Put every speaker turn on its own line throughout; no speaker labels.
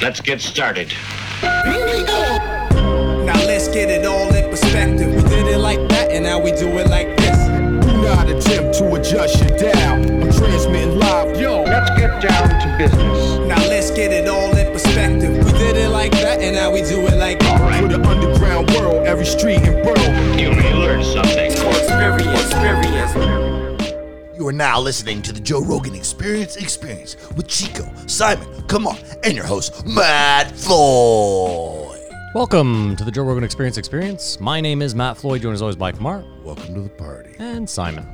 Let's get started.
Now let's get it all in perspective. We did it like that, and now we do it like this.
Do not attempt to adjust your dial. I'm transmitting live. Yo,
Let's get down to business.
Now let's get it all in perspective. We did it like that, and now we do it like this.
for the underground world, every street and borough.
You may learn something.
You are now listening to the Joe Rogan Experience Experience with Chico, Simon, come on, and your host, Matt Floyd.
Welcome to the Joe Rogan Experience Experience. My name is Matt Floyd, joined as always by Kamar
Welcome to the party.
and Simon.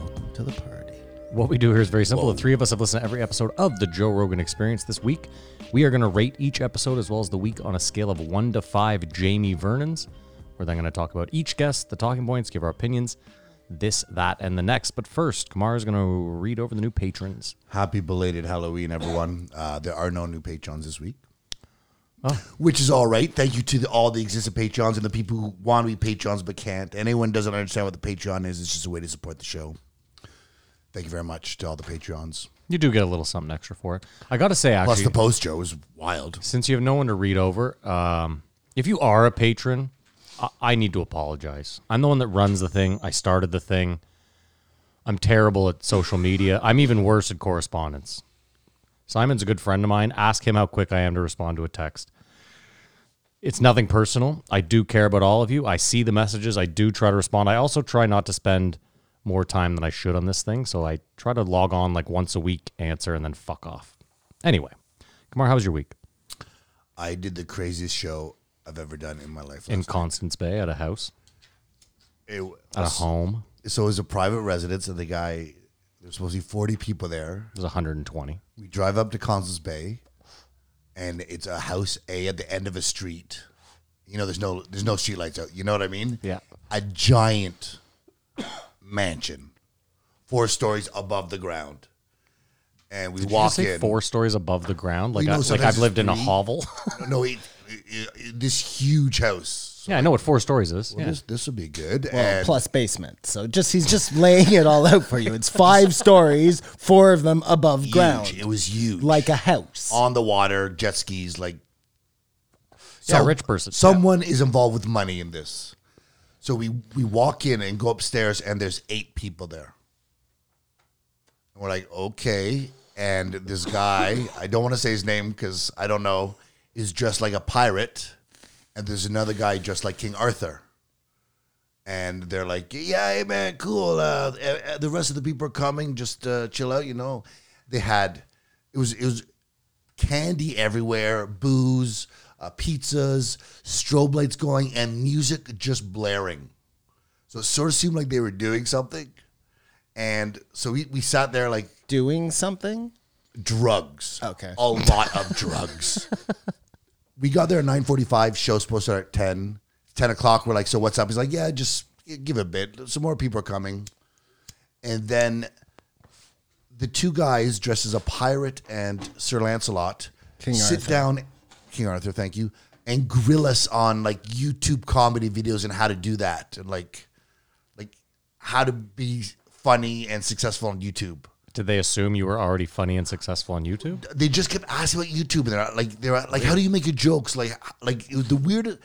Welcome to the party.
What we do here is very simple. The three of us have listened to every episode of the Joe Rogan Experience this week. We are going to rate each episode as well as the week on a scale of one to five Jamie Vernon's. We're then going to talk about each guest, the talking points, give our opinions, this, that, and the next. But first, Kamar is going to read over the new patrons.
Happy belated Halloween, everyone. Uh, there are no new patrons this week. Which is all right. Thank you to the, all the existing patrons and the people who want to be patrons but can't. Anyone who doesn't understand what the Patreon is. It's just a way to support the show. Thank you very much to all the patrons.
You do get a little something extra for it. I got to say, actually,
Plus, the post Joe is wild.
since you have no one to read over, um, if you are a patron, I, I need to apologize. I'm the one that runs the thing. I started the thing. I'm terrible at social media. I'm even worse at correspondence. Simon's a good friend of mine. Ask him how quick I am to respond to a text. It's nothing personal. I do care about all of you. I see the messages. I do try to respond. I also try not to spend more time than I should on this thing. So I try to log on like once a week, answer, and then fuck off. Anyway, Kamar, how was your week?
I did the craziest show I've ever done in my life.
in
last
Constance Bay at a house,
It was,
at a home.
so it was a private residence, and the guy there's supposed to be 40 people there.
It was 120.
We drive up to Constance Bay, and it's a house A at the end of a street. You know, there's no there's no streetlights out. You know what I mean?
Yeah.
A giant mansion, four stories above the ground, and we
Did you
walk
just say
in.
four stories above the ground? Like,
know
I, like
sometimes
I've lived
it's
in a
three.
hovel.
No, it, it- it- this huge house.
yeah, I know what four stories is.
Well,
yeah.
This this would be good.
Well,
and
plus basement. So just he's just laying it all out for you. It's five stories, four of them above
huge.
ground,
It was huge.
like a house.
on the water, jet skis, like
Yeah, rich person,
Someone is involved with money in this. So we we walk in and go upstairs and there's eight people there. And we're like, okay. And this guy, I don't want to say his name because I don't know, is dressed like a pirate. And there's another guy dressed like King Arthur. And they're like, yeah, hey man, cool. Uh, eh, eh, the rest of the people are coming. Just uh, chill out, you know. They had, it was it was candy everywhere, booze, uh, pizzas, strobe lights going, and music just blaring. So it sort of seemed like they were doing something. And so we, we sat there like
Doing something?
drugs.
Okay.
A lot of drugs. we got there at 9.45, show's supposed to start at 10. 10 o'clock, we're like, so what's up? He's like, yeah, just give it a bit. Some more people are coming. And then the two guys dressed as a pirate and Sir Lancelot
King
sit
Arthur.
down, King Arthur, thank you, and grill us on like YouTube comedy videos and how to do that. And like, like how to be funny and successful on YouTube
Did they assume you were already funny and successful on YouTube?
they just kept asking about YouTube, and they're not- like, they're not- like, how do you make your jokes? Like, like it was the weirdest.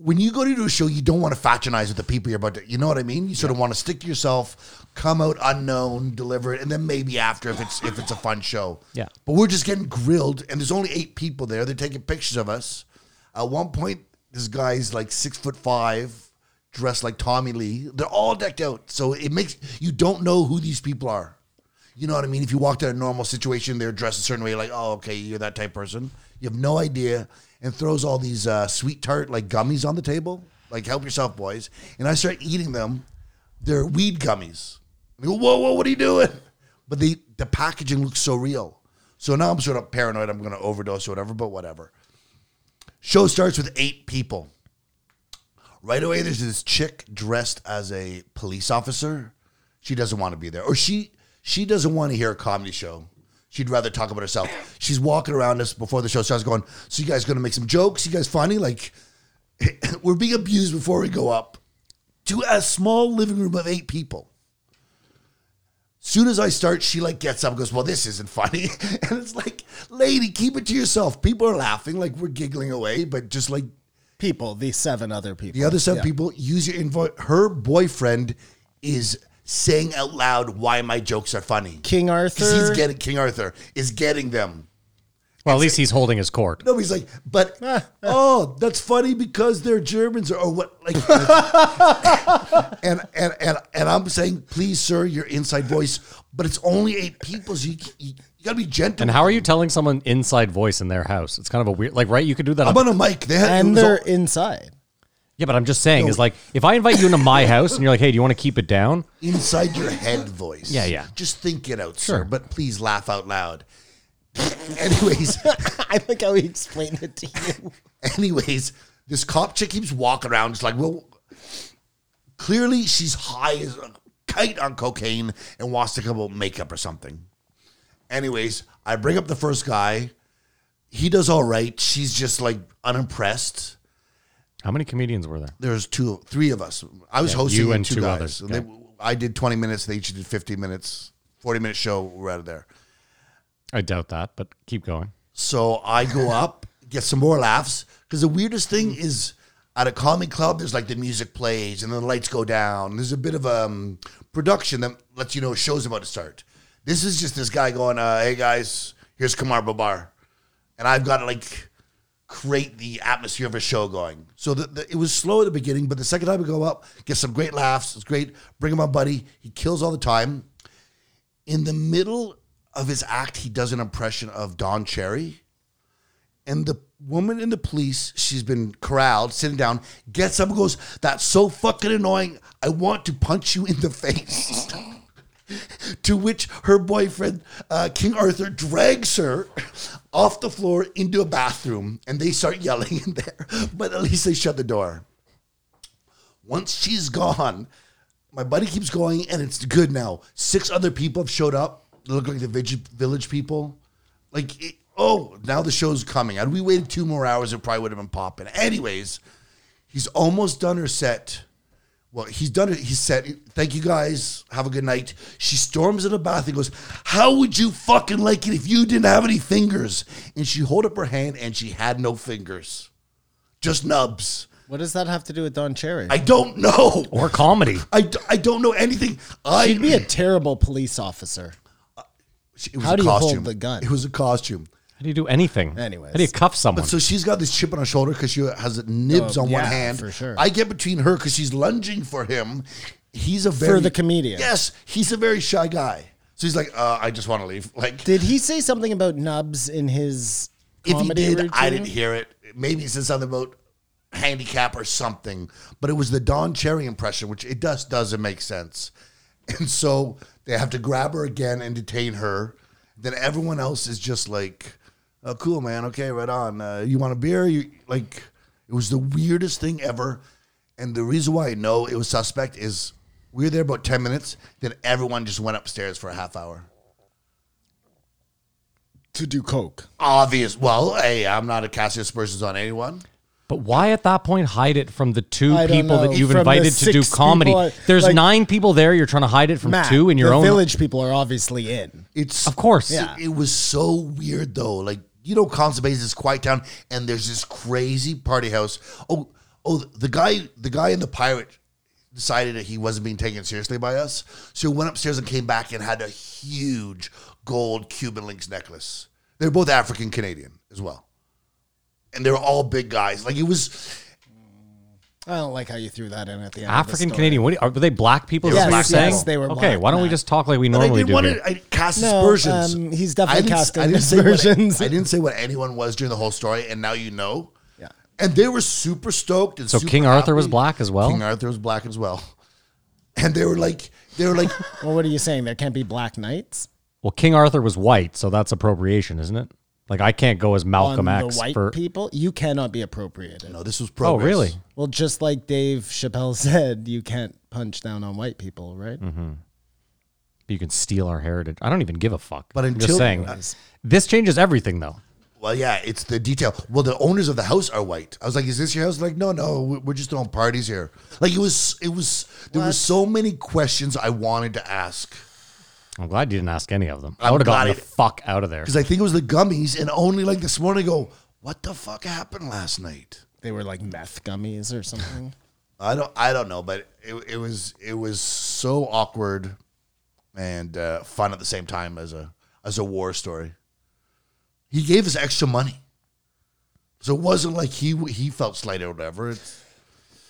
When you go to do a show, you don't want to fraternize with the people you're about to. You know what I mean? You sort of want to stick to yourself, come out unknown, deliver it, and then maybe after if it's if it's a fun show.
Yeah.
But we're just getting grilled, and there's only eight people there. They're taking pictures of us. At one point, this guy's like six foot five, dressed like Tommy Lee. They're all decked out, so it makes you don't know who these people are. You know what I mean? If you walked in a normal situation, they're dressed a certain way, like, oh, okay, you're that type person. You have no idea, and throws all these uh, sweet tart like gummies on the table. Like, help yourself, boys. And I start eating them. They're weed gummies. I go, whoa, whoa, what are you doing? But the the packaging looks so real. So now I'm sort of paranoid. I'm going to overdose or whatever. But whatever. Show starts with eight people. Right away, there's this chick dressed as a police officer. She doesn't want to be there, or she she doesn't want to hear a comedy show. She'd rather talk about herself. She's walking around us before the show starts, going, "So you guys going to make some jokes? You guys funny? Like we're being abused before we go up." To a small living room of eight people. Soon as I start, she like gets up and goes, "Well, this isn't funny," and it's like lady, keep it to yourself. People are laughing, like we're giggling away, but just like
people, the seven other people.
the other seven
Yeah.
people, use your info. Her boyfriend is saying out loud why my jokes are funny.
King
Because he's
Arthur.
getting King Arthur is getting them.
Well, at least he's holding his court.
No, he's like, but oh, that's funny because they're Germans or, or what? Like, and, and and and I'm saying, please, sir, your inside voice, but it's only eight people, so you, you, you gotta be gentle.
And how are you telling someone inside voice in their house? It's kind of a weird, like, right? You could do that.
I'm
on-
on a mic. They had,
and
and
they're inside.
yeah, but I'm just saying, is like, if I invite you into my house and you're like, hey, do you want to keep it down?
inside your head voice.
Yeah, yeah.
Just think it out,
Sure.
sir. But please laugh out loud. Anyways.
I like how he explained it to you.
Anyways, this cop chick keeps walking around. It's like, well, clearly she's high as a kite on cocaine and wants to come out makeup or something. Anyways, I bring up the first guy. He does all right. She's just like unimpressed.
How many comedians were there?
There's two, three of us. I was hosting
you
with
and
two,
two
guys.
others.
And they- I did 20 minutes. They each did 50 minutes. 40 minute show. We're out of there.
I doubt that, but keep going.
So I go up, get some more laughs. Because the weirdest thing is at a comedy club, there's like the music plays and then the lights go down. There's a bit of um, production that lets you know a show's about to start. This is just this guy going, uh, hey guys, here's Kamar Babar. And I've got to like create the atmosphere of a show going. So the, the, it was slow at the beginning, but the second time we go up, get some great laughs. It's great. Bring him on, buddy. He kills all the time. In the middle of his act, he does an impression of Don Cherry and the woman in the police, she's been corralled, sitting down, gets up and goes, That's so fucking annoying. I want to punch you in the face. to which her boyfriend, uh, King Arthur, drags her off the floor into a bathroom and they start yelling in there. But at least they shut the door. Once she's gone, my buddy keeps going and it's good now. Six other people have showed up. They look like the village, village people. Like, it, oh, now the show's coming. Had we waited two more hours, it probably would have been popping. Anyways, he's almost done her set. Well, he's done it. He said, Thank you guys. Have a good night. She storms in the bath and goes, How would you fucking like it if you didn't have any fingers? And she hold up her hand and she had no fingers. Just nubs.
What does that have to do with Don Cherry?
I don't know.
Or comedy.
I, d- I don't know anything. I
He'd be a terrible police officer.
it was
how
a
do you hold
costume.
the gun?
It was a costume.
How do you do anything?
Anyways.
How do you cuff someone?
But so she's got this chip on her shoulder because she has nibs
Oh,
on one
yeah,
hand.
for sure.
I get between her because she's lunging for him. He's a very
the comedian.
Yes, he's a very shy guy. So he's like, uh, I just want to leave. Like
Did he say something about nubs in his
if he
comedy
did, I
routine?
didn't hear it. Maybe he said something about handicap or something, but it was the Don Cherry impression, which it just doesn't make sense. And so they have to grab her again and detain her. Then everyone else is just like, "Oh, cool, man. Okay, right on. Uh, you want a beer? You like?" It was the weirdest thing ever. And the reason why I know it was suspect is we were there about ten minutes. Then everyone just went upstairs for a half hour.
to do coke.
Obvious. Well, hey, I'm not a casting aspersions on anyone.
But why at that point hide it from the two
I don't
people
know.
that you've
From the
invited to do
six
comedy?
people, I-
There's
like-
nine people there. You're trying to hide it from
Matt,
two in your
the
own.
village people are obviously in.
It's
Of course.
Yeah.
It was so weird though. Like you know, Constant Bay is this quiet town, and there's this crazy party house. Oh, oh, the guy, the guy in the pirate decided that he wasn't being taken seriously by us, so he went upstairs and came back and had a huge gold Cuban links necklace. They're both African Canadian as well, and they were all big guys. Like it was.
I don't like how you threw that in at the end. of the
African
story.
Canadian. What are, are they? Black people? Is
Yes,
that what you're
yes,
saying?
they were
Okay.
black,
why don't we
Matt.
just talk like we
But I
normally
didn't
do?
want
here?
to I cast
No,
aspersions.
um, he's definitely
I didn't-
casting
I didn't say what-
aspersions.
I didn't say what anyone was during the whole story, and now you know.
Yeah.
And they were super stoked. And
So
super
King Arthur was
happy.
black as well?
King Arthur was black as well. And they were like, they were like,
Well, what are you saying? There can't be black knights.
Well, King Arthur was white, so that's appropriation, isn't it? Like I can't go as
On
Malcolm
the
X
white
for.
people, you cannot be appropriated.
no, this was
Oh,
progress.
really?
Well, just like Dave Chappelle said, you can't punch down on white people, right?
Mm-hmm. You can steal our heritage. I don't even give a fuck.
But
I'm
until-
just saying, this changes everything, though.
Well, yeah, it's the detail. Well, the owners of the house are white. I was like, "Is this your house?" Like, no, no, we- we're just throwing parties here. Like, it was, it was. There were so many questions I wanted to ask.
I'm glad you didn't ask any of them. I
I'm
would have gotten
glad
the
I-
fuck out of there.
because I think it was the gummies, and only like this morning, I go, what the fuck happened last night?
They were like meth gummies or something.
I don't, I don't know, but it, it was, it was so awkward and uh, fun at the same time as a, as a war story. He gave us extra money, so it wasn't like he he felt slighted or whatever. It's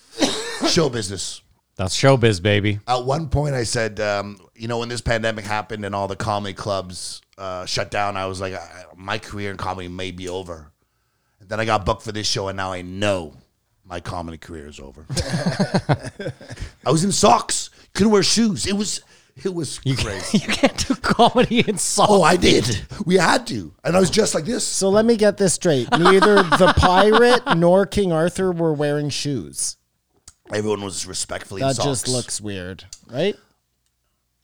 show business.
That's showbiz, baby.
At one point, I said, um, you know, when this pandemic happened and all the comedy clubs uh, shut down, I was like, I, my career in comedy may be over. And then I got booked for this show, and now I know my comedy career is over. I was in socks, couldn't wear shoes. It was, it was crazy.
You can't do comedy in salt.
Oh, I did. We had to, and I was just like this.
So let me get this straight. Neither the pirate nor King Arthur were wearing shoes.
Everyone was respectfully in
That
socks.
just looks weird, right?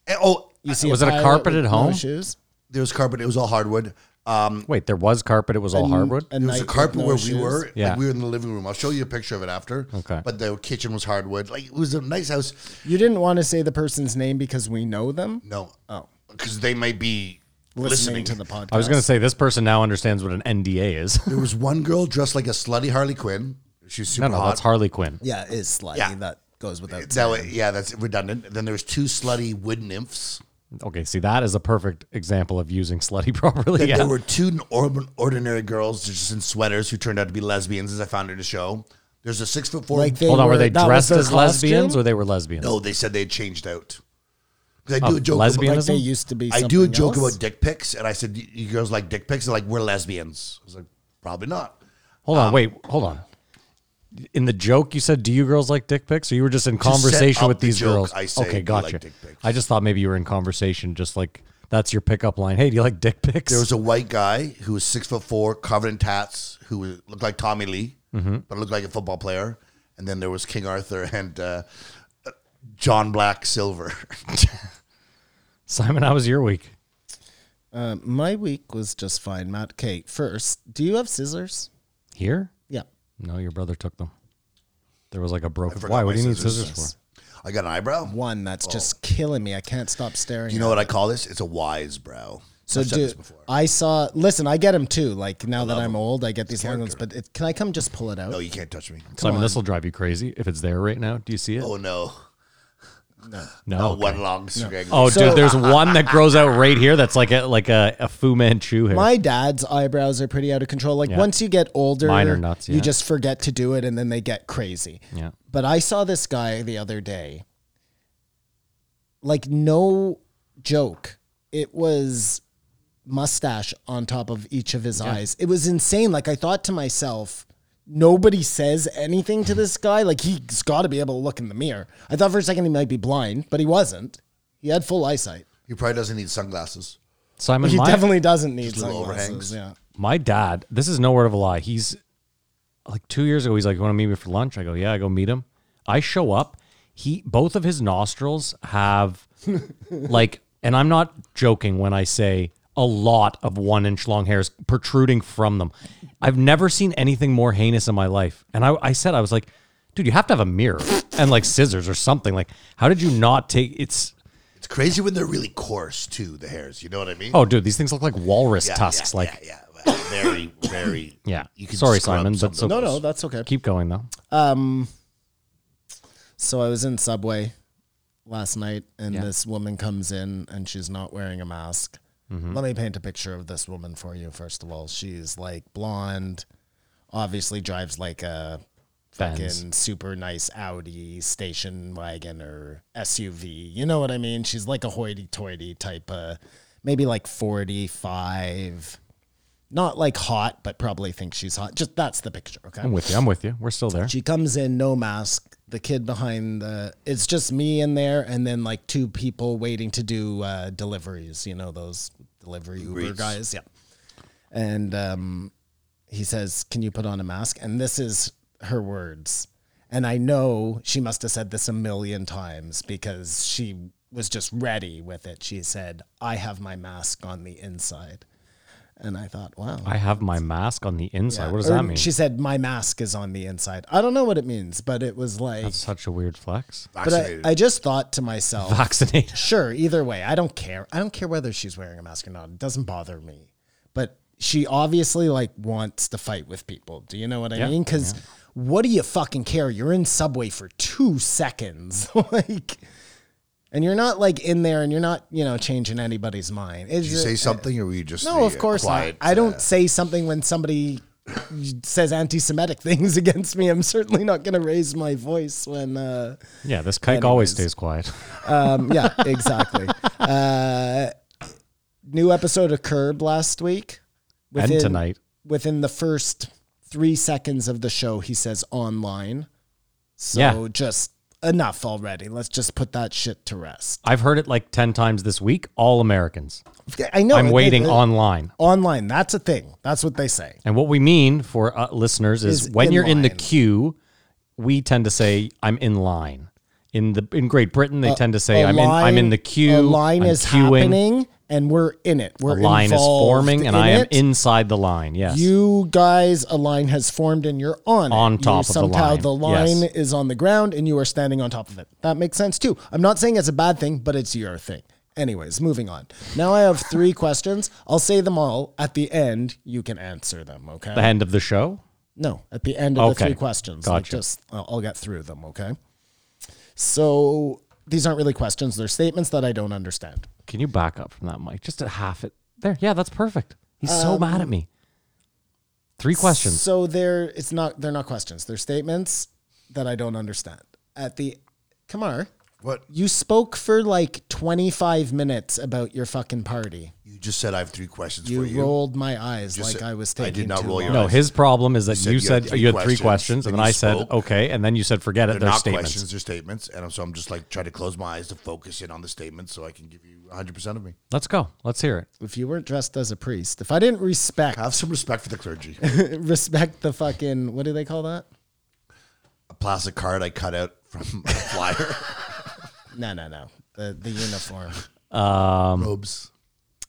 And- oh,
You see,
Was it a
pirate
carpet at
with no
home?
shoes.
there was carpet. It was all hardwood. Um,
Wait, there was carpet. It was all hardwood.
It was
night
a
with
carpet
no
where
shoes?
we were.
Yeah.
Like we were in the living room. I'll show you a picture of it after.
Okay.
But the kitchen was hardwood. Like it was a nice house.
You didn't want to say the person's name because we know them.
No. Oh. Because they might be
Listening,
listening,
to the podcast,
I was going to say this person now understands what an NDA is.
There was one girl dressed like a slutty Harley Quinn. She was super
no, no,
hot.
that's Harley Quinn.
yeah, it is slutty.
Yeah.
That goes without.
That way, yeah, that's redundant. Then there was two slutty wood nymphs.
Okay, see that is a perfect example of using slutty properly.
Then
Yeah.
There were two or- ordinary girls just in sweaters who turned out to be lesbians, as I found in the show. There's a six foot four.
Like they
Hold on, were
were-
they
that was
dressed
their
as lesbians
costume?
or they were lesbians?
no, they said they had changed out. 'Cause I do
Oh,
a joke about-
lesbianism?
Like they used to be.
I do a
something
joke
else?
about dick pics, and I said, "You- "You girls like dick pics?" They're like, "We're lesbians." I was like, "Probably not."
Hold
Um,
on, wait, hold on. In the joke, you said, "Do you girls like dick pics?" Or you were just in
set
conversation
up
with
the
these
joke,
girls?
I say, "Do
okay,
you
gotcha.
like dick pics?"
I just thought maybe you were in conversation, just like that's your pickup line. Hey, do you like dick pics?
There was a white guy who was six foot four, covered in tats, who was- looked like Tommy Lee,
Mm-hmm.
but looked like a football player. And then there was King Arthur and uh, John Black Silver.
Simon, how was your week?
Uh, my week was just fine, Matt. Okay, first, do you have scissors?
Here?
Yeah.
No, your brother took them. There was like a broke.
forgot
Why? What
my
do you need
scissors.
scissors for?
I got an eyebrow.
One that's just killing me. I can't stop staring.
You
at
know
it.
what I call this? It's a wise brow.
So
I've said
do
this before.
I saw? Listen, I get them too. Like now that I'm old, I get these long ones.
character.
But it, can I come just pull it out?
no, you can't touch me.
Simon, this will drive you crazy if it's there right now. Do you see it?
Oh no,
no.
Oh,
okay.
one long string.
Oh,
So-
dude, there's one that grows out right here. That's like a like a, a Fu Manchu hair.
My dad's eyebrows are pretty out of control. Like once you get older,
Mine are nuts,
you
yeah.
just forget to do it and then they get crazy.
Yeah.
But I saw this guy the other day. Like no joke. It was mustache on top of each of his eyes. It was insane. Like I thought to myself, nobody says anything to this guy. Like he's got to be able to look in the mirror. I thought for a second he might be blind, but he wasn't. He had full eyesight.
he probably doesn't need sunglasses.
Simon,
He
my,
definitely doesn't need
little
sunglasses.
overhangs.
Yeah.
my dad, this is no word of a lie. He's like two years ago, he's like, You want to meet me for lunch? I go, Yeah, I go meet him. I show up. He both of his nostrils have like and I'm not joking when I say a lot of one inch long hairs protruding from them. I've never seen anything more heinous in my life. And I, I said, I was like, dude, you have to have a mirror and like scissors or something. Like, how did you not take it's
It's crazy when they're really coarse too. The hairs, you know what I mean?
oh dude, these things look like walrus
Yeah,
tusks.
yeah,
like
yeah, yeah. very, very.
yeah.
You can
Sorry,
scrub
Simon, but so
something.
No, no, that's okay.
keep going though.
So I was in Subway last night, and
Yeah.
this woman comes in, and she's not wearing a mask.
Mm-hmm.
Let me paint a picture of this woman for you. First of all, she's like blonde, obviously drives like a
Benz.
fucking super nice Audi station wagon or SUV. You know what I mean? She's like a hoity-toity type of, maybe like forty-five. Not like hot, but probably think she's hot. Just that's the picture. Okay.
I'm with you. I'm with you. We're still there.
She comes in, no mask. The kid behind the, it's just me in there, and then like two people waiting to do uh, deliveries. You know those delivery Uber guys, yeah. And um, he says, "Can you put on a mask?" And this is her words, and I know she must have said this a million times because she was just ready with it. She said, "I have my mask on the inside." And I thought, wow.
I have my mask on the inside.
Yeah.
What does
Or
that mean?
She said, my mask is on the inside. I don't know what it means, but it was like,
That's such a weird flex.
but I, I just thought to myself,
Vaccinated.
sure, either way, I don't care. I don't care whether she's wearing a mask or not. It doesn't bother me. But she obviously like wants to fight with people. Do you know what I
Yeah.
mean? Because what do you fucking care? You're in Subway for two seconds. like, and you're not like in there and you're not, you know, changing anybody's mind. It's
Did you
just-
say something, or were you just
no,
the
of course
quiet,
not. I don't
uh,
say something when somebody says anti-Semitic things against me. I'm certainly not going to raise my voice when. Uh,
Yeah, this kike always
Anyways.
stays quiet.
um, yeah, exactly. uh, new episode of Curb last week.
and tonight.
within the first three seconds of the show, he says online. So
Yeah.
just enough already. Let's just put that shit to rest.
I've heard it like 10 times this week. All Americans.
I know.
I'm
it-
waiting
it-
online.
Online, that's a thing. That's what they say.
And what we mean for uh, listeners is,
Is
when
in
you're in the
line.
queue, we tend to say I'm in line. In the in Great Britain, they tend to say
a
I'm in I'm in the queue.
A line
I'm
is
queuing.
happening, and we're in it. We're
A line is
involved
forming, and
in
I am
it.
inside the line. Yes.
You guys, a line has formed, and you're on it.
On
You
top of the
somehow
line,
the line
yes.
is on the ground, and you are standing on top of it. That makes sense too. I'm not saying it's a bad thing, but it's your thing. Anyways, moving on. Now I have three questions. I'll say them all at the end. You can answer them. Okay.
the end of the show.
No, at the end of the
Okay.
three questions. Like,
Gotcha.
just I'll, I'll get through them, okay? So these aren't really questions, they're statements that I don't understand.
Can you back up from that mic just a half it there? Yeah, that's perfect. He's so mad at me. Three questions.
Um, So they're it's not they're not questions, they're statements that I don't understand. At the Kamar,
What
you spoke for like 25 minutes about your fucking party.
you just said? I have three questions
You,
for you.
rolled my eyes like
said-
I was
I
taking
did not
too
roll your
long.
no, his problem is that you said, you had three questions, and
then
then
you
I said
spoke.
okay, and then you said forget
They're
it. They're
not
statements.
questions; they're statements, and so I'm just like trying to close my eyes to focus in on the statements, so I can give you 100 percent of me.
Let's go. Let's hear it.
If you weren't dressed as a priest, if I didn't respect
Have some respect for the clergy.
respect the fucking what do they call that?
a plastic card I cut out from a flyer.
No, no, no. The the uniform.
Um,
robes.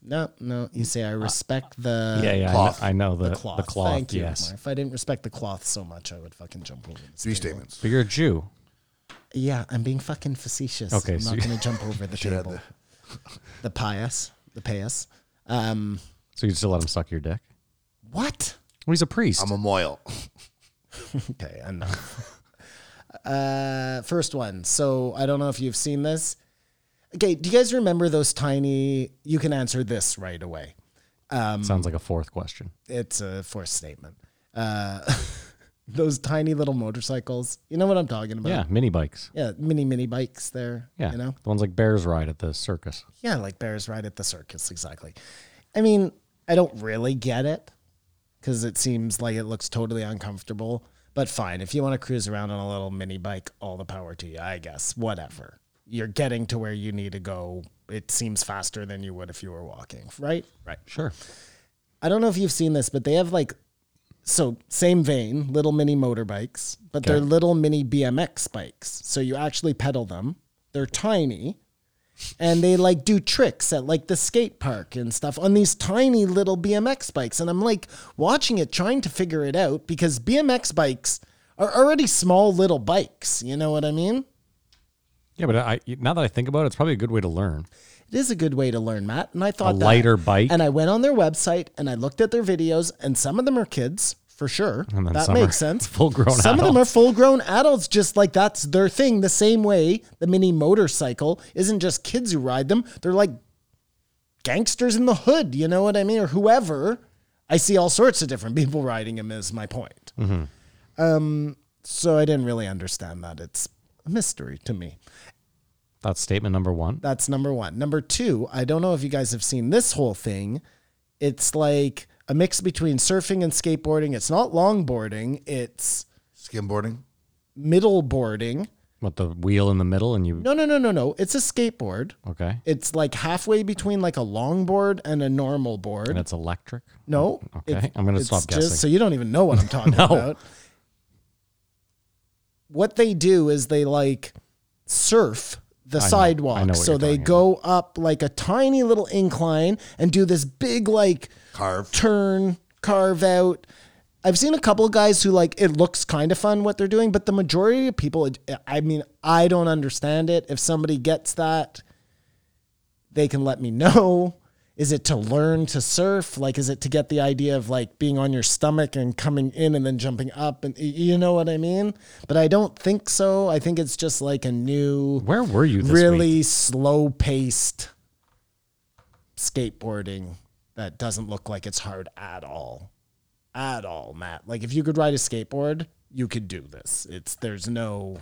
No, no. You say I respect the
Uh, yeah, yeah. I kn-
cloth.
I know, the, the
cloth.
cloth.
Thank you.
yes.
Omar. If I didn't respect the cloth so much, I would fucking jump over this.
Three
table.
statements.
But you're a Jew.
Yeah, I'm being fucking facetious.
Okay,
I'm
so
not
you-
gonna jump over the
had
table. the pious, the pious. Um,
So you still let him suck your dick?
what?
Well, he's a priest.
I'm a moil.
Okay, enough. uh, first one. So I don't know if you've seen this. Okay, do you guys remember those tiny? You can answer this right away. Um,
Sounds like a fourth question.
it's a forced statement. Uh, those tiny little motorcycles. You know what I'm talking about?
Yeah, mini bikes.
Yeah, mini mini bikes there.
Yeah,
You know?
the ones like bears ride at the circus.
Yeah, like bears ride at the circus, exactly. I mean, I don't really get it because it seems like it looks totally uncomfortable. But fine, if you want to cruise around on a little mini bike, all the power to you, I guess. Whatever. You're getting to where you need to go. It seems faster than you would if you were walking, right? Right.
Sure.
I don't know if you've seen this, but they have like so same vein, little mini motorbikes, but they're
Okay.
little mini BMX bikes. So you actually pedal them. They're tiny. And they like do tricks at like the skate park and stuff on these tiny little BMX bikes. And I'm like watching it, trying to figure it out because BMX bikes are already small little bikes. You know what I mean?
Yeah, but I now that I think about it, it's probably a good way to learn.
It is a good way to learn, Matt. And I thought that.
lighter bike.
And I went on their website and I looked at their videos, and some of them are kids for sure.
then
that
some are
makes sense.
full-grown
Some of them are
adults.
full grown adults, just like that's their thing. The same way the mini motorcycle isn't just kids who ride them; they're like gangsters in the hood. You know what I mean, or whoever. I see all sorts of different people riding them. Is my point. Um,
Mm-hmm.
so I didn't really understand that. It's a mystery to me.
That's statement number one.
That's number one. Number two, I don't know if you guys have seen this whole thing. It's like a mix between surfing and skateboarding. It's not longboarding, it's
Skimboarding.
middle boarding.
What the wheel in the middle and you?
No, no, no, no, no. It's a skateboard.
Okay.
It's like halfway between like a longboard and a normal board.
And it's electric.
no.
Okay,
it's-
I'm gonna
it's
stop guessing.
so you don't even know what I'm talking about. What they do is they like surf the
know- I
sidewalk.
know what
so
you're
they
talking
go up like a tiny little incline and do this big like
Carve.
turn, carve out. I've seen a couple of guys who like it looks kind of fun what they're doing, but the majority of people, I mean, I don't understand it. If somebody gets that, they can let me know. Is it to learn to surf? Like, is it to get the idea of like being on your stomach and coming in and then jumping up? And y- you know what I mean? But I don't think so. I think it's just like a new
Where were you this
really
week?
slow paced skateboarding that doesn't look like it's hard at all. At all, Matt. Like if you could ride a skateboard, you could do this. It's there's no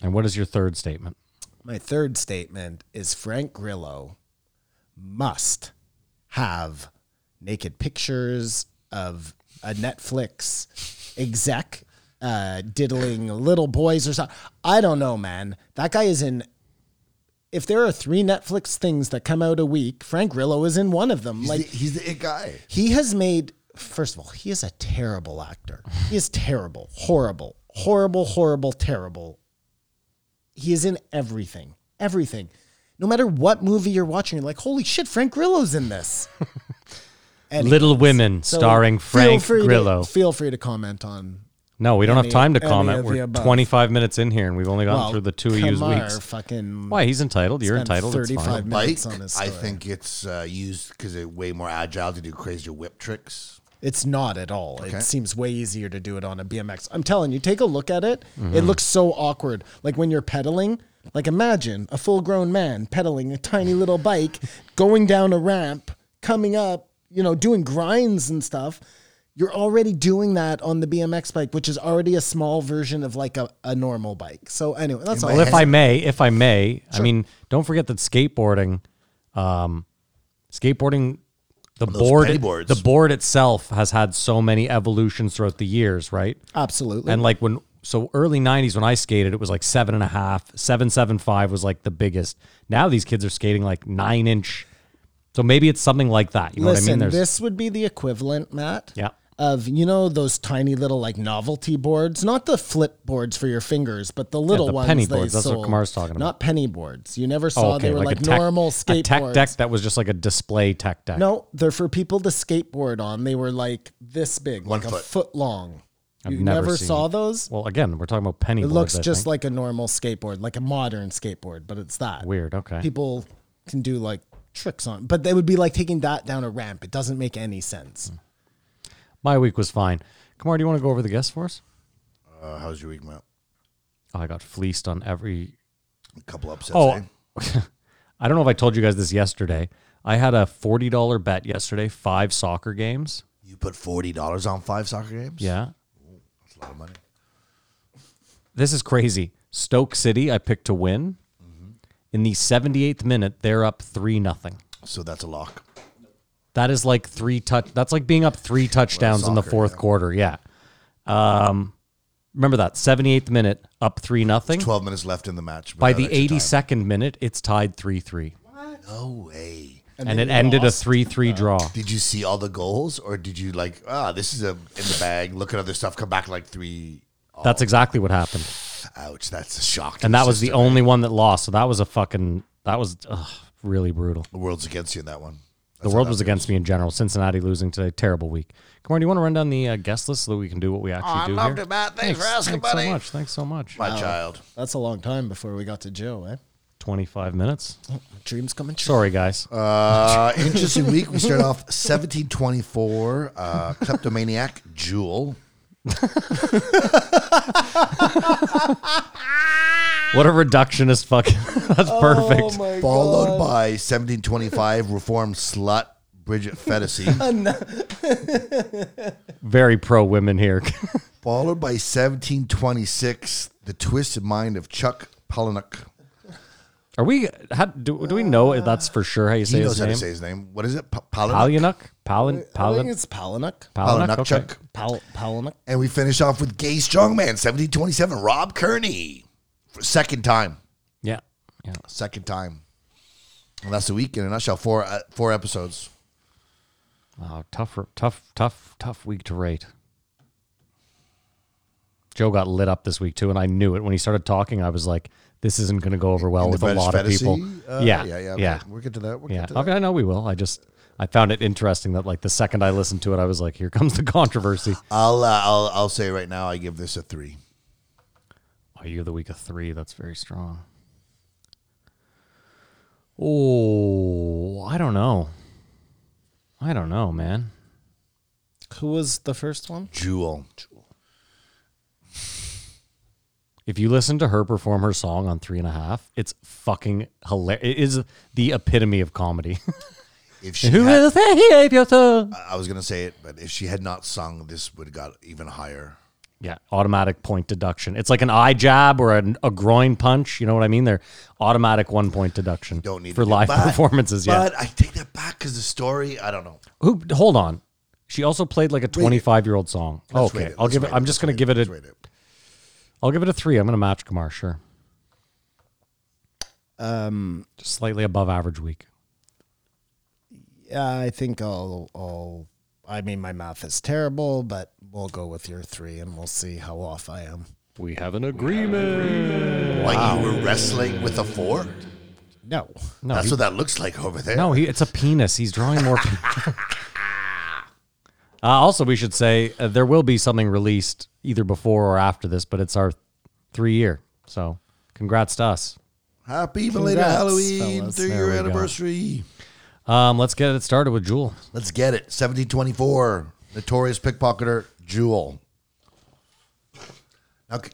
And what is your third statement?
my third statement is Frank Grillo must have naked pictures of a Netflix exec uh, diddling little boys or something. I don't know, man. That guy is in. If there are three Netflix things that come out a week, Frank Grillo is in one of them.
He's
like
the, he's the it guy.
he has made first of all he is a terrible actor he is terrible horrible horrible horrible terrible he is in everything everything no matter what movie you're watching you're like holy shit frank grillo's in this And-
Little Women,
so
starring
feel
Frank
free to-
Grillo.
feel free to comment on
no, we don't have
any-
time to
any
comment.
of
We're
the above.
25 minutes in here, and we've only gotten
well,
through the two of you's
Kamar
weeks.
fucking
Why? He's entitled. You're
spent
entitled. It's
35
fine.
minutes.
Bike,
on this
I
story.
think it's uh, used because it's way more agile to do crazier whip tricks.
It's not at all.
Okay.
It seems way easier to do it on a BMX. I'm telling you, take a look at it. It looks so awkward. Like when you're pedaling, like imagine a full grown man pedaling a tiny little bike, going down a ramp, coming up, you know, doing grinds and stuff. You're already doing that on the BMX bike, which is already a small version of like a, a normal bike. So anyway, that's all.
Well, if I may, if I may, I mean, don't forget that skateboarding, um, skateboarding, the
those
board,
penny boards.
the board itself has had so many evolutions throughout the years, right?
Absolutely.
And like when so early '90s when I skated, it was like seven and a half, seven seven five was like the biggest. Now these kids are skating like nine inch. So maybe it's something like that. You know
Listen,
what I mean? There's
this would be the equivalent, Matt.
Yeah.
Of you know those tiny little like novelty boards, not the flip boards for your fingers, but the little
the
ones.
penny
they
boards, that's what
sold.
Kumar's talking about.
Not penny boards. You never
oh,
saw they were like,
a tech,
normal skateboards.
a tech deck that was just like a display tech deck.
No, they're for people to skateboard on. They were like this big,
One
like a
foot.
foot long.
I've
you
never
never
seen
saw
it.
those.
Well, again, we're talking about penny
it
boards.
looks just like a normal skateboard, like a modern skateboard, but it's that
weird. Okay.
people can do like tricks on, but they would be like taking that down a ramp. It doesn't make any
Hmm.
sense.
My week was fine. Kamar, do you want to go over the guests for us?
Uh, how's your week, Matt?
Oh, I got fleeced on every.
A couple upsets. eh?
Oh, I don't know if I told you guys this yesterday. I had a forty dollar bet yesterday, five soccer games.
You put forty dollars on five soccer games.
Yeah,
that's a lot of money.
this is crazy. Stoke City, I picked to win.
Mm-hmm.
In the seventy eighth minute, they're up three nothing.
So that's a lock.
That is like three touch. That's like being up three touchdowns in the
soccer,
fourth
yeah.
quarter. Yeah. Um, remember that seventy eighth minute, up three nothing.
Twelve minutes left in the match.
By the eighty
eighty
second minute, it's tied three three,
No way.
and, it ended a three three draw.
Did you see all the goals, or did you like ah, this is a in the bag? Look at other stuff. Come back like three.
That's exactly what happened.
Ouch, that's a shock. to
And that was the
system.
only one that lost. So that was a fucking that was ugh, really brutal.
The world's against you in that one.
The world was against me in general. Cincinnati losing today, terrible week. Come on, do you want to run down the uh, guest list so that we can do what we actually do
Oh, loved
here?
it, Matt. Thanks for asking,
thanks
buddy.
so much. Thanks so much.
My child.
That's a long time before we got to Joe, eh?
Twenty five minutes.
Dreams coming true.
Sorry, guys.
Uh, interesting week. We start off 1724. Uh, kleptomaniac Jewel.
what a reductionist fucking. that's
Oh
perfect.
followed by 1725 reformed slut Bridget Fetisi,
Very pro women here.
followed by 1726 the twisted mind of Chuck Palahniuk.
Are we? How, do, do we know if that's for sure how you
Uh,
say
He knows
his
how
name?
to say his name. What is it? Pa- Palahniuk.
Palinuk. Palin.
I think
Palin.
it's Palinuk.
Palahniuk
Palin.
Chuck.
Pal- Palinuk.
And we finish off with gay strongman 1727 Rob Kearney. For second time.
Yeah. Yeah.
Second time. And that's the week in a nutshell. Four uh, four episodes.
Wow, tough, tough, tough, tough week to rate. Joe got lit up this week too, and I knew it when he started talking. I was like, "This isn't going to go over well
And
with
the
a
British
lot of people."
Fetisi, uh,
yeah,
yeah, yeah.
yeah,
We'll get to that. We'll
yeah.
get to
I,
that.
mean, I know we will. I just I found it interesting that like the second I listened to it, I was like, here comes the controversy.
I'll, uh, I'll I'll say right now, I give this a three.
Oh, you're the week of three. That's very strong. Oh, I don't know. I don't know, man.
Who was the first one?
Jewel. Jewel.
If you listen to her perform her song on three and a half, it's fucking hilarious. It is the epitome of comedy. Uh,
If she
Who
had-
will save your soul?
I was gonna say it, but if she had not sung, this would have got even higher.
Yeah, automatic point deduction. It's like an eye jab or an, a groin punch. You know what I mean? They're automatic one point deduction.
Don't need
for
to do-
live
but-
performances. Yeah.
But I take that back because the story. I don't know.
Who? Hold on. She also played like a twenty-five year old song.
Let's
okay,
rate it,
I'll
let's
give it.
rate
I'm just
let's
gonna
rate
give it
let's
a.
rate
I'll give it a three. I'm gonna match Kamar. Sure. Um, just slightly above average week.
Yeah, I think I'll, I'll. I mean, my math is terrible, but we'll go with your three, and we'll see how off I am.
We have an agreement.
Like you were wrestling with a four.
No,
No,
That's
he,
what that looks like over there.
Oh, no, he, it's a penis. He's drawing more. pe- uh, also, we should say uh, there will be something released either before or after this, but it's our three year. So, congrats to us.
Happy belated
Congrats,
Halloween,
fellas.
three-year
There we go.
anniversary.
Um, let's get it started with Jewel.
Let's get it. Seventeen twenty-four. Notorious pickpocketer Jewel. Okay.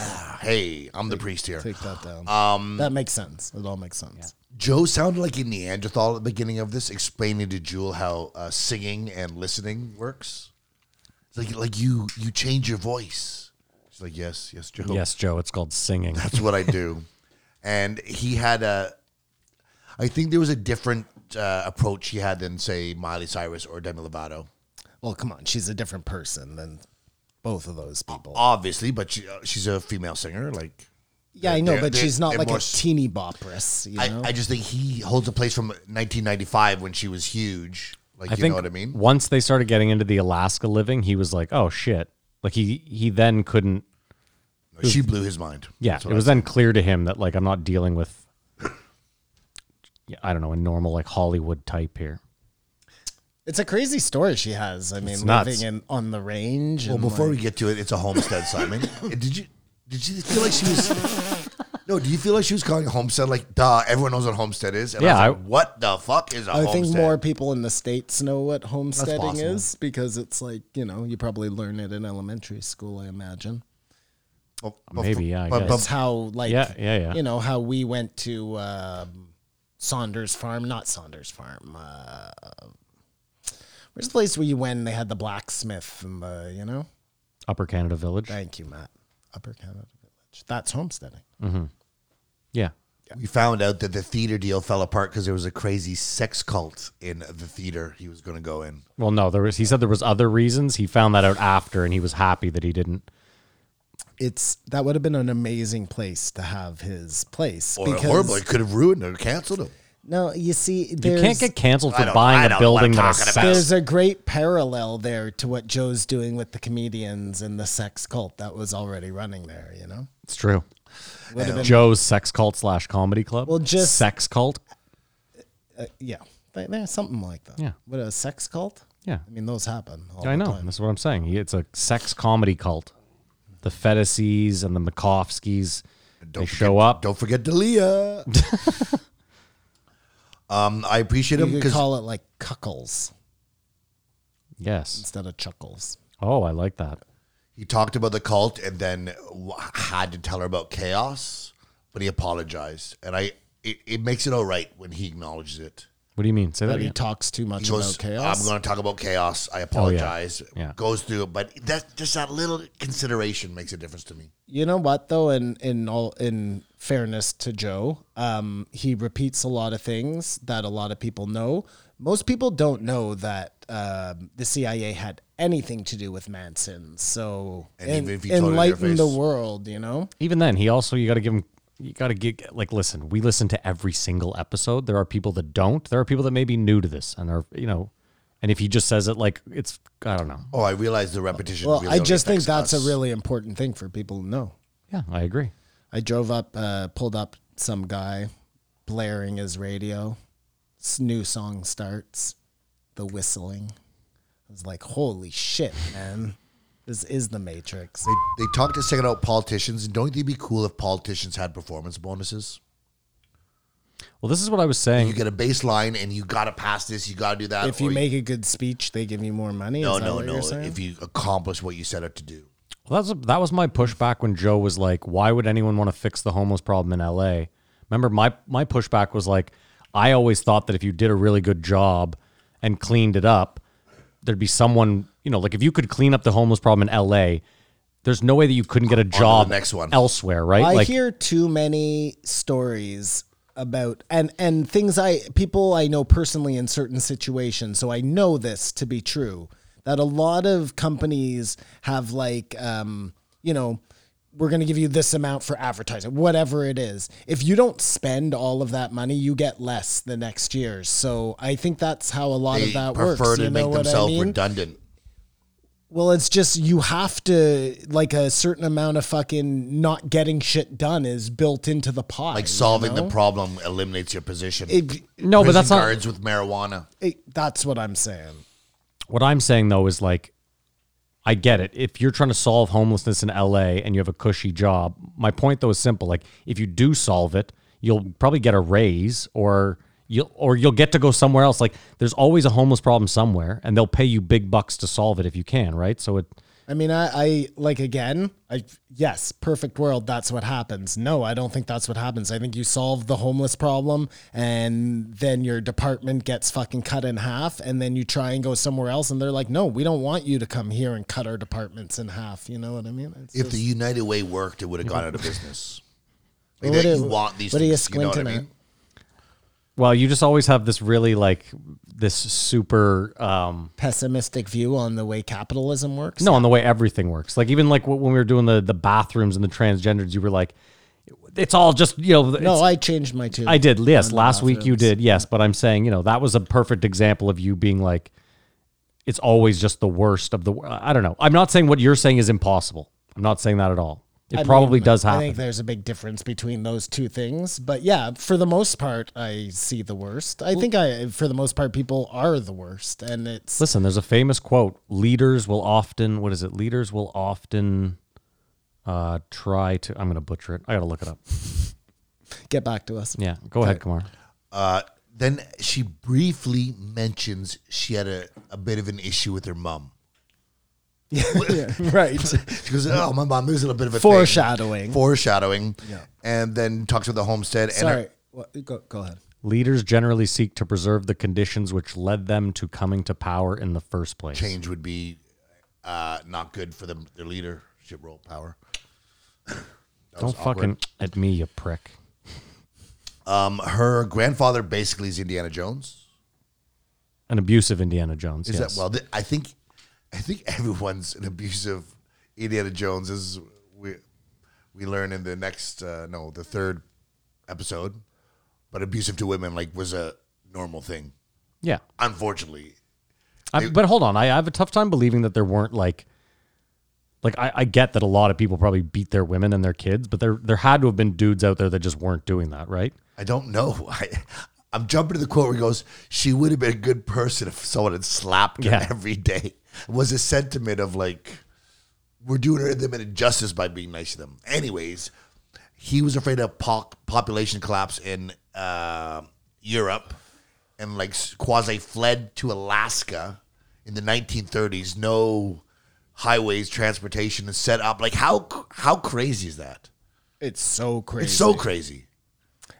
Hey, I'm the priest here.
take that down. Um, that makes sense. It all makes sense.
Joe sounded like a Neanderthal at the beginning of this, explaining to Jewel how uh, singing and listening works. It's like like you you change your voice. She's like, yes, yes, Joe.
Yes, Joe, it's called singing.
that's what I do. and he had a, I think there was a different uh, approach he had than say Miley Cyrus or Demi Lovato,
Well, come on, she's a different person than both of those people.
obviously, but she, uh, she's a female singer. Like,
yeah, I know,
they're-
but
they're-
she's not
they're
like
more
a
s-
teeny boppress. You know,
I, I just think he holds a place from 1995 when she was huge. Like,
I
you
think
know what I mean?
once they started getting into the Alaska living, he was like, "Oh shit!" Like he he then couldn't.
She blew his mind.
Yeah,
That's
it
what I
was then clear to him that like I'm not dealing with. Yeah, I don't know a normal like Hollywood type here.
it's a crazy story she has. I mean,
nuts.
living in on the range.
Well,
and
before
like-
we get to it, it's a homestead, Simon. did you did you feel like she was? No, do you feel like she was calling it homestead? Like, duh, everyone knows what homestead is. And
Yeah,
I
I-
was like, what the fuck is a
I
homestead?
think more people in the states know what homesteading
possible.
is because it's like you know you probably learn it in elementary school. I imagine.
Well,
Uh, Maybe, yeah, I
but- Oh,
guess.
but-
It's how like
Yeah, yeah, yeah.
you know how we went to um, Saunders Farm, not Saunders Farm. Uh, where's the place where you went? And they had the blacksmith and the you know.
Upper Canada Village.
Thank you, Matt. Upper Canada Village. That's homesteading.
Yeah.
we found out that the theater deal fell apart because there was a crazy sex cult in the theater he was going to go in.
Well, no, there was. He said there was other reasons. He found that out after, and he was happy that he didn't.
It's that would have been an amazing place to have his place
Or horrible, it could have ruined or canceled him.
no, you see,
You
there's,
can't get canceled
I
for
don't- I
buying
don't
a
know what
building
I'm
that
talking
is.
about.
There's a great parallel there to what Joe's doing with the comedians and the sex cult that was already running there, you know?
It's true.
Would have been,
Joe's sex cult slash comedy club.
Well, just-
sex cult.
yeah, Th- yeah, something like that.
Yeah.
What a sex cult?
Yeah,
I mean, those happen. All
I
the
know.
time.
That's what I'm saying. He- It's a sex comedy cult. The Fetises and the Makovskis. They show up.
Don't forget Dalia. um, I appreciate him
You could
because
call it like cuckles
Yes.
instead of chuckles.
Oh, I like that.
he talked about the cult and then w- had to tell her about chaos, but he apologized, and I it, it makes it all right when he acknowledges it.
What do you mean? Say that
But he
again.
talks too
He
much
goes,
about chaos. Oh,
"I'm going to talk about chaos. I apologize."
Yeah.
Goes through, it, but that just that little consideration makes a difference to me.
you know what though in in all in fairness to joe um he repeats a lot of things that a lot of people know most people don't know that um, the cia had anything to do with manson so
And
en-
even if you told it in their
enlighten the
face.
world you know
Even then, he also you got to give him. You got to get like listen. We listen to every single episode. There are people that don't. There are people that may be new to this and are you know. And if he just says it like it's, I don't know.
Oh, I realize the repetition.
well
really
i
only
just think
affects
that's
us.
a really important thing for people to know
Yeah, I agree.
i drove up uh, pulled up some guy blaring his radio s- new song starts, the whistling. I was like, holy shit, man. This is the Matrix.
They, they talk to second out politicians, and don't you think it'd be cool if politicians had performance bonuses?
Well, this is what I was saying.
You get a baseline, and you got to pass this, you got to do that.
If you
or
make a good speech, they give you more money.
Oh, no,
Is that
no,
what you're
no,
saying?
if you accomplish what you set out to do,
Well, that's that was my pushback when Joe was like, "Why would anyone want to fix the homeless problem in L.A.?" Remember, my my pushback was like, I always thought that if you did a really good job and cleaned it up, there'd be someone, you know, like if you could clean up the homeless problem in L.A., there's no way that you couldn't get a
the
job
next one.
elsewhere, right?
I
like,
hear too many stories about and and things I people I know personally in certain situations, so I know this to be true that a lot of companies have like um, you know we're going to give you this amount for advertising whatever it is if you don't spend all of that money you get less the next year so i think that's how a lot
they
of that
prefer
works
to
you know
make
what I
themselves
mean?
redundant.
Well, it's just you have to like a certain amount of fucking not getting shit done is built into the pot.
Like solving the problem eliminates your position.
It,
no, but
Prison
that's not
guards with marijuana.
it- that's what I'm saying.
what I'm saying though is like I get it. If you're trying to solve homelessness in LA and you have a cushy job, my point though is simple. Like if you do solve it, you'll probably get a raise or you'll or you'll get to go somewhere else. Like there's always a homeless problem somewhere and they'll pay you big bucks to solve it if you can, right? So it
I mean, I, I like again, I yes, perfect world. That's what happens. No, I don't think that's what happens. I think you solve the homeless problem, and then your department gets fucking cut in half, and then you try and go somewhere else, and they're like, no, we don't want you to come here and cut our departments in half. You know what I mean? It's
If the United Way worked, it would have gone out of business. Like
What
that
are-
you want these
what are you
things, you know what I
squinting at?
mean?
well, you just always have this really like this super um
pessimistic view on the way capitalism works.
No, on the way everything works. Like even like when we were doing the the bathrooms and the transgenders, you were like, it's all just you know. it's-
No, I changed my tune.
I did. Yes,
the
last week you
bathrooms.
did. Yes, but I'm saying you know that was a perfect example of you being like, it's always just the worst of the. wor- I don't know. I'm not saying what you're saying is impossible. I'm not saying that at all. It
I
probably
mean,
does
I
happen.
think there's a big difference between those two things. But yeah, for the most part, I see the worst. I think I, for the most part, people are the worst, and it's
Listen, there's a famous quote: "Leaders will often what is it? Leaders will often uh, try to." I'm going to butcher it. I got to look it up.
get back to us.
Yeah, go ahead, Kamar.
Uh, then she briefly mentions she had a, a bit of an issue with her mom.
right.
She goes, "Oh, my mom is a little bit of a thing."
Foreshadowing.
foreshadowing." And then talks about the homestead.
Sorry.
And her-
What- go, go ahead.
Leaders generally seek to preserve the conditions which led them to coming to power in the first place.
change would be uh, not good for them, their leadership role power. That was
Don't
awkward.
fucking at me, you prick.
Um, her grandfather basically is Indiana Jones.
An abusive Indiana Jones.
Is
yes.
that well? Th- I think, I think everyone's an abusive Indiana Jones, as we we learn in the next uh, no the third episode. But abusive to women like was a normal thing.
Yeah.
Unfortunately,
I, but hold on, I, I have a tough time believing that there weren't like, like I, I get that a lot of people probably beat their women and their kids, but there there had to have been dudes out there that just weren't doing that, right?
I don't know. I, I'm jumping to the quote where he goes, "She would have been a good person if someone had slapped her
Yeah.
every day." Was a sentiment of like, we're doing her them an injustice by being nice to them. Anyways, he was afraid of po- population collapse in uh, Europe, and like quasi fled to Alaska in the 1930s. No highways, transportation is set up. Like how how crazy is that?
It's so crazy.
It's so crazy.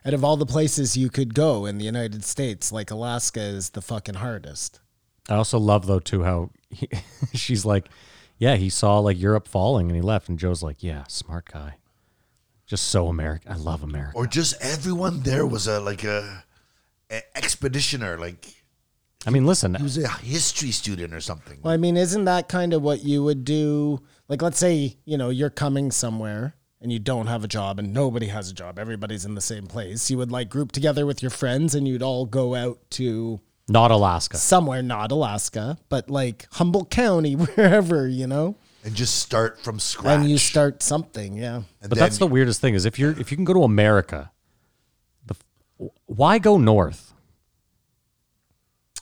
Out of all the places you could go in the United States, like Alaska is the fucking hardest.
I also love though too how he, she's like, yeah, he saw like Europe falling and he left, and Joe's like, yeah, smart guy, just so American. I love America.
or just everyone there was a like a, a expeditioner like
I mean, listen,
he was a history student or something
Well, I mean, isn't that kind of what you would do? Like, let's say, you know, you're coming somewhere and you don't have a job and nobody has a job. Everybody's in the same place. You would like group together with your friends and you'd all go out to
not Alaska.
somewhere, not Alaska, but like Humboldt County, wherever, you know?
and just start from scratch
And you start something. Yeah.
And
But
then-
that's the weirdest thing is if you're if you can go to America, the f- why go north?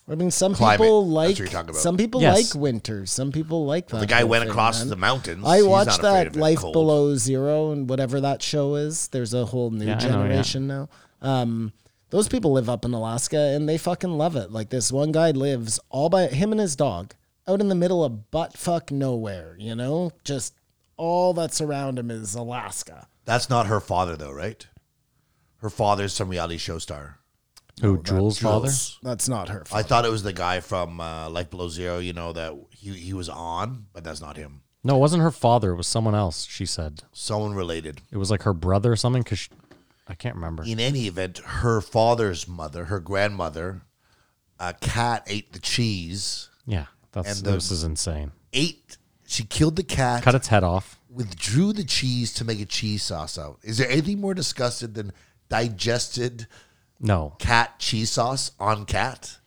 I mean, some
Climate,
people
that's what
like
you're talking about.
some people
Yes.
like winter. Some people like that.
The guy
whole
went
thing,
across
man.
the mountains.
I
He's
watched
not afraid
that
of it
Life
cold.
Below Zero and whatever that show is. There's a whole new
Yeah, I know, yeah.
generation now. Um, those people live up in Alaska and they fucking love it. Like this one guy lives all by him and his dog out in the middle of butt fuck nowhere. You know, just all that's around him is Alaska.
That's not her father, though, right? Her father's some reality show star.
Who Jules' father?
That's not her.
I
fault.
thought it was the guy from uh, Life Below Zero, you know, that he, he was on, but that's not him.
No, it wasn't her father. It was someone else. She said
Someone related.
it was like her brother or something. Cause she, I can't remember.
In any event, her father's mother, her grandmother, a cat ate the cheese,
Yeah, that's
And uh, the-
this is insane.
ate, she killed the cat,
Cut its head off.
withdrew the cheese to make a cheese sauce out. Is there anything more disgusted than digested
No,
cat cheese sauce on cat?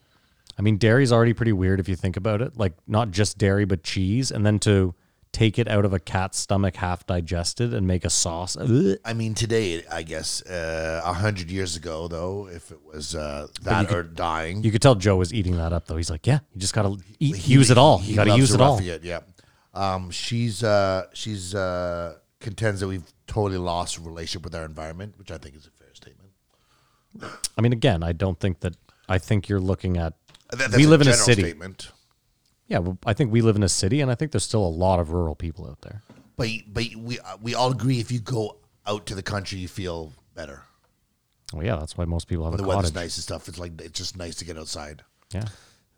I mean dairy's already pretty weird if you think about it. Like not just dairy, but cheese, and then to take it out of a cat's stomach half digested and make a sauce. Ugh.
I mean, today, I guess, uh, a hundred years ago, though, if it was uh, that or dying,
You could tell Joe was eating that up though. He's like, yeah, you just gotta eat, use it all.
he
You gotta
loves
use
to
it all.
rough yeah. Um, she's uh, she's uh, contends that we've totally lost relationship with our environment, which I think is a fair statement.
I mean, again, I don't think that. I think you're looking at.
That- that's
we live in a
general
city.
statement.
Yeah, well, I think we live in a city, and I think there's still a lot of rural people out there.
but but we uh, we all agree if you go out to the country, you feel better.
Well, yeah, that's why most people have
the
a
weather's
cottage.
nice and stuff. It's like it's just nice to get outside.
Yeah,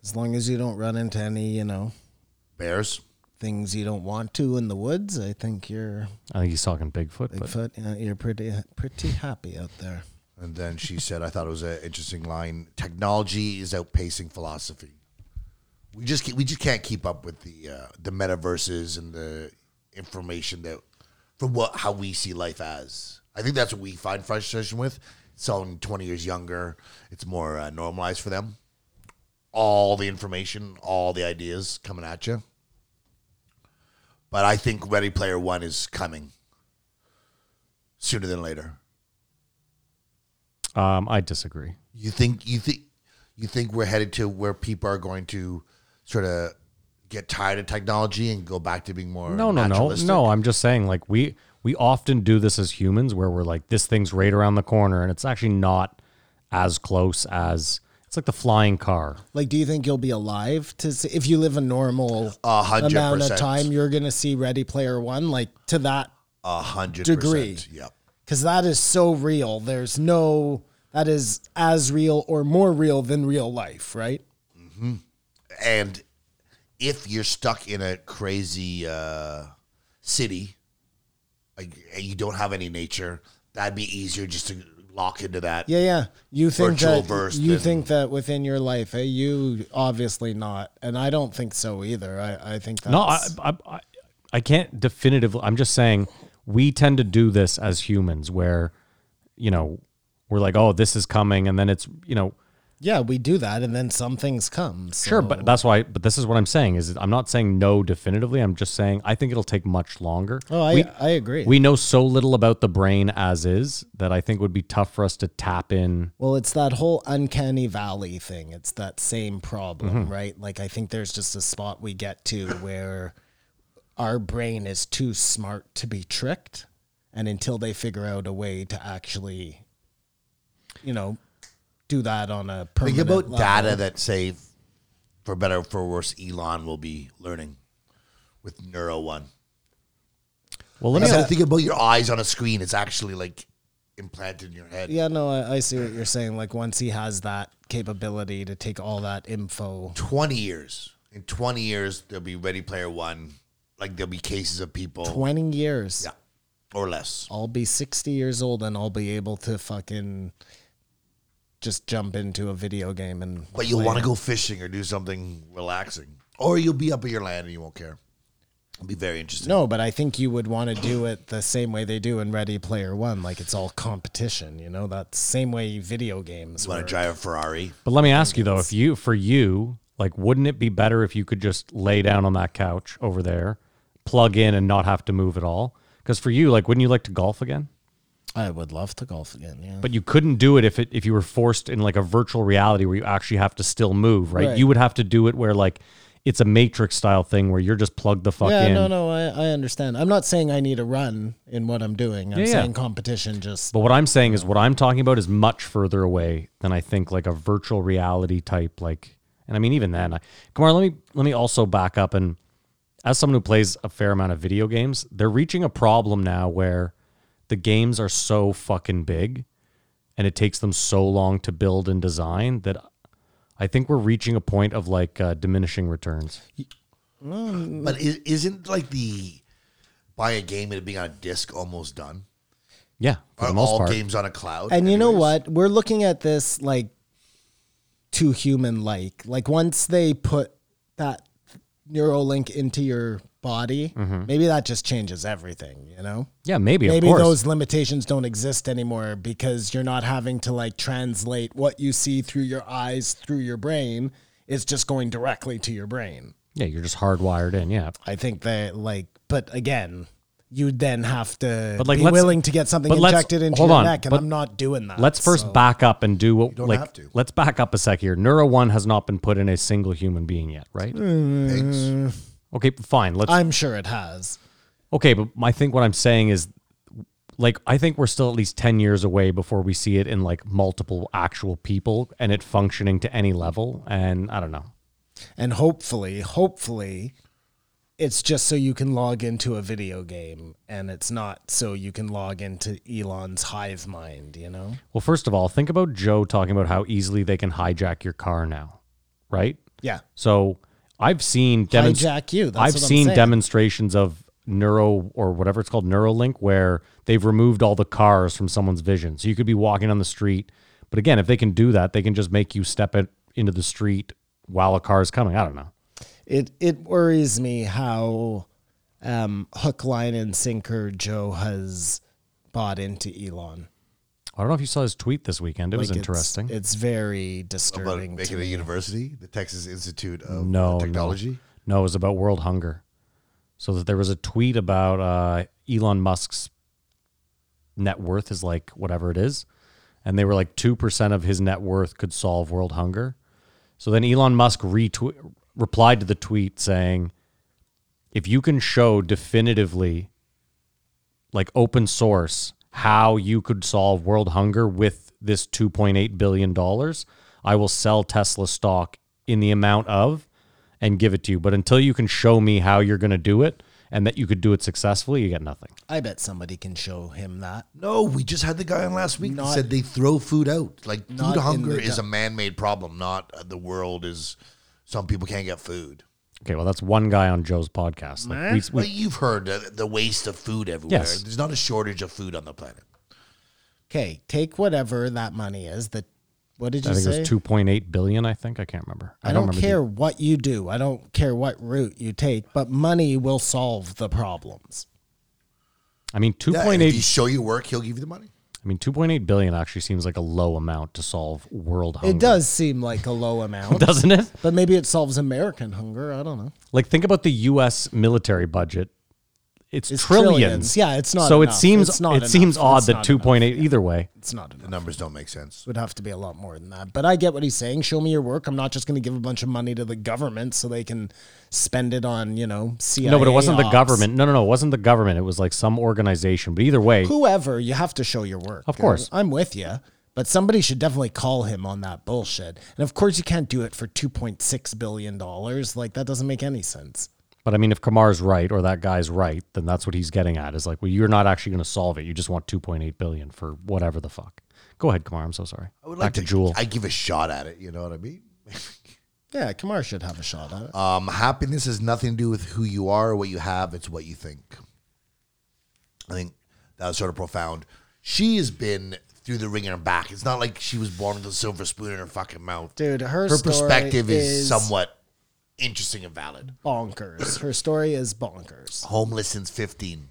As long as you don't run into any, you know,
Bears.
things you don't want to in the woods, I think you're
I think he's talking Bigfoot. but
Bigfoot. uh, you're pretty pretty happy out there.
And then she said, I thought it was an interesting line. Technology is outpacing philosophy. We just ca- we just can't keep up with the uh, the metaverses and the information that from what how we see life as. I think that's what we find frustration with. Someone twenty years younger, it's more uh, normalized for them. All the information, all the ideas coming at you. But I think Ready Player One is coming sooner than later.
Um, I disagree.
You think you think you think we're headed to where people are going to sort of get tired of technology and go back to being more
No, no, no,
naturalistic?
no. I'm just saying, like we we often do this as humans, where we're like, this thing's right around the corner, and it's actually not as close as it's like the flying car.
Like, do you think you'll be alive to see, if you live a normal
A hundred
amount of
percent.
time? You're gonna see Ready Player One, like to that,
a hundred
Degree.
percent. Yep.
because that is so real. There's no that is as real or more real than real life, right?
And if you're stuck in a crazy uh, city, like and you don't have any nature, that'd be easier just to lock into that.
Yeah, yeah. You think
Virtual
that
verse
you
than-
think that within your life, eh, you obviously not, and I don't think so either. I I think that's,
No, I, I, I, I can't definitively. I'm just saying we tend to do this as humans, where you know we're like, oh, this is coming, and then it's you know,
yeah, we do that, and then some things come. so-
sure, but that's why. But this is what I'm saying is I'm not saying no definitively. I'm just saying I think it'll take much longer.
oh, I
we,
I agree.
we know so little about the brain as is that I think it would be tough for us to tap in.
Well, it's that whole uncanny valley thing. It's that same problem,
Mm-hmm.
right? Like I think there's just a spot we get to where our brain is too smart to be tricked, and until they figure out a way to actually, you know, do that on a
Think
permanent
about
level.
data that say, for better or for worse, Elon will be learning with Neuro One.
Well, let me.
Instead of thinking about your eyes on a screen, it's actually like implanted in your head.
Yeah, no, I, I see what you're saying. Like once he has that capability to take all that info,
20 years. In 20 years, there'll be Ready Player One. Like, there'll be cases of people.
twenty years.
Yeah. Or less.
I'll be 60 years old and I'll be able to fucking just jump into a video game and
But you'll want to go fishing or do something relaxing. Or you'll be up at your land and you won't care. It'll be very interesting.
no, but I think you would want to do it the same way they do in Ready Player One. Like it's all competition, you know. That same way video games.
You want
work.
to drive a Ferrari?
But let me ask you though, if you for you, like wouldn't it be better if you could just lay down on that couch over there, plug in and not have to move at all? Cuz for you, like wouldn't you like to golf again?
I would love to golf again. Yeah.
But you couldn't do it if it if you were forced in like a virtual reality where you actually have to still move, right?
Right.
You would have to do it where like it's a matrix style thing where you're just plugged the fuck
yeah,
in.
no, no, I, I understand. I'm not saying I need a run in what I'm doing. I'm
Yeah, yeah.
saying competition just
But what I'm saying is what I'm talking about is much further away than I think like a virtual reality type like and I mean even then I Kumar, let me let me also back up and as someone who plays a fair amount of video games, they're reaching a problem now where the games are so fucking big and it takes them so long to build and design that I think we're reaching a point of like uh, diminishing returns.
But is, isn't like the buy a game and it being on a disc almost done?
Yeah, for
Are
the most
all
part.
games on a cloud?
And you know
anyways?
what? We're looking at this like too human like. Like once they put that Neuralink into your body, maybe that just changes everything, you know?
Mm-hmm. Yeah, maybe,
maybe
of course.
those limitations don't exist anymore because you're not having to like translate what you see through your eyes through your brain. It's just going directly to your brain.
yeah, you're just hardwired in. Yeah.
I think that like but again, you'd then have to
But, like,
be
let's-
willing to get something
but let's-
injected into
hold
your
on,
neck and
but
I'm not doing that.
Let's first
so-
back up and do what
don't
like
have to.
let's back up a sec here. Neuro One has not been put in a single human being yet, right?
Eh.
Mm.
Pigs.
Okay, fine. Let's
I'm sure it has.
okay, but I think what I'm saying is like I think we're still at least ten years away before we see it in like multiple actual people and it functioning to any level. And I don't know.
And hopefully, hopefully, it's just so you can log into a video game and it's not so you can log into Elon's hive mind, you know?
Well, first of all, think about Joe talking about how easily they can hijack your car now, right?
Yeah.
So I've seen demonst-
Hijack you, that's
I've
what I'm
seen
saying.
demonstrations of neuro or whatever it's called Neuralink where they've removed all the cars from someone's vision. So you could be walking on the street, but again, if they can do that, they can just make you step it into the street while a car is coming. I don't know.
It it worries me how um, hook, line, and sinker Joe has bought into Elon.
I don't know if you saw his tweet this weekend. It was
Like, it's-
interesting.
It's, very
About
disturbing. to
making a
me.
university, the Texas Institute of uh,
no
Technology.
No. no, it was about world hunger. So that there was a tweet about uh, Elon Musk's net worth is like whatever it is, and they were like two percent of his net worth could solve world hunger. So then Elon Musk retweet replied to the tweet saying, "If you can show definitively, like open source, how you could solve world hunger with this two point eight billion dollars, I will sell Tesla stock in the amount of." and give it to you. But until you can show me how you're going to do it and that you could do it successfully, you get nothing.
I bet somebody can show him that.
No, we just had the guy on last week that
Not-
said they throw food out. Like
Not
food
in
hunger
the
is
gu-
a man-made problem, not uh, the world is. Some people can't get food.
Okay, well, that's one guy on Joe's podcast. Like, we- we-
Well, you've heard uh, the waste of food everywhere.
Yes.
There's not a shortage of food on the planet.
Okay, take whatever that money is. That what did you
I think
say?
it was 2.8 billion, I think. I can't remember.
I don't,
remember the-
care what you do. I don't care what route you take, but money will solve the problems.
I mean,
Yeah, and
2.8
if you show your work, he'll give you the money.
I mean, 2.8 billion actually seems like a low amount to solve world hunger.
It does seem like a low amount,
Doesn't it?
but maybe it solves American hunger. I don't know.
Like think about the US military budget. It's,
It's
trillions.
trillions. Yeah, it's not
So it
enough.
seems
It's not
it
enough.
seems odd
It's
that
not
2.8 either way.
It's not enough.
The numbers don't make sense.
would have to be a lot more than that. But I get what he's saying. Show me your work. I'm not just going to give a bunch of money to the government so they can spend it on, you know, CIA.
no, but it wasn't the
ops.
government. No, no, no, it wasn't the government. It was like some organization. But either way,
Whoever, you have to show your work.
Of course.
I'm with you. But somebody should definitely call him on that bullshit. And of course, you can't do it for $2.6 billion. Like, that doesn't make any sense.
But I mean, if Kamar's right or that guy's right, then that's what he's getting at. Is like, well, you're not actually going to solve it. You just want 2.8 billion for whatever the fuck. Go ahead, Kamar. I'm so sorry.
I would
Back
like
to Jewel.
I give a shot at it. You know what I mean?
Yeah, Kamar should have a shot at it.
Um, happiness has nothing to do with who you are or what you have. It's what you think. I think that was sort of profound. She has been through the ring and back. It's not like she was born with a silver spoon in her fucking mouth.
Dude, her,
her
story
perspective is,
is
somewhat interesting and valid.
bonkers. Her story is bonkers.
Homeless since 15.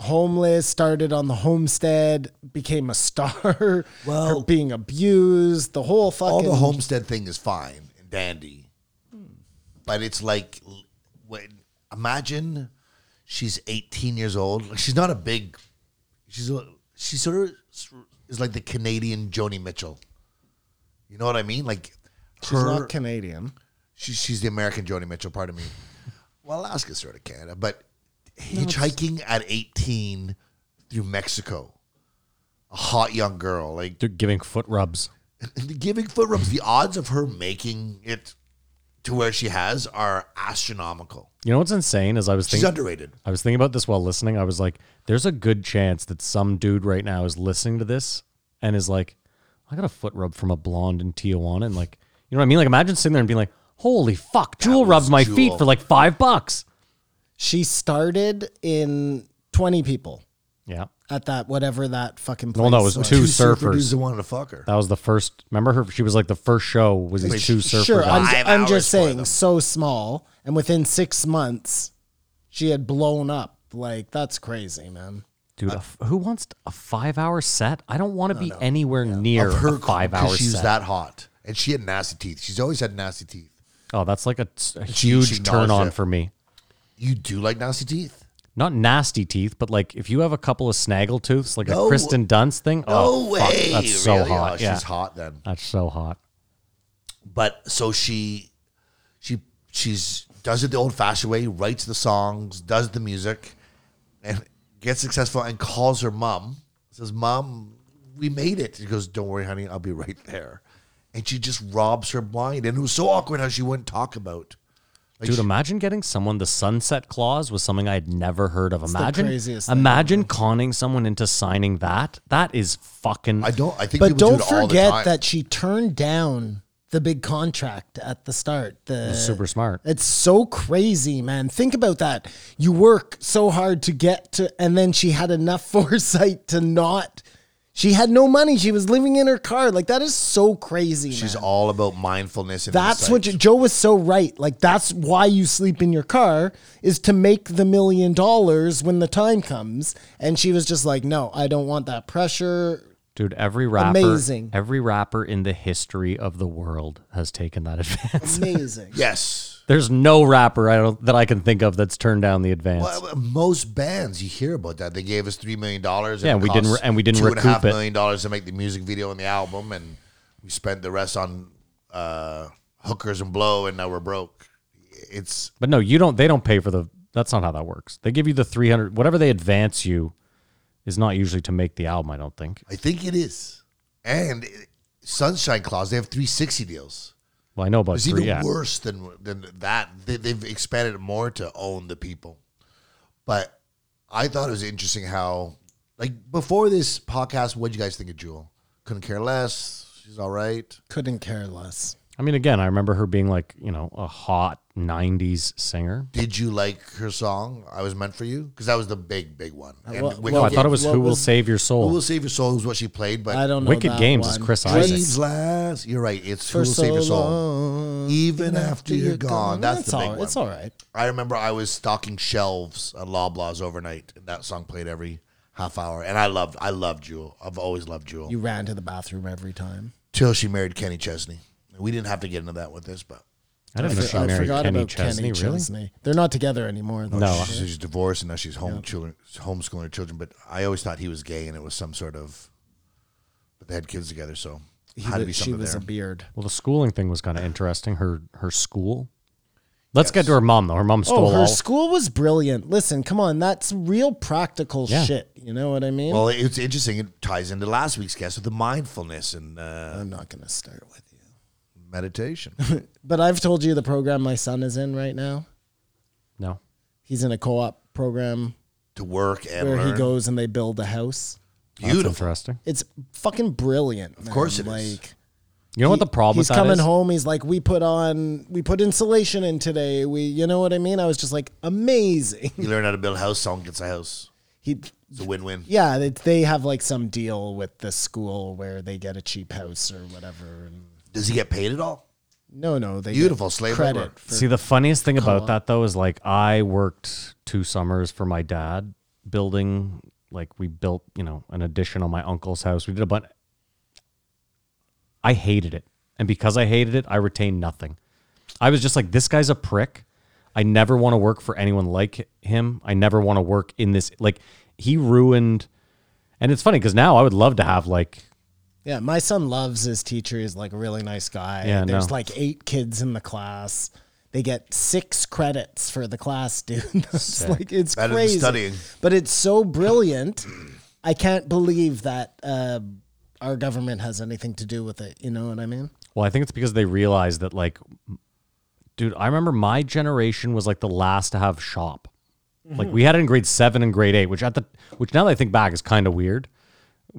homeless, started on the homestead, became a star, well, being abused, the whole fucking
All the homestead thing is fine and dandy. But it's like, l- when, imagine she's 18 years old. Like she's not a big, She's a, she sort of is like the Canadian Joni Mitchell. You know what I mean? Like
She's
her,
not Canadian.
she, she's the American Joni Mitchell. Pardon me. Well, Alaska's sort of Canada, but hitchhiking at eighteen through Mexico, a hot young girl like
They're giving foot rubs.
giving foot rubs. The odds of her making it to where she has are astronomical.
You know what's insane is I was
She's
thinking
underrated.
I was thinking about this while listening. I was like, there's a good chance that some dude right now is listening to this and is like, I got a foot rub from a blonde in Tijuana. And like, you know what I mean? Like, imagine sitting there and being like, holy fuck, Jewel
was
rubbed my
Jewel.
feet for like five bucks.
She started in 20 people
Yeah.
at that, whatever that fucking place
Well, no, it was two
surfer dudes
surfers.
that wanted to fuck her.
That was the first. Remember her? She was like the first show was these two surfers.
Sure, I'm,
Five
I'm
hours
just
for
saying,
them.
so small. And within six months, she had blown up. Like, that's crazy, man.
Dude, a f- who wants a five-hour set? I don't want to be anywhere near a five-hour
because she was
set.
that hot, and she had nasty teeth. She's always had nasty teeth.
oh, that's like a, s- a
She-
huge
she acknowledged
turn-on
it.
for me.
You do like nasty teeth?
not nasty teeth, but like if you have a couple of snaggle tooths, like
No-
a Kristen Dunst thing.
No
oh,
way!
fuck, that's so
Really?
hot.
Oh,
yeah,
she's hot then.
that's so hot.
But so she, she, she's does it the old-fashioned way. Writes the songs, does the music, and gets successful. And calls her mom. Says, "Mom, we made it." She goes, "Don't worry, honey. I'll be right there." And she just robs her blind. And it was so awkward how she wouldn't talk about. Like
Dude,
she-
imagine getting someone the sunset clause was something I had never heard of.
the
Imagine,
craziest thing
imagine conning someone into signing that. That is fucking.
I don't. I think.
But
people do
don't
it all the
forget
time.
that she turned down the big contract at the start. The
super smart.
It's so crazy, man. Think about that. You work so hard to get to, and then she had enough foresight to not. She had no money. She was living in her car. Like that is so crazy.
She's
man.
all about mindfulness. And
That's what you, Joe was so right. Like that's why you sleep in your car is to make the million dollars when the time comes. And she was just like, no, I don't want that pressure.
Dude, every rapper,
Amazing.
every rapper in the history of the world has taken that advance.
Amazing.
Yes.
There's no rapper I don't, that I can think of that's turned down the advance.
Well, uh, most bands you hear about that they gave us three million dollars.
Yeah, and we didn't re- and we didn't
two and a half
recoup it.
million dollars to make the music video and the album, and we spent the rest on uh, hookers and blow, and now we're broke. It's
But no, you don't. They don't pay for the. That's not how that works. They give you the three hundred. Whatever they advance you is not usually to make the album. I don't think.
I think it is, and it- Sunshine Clause they have three sixty deals.
Well, I know about
It's
three.
even
Yeah.
worse than than that. They, they've expanded it more to own the people. But I thought it was interesting how, like, before this podcast, what would you guys think of Jewel? Couldn't care less. She's all right.
Couldn't care less.
I mean, again, I remember her being like, you know, a hot '90s singer.
Did you like her song "I Was Meant for You"? Because that was the big, big one. And
Uh, Oh, well,
Wicked
No, I thought it
Games-
was
What
"Who Will
was-
Save Your Soul."
"Who Will Save Your Soul" is what she played, but
I don't know.
Uh, Wicked
that
Games
one.
is Chris
Dreams
Isaac.
last. You're right. It's "Who
For
Will Save Your
so
Soul."
long,
Even after you're gone. That's,
It's
the big
all-
one.
It's all right.
I remember I was stocking shelves at Loblaws overnight, and that song played every half hour. And I loved, I loved Jewel. I've always loved Jewel
You ran to the bathroom every time.
till she married Kenny Chesney. We didn't have to get into that with this, but
I didn't know she
I
married
forgot
Kenny
about
Chesney.
Kenny
Really?
Chesney. They're not together anymore. Though.
No.
she's, she's divorced and now she's home children, homeschooling her children. But I always thought he was gay, and it was some sort of. But they had kids together, so
He
had to
was-
be
she
something
was
there.
a beard.
Well, the schooling thing was kind of interesting. Her her school. Let's get to her mom though. Her mom stole
Oh, her
all.
school was brilliant. Listen, come on, that's real practical
Yeah.
shit. You know what I mean?
well, it's interesting. It ties into last week's guest with the mindfulness and uh,
I'm not gonna start with you.
meditation.
But I've told you the program my son is in right now.
no.
He's in a co-op program
to work and
where he
learn.
goes and they build a house.
That's
Beautiful.
interesting.
It's fucking brilliant. Of
course
it
it is.
is.
You know what the problem
he's
with that
coming
is?
home he's like we put on we put insulation in today we you know what i mean i was just like amazing
You learn how to build a house. Someone gets a house.
he
It's a win-win.
yeah they, they have like some deal with the school where they get a cheap house or whatever and
Does he get paid at all?
no no they get
Beautiful slave
credit
labor.
for-
See, the funniest thing about that though is like I worked two summers for my dad building, like we built, you know, an addition on my uncle's house. We did a bunch. I hated it, and because I hated it, I retained nothing. I was just like, this guy's a prick. I never want to work for anyone like him. I never want to work in this. Like, he ruined. And it's funny because now I would love to have like
Yeah, my son loves his teacher. He's like a really nice guy.
Yeah,
There's
no.
like eight kids in the class. They get six credits for the class, dude. it's like it's
Better than
crazy.
studying.
But it's so brilliant. I can't believe that uh, our government has anything to do with it. You know what I mean?
Well, I think it's because they realized that, like, dude, I remember my generation was like the last to have shop. Like, we had it in grade seven and grade eight, which at the which now that I think back is kind of weird.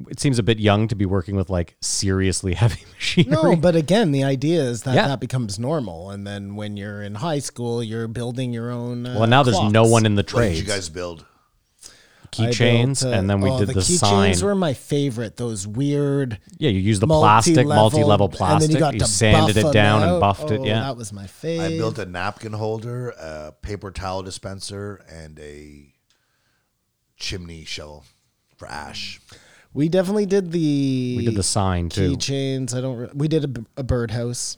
It seems a bit young to be working with like seriously heavy machinery.
No, but again, the idea is that
Yeah.
that becomes normal, and then when you're in high school, you're building your own. Uh,
well, now there's no
clocks.
one in the
What did you
trades.
guys build?
I built,
Keychains,
uh,
and then we
oh,
did the,
the
sign.
Keychains were my favorite. Those weird.
yeah, you use the plastic, multi-level
and
plastic.
then
You,
to
sanded
buff
it
'em
down and
out.
buffed it.
Oh,
Yeah,
that was my favorite.
I built a napkin holder, a paper towel dispenser, and a chimney shovel for ash.
We definitely did the.
we did the sign too.
keychains. I don't. Re- we did a, b- a birdhouse.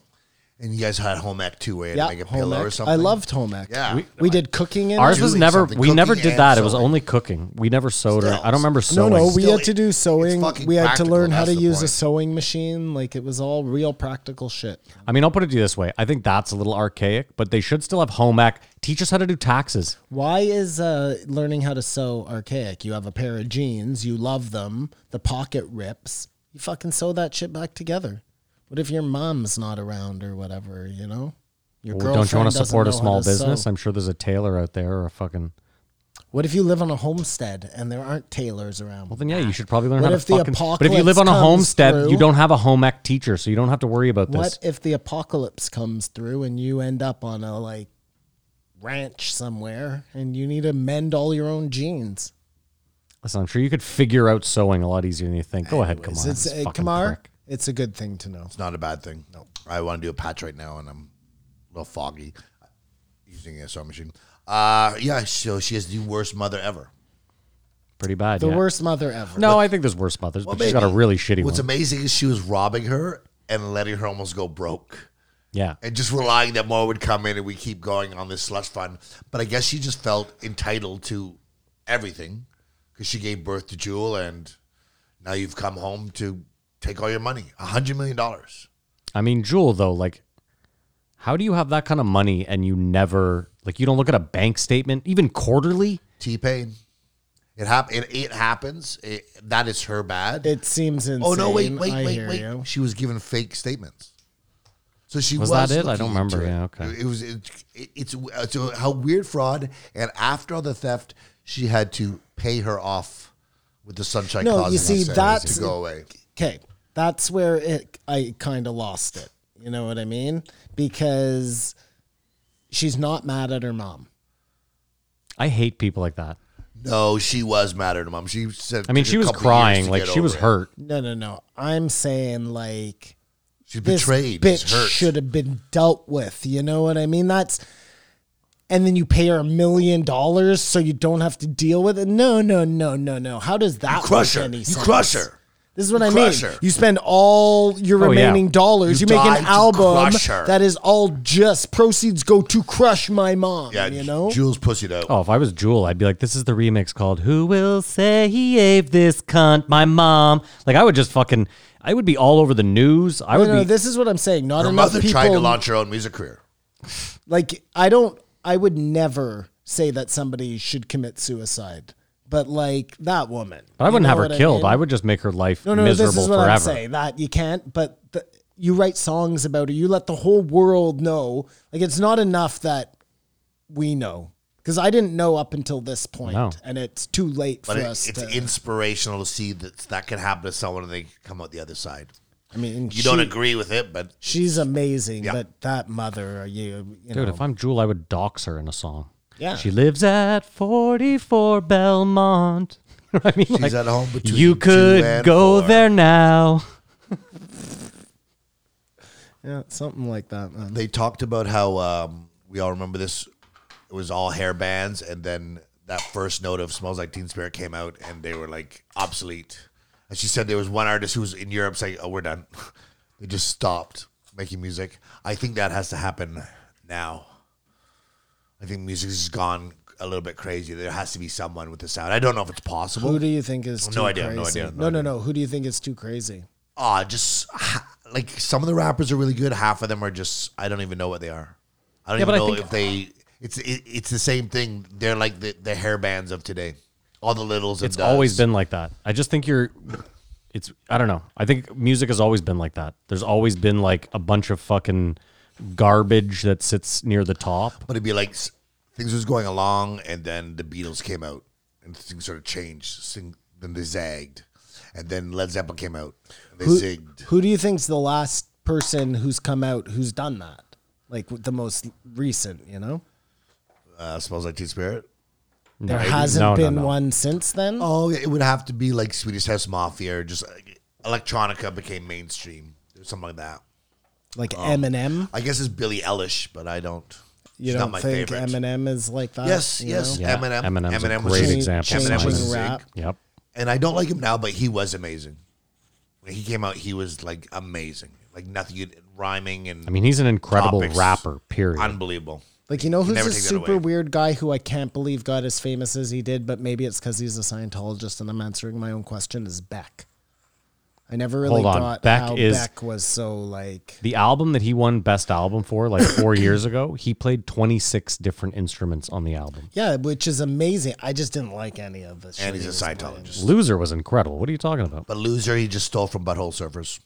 And you guys had home ec too, where you
Yeah,
had to make a
home
pillow
ec.
or something.
I loved home ec.
Yeah.
we,
We-
did cooking. In
Ours
it.
was
doing
never.
something,
We never
cooking
did
and
that. It was
sewing.
only cooking. We never sewed. Or,
Still.
I don't remember
No,
sewing.
no, we
Still,
had to do
it's-
sewing.
it's fucking
We had to learn
practical,
how to
that's the
use a
point.
sewing machine. Like it was all real practical shit.
I mean, I'll put it to you this way. I think that's a little archaic, but they should still have home ec. Teach us how to do taxes.
Why is uh, learning how to sew archaic? You have a pair of jeans, you love them, the pocket rips, you fucking sew that shit back together. What if your mom's not around or whatever, you know? Your
Well, don't you want
girlfriend
to
doesn't
support a
know how
small
to sew.
business? I'm sure there's a tailor out there or a fucking.
What if you live on a homestead and there aren't tailors around?
Well, then yeah, you should probably learn
What
how
if
to
the
fucking. But if you live
apocalypse
on a
comes
homestead,
through?
you don't have a home ec teacher, so you don't have to worry about this.
what if the apocalypse comes through and you end up on a like ranch somewhere and you need to mend all your own jeans?
Listen, I'm sure you could figure out sewing a lot easier than you think. Go ahead,
Is
Kamar.
it's,
this
uh,
fucking
Kamar,
prick.
it's a good thing to know.
It's not a bad thing. No, I want to do a patch right now, and I'm a little foggy uh, using a sewing machine. Uh, yeah. So she is the worst mother ever.
Pretty bad.
The
yeah.
worst mother ever.
No, I think there's worse mothers,
Well,
but she's got a
maybe.
really shitty
What's
one.
amazing is she was robbing her and letting her almost go broke.
yeah.
and just relying that more would come in and we keep going on this slush fund. But I guess she just felt entitled to everything because she gave birth to Jewel and now you've come home to take all your money, a hundred million dollars.
I mean, Jewel though, like, how do you have that kind of money and you never like you don't look at a bank statement even quarterly?
T Pain. It hap- it, it happens. It, that is her bad.
It seems insane.
oh no, wait, wait,
I
wait,
hear
wait.
you.
She was given fake statements. So she
Was
was,
that it? I don't
looking into
remember.
it.
Yeah, okay.
It, it was it, it, it's it's a- how weird fraud and after all the theft, she had to pay her off with the sunshine
No, you
Clause in
see,
that sentence
that's-
to go away.
Okay, that's where it I kind of lost it. You know what I mean? Because she's not mad at her mom.
I hate people like that.
No, she was mad at her mom. She said
I mean,
took a
she was
couple years
crying,
to
like
get
she was
over it.
hurt.
No, no, no. I'm saying like
She's
this
betrayed. She's
bitch
hurt.
should have been dealt with. You know what I mean? That's and then you pay her a million dollars so you don't have to deal with it. No, no, no, no, no. How does that
crush
make
her.
any
You
sense?
crush her.
This is what I mean.
crush her.
You spend all your
Oh, yeah.
remaining dollars. You,
You
make
die
an
to
album
crush her.
that is all just proceeds go to crush my mom.
Yeah,
you know.
Jules pussied out.
Oh, if I was Jewel, I'd be like, "This is the remix called Who Will Save This Cunt, My Mom." Like, I would just fucking, I would be all over the news. I
no,
would
no,
be.
this is what I'm saying. Not
her
enough
mother
people
tried to launch her own music career.
like I don't I would never say that somebody should commit suicide. But like that woman.
but I
you
wouldn't
know
have her
what I
killed.
mean?
I would just make her life
no, no, no,
miserable
this is what
forever.
I'm saying. That you can't, but the, you write songs about her. You let the whole world know. Like it's not enough that we know. Because I didn't know up until this point,
No.
and it's too late
But
for
it-
us.
it's e,
to,
inspirational to see that that can happen to someone and they come out the other side.
I mean,
You don't agree with it, but
She's amazing,
Yeah.
but that mother, are you, you
Dude,
know,
if I'm Jewel, I would dox her in a song.
Yeah.
She lives at 44 Belmont. You know what I mean? She's
at home between
You
two
could
and
go
four."
there now.
yeah, something like that, man.
they talked about how um, we all remember this. It was all hair bands, and then that first note of "Smells Like Teen Spirit" came out, and they were like obsolete. And she said there was one artist who was in Europe saying, "Oh, we're done." they just stopped making music. I think that has to happen now. I think music has gone a little bit crazy. There has to be someone with the sound. I don't know if it's possible.
Who do you think is
No
too
idea, no
crazy?
idea, no
no, no, no. Who do you think is too crazy?
Ah, just ha- like some of the rappers are really good. Half of them are just I don't even know what they are. I don't
Yeah,
even
but I
know
think-
if they. It's it, it's the same thing. They're like the the hair bands of today. All the littles. And
It's always
does.
been like that. I just think you're. It's I don't know. I think music has always been like that. There's always been like a bunch of fucking garbage that sits near the top.
But it'd be like s- things was going along, and then the Beatles came out, and things sort of changed. Sing, then they zagged, and then Led Zeppelin came out. And they
Who,
zigged.
who do you think's the last person who's come out who's done that? Like the most recent, you know?
Uh, smells like Teen Spirit.
There
Right.
hasn't
No, no,
been
no.
one since then.
Oh, yeah, it would have to be like Swedish House Mafia, or just like, electronica became mainstream, or something like that.
like
Oh.
Eminem.
I guess it's Billie Eilish, but I don't.
You
she's
don't
not my
think
favorite.
Eminem is like that?
Yes,
you
yes,
know?
Yeah,
Eminem.
Eminem's a
Eminem
great
was
Change-
example.
Eminem was
Changing
a
rap.
zig.
Yep.
and I don't like him now, but he was amazing. When he came out, he was like amazing, like nothing you'd- rhyming and
I mean, he's an incredible
Topics.
rapper. Period.
unbelievable.
Like you know who's
never
a
take that
super
away.
weird guy who I can't believe got as famous as he did, but maybe it's because he's a Scientologist and I'm answering my own question is Beck. I never really
Hold on,
got
Beck
how
is-
Beck was so like
the album that he won Best Album for, like four years ago, he played 26 different instruments on the album.
yeah, which is amazing. I just didn't like any of this.
And
shit
he's
he
a
was playing.
Scientologist.
Loser was incredible. What are you talking about?
But loser, he just stole from Butthole Surfers.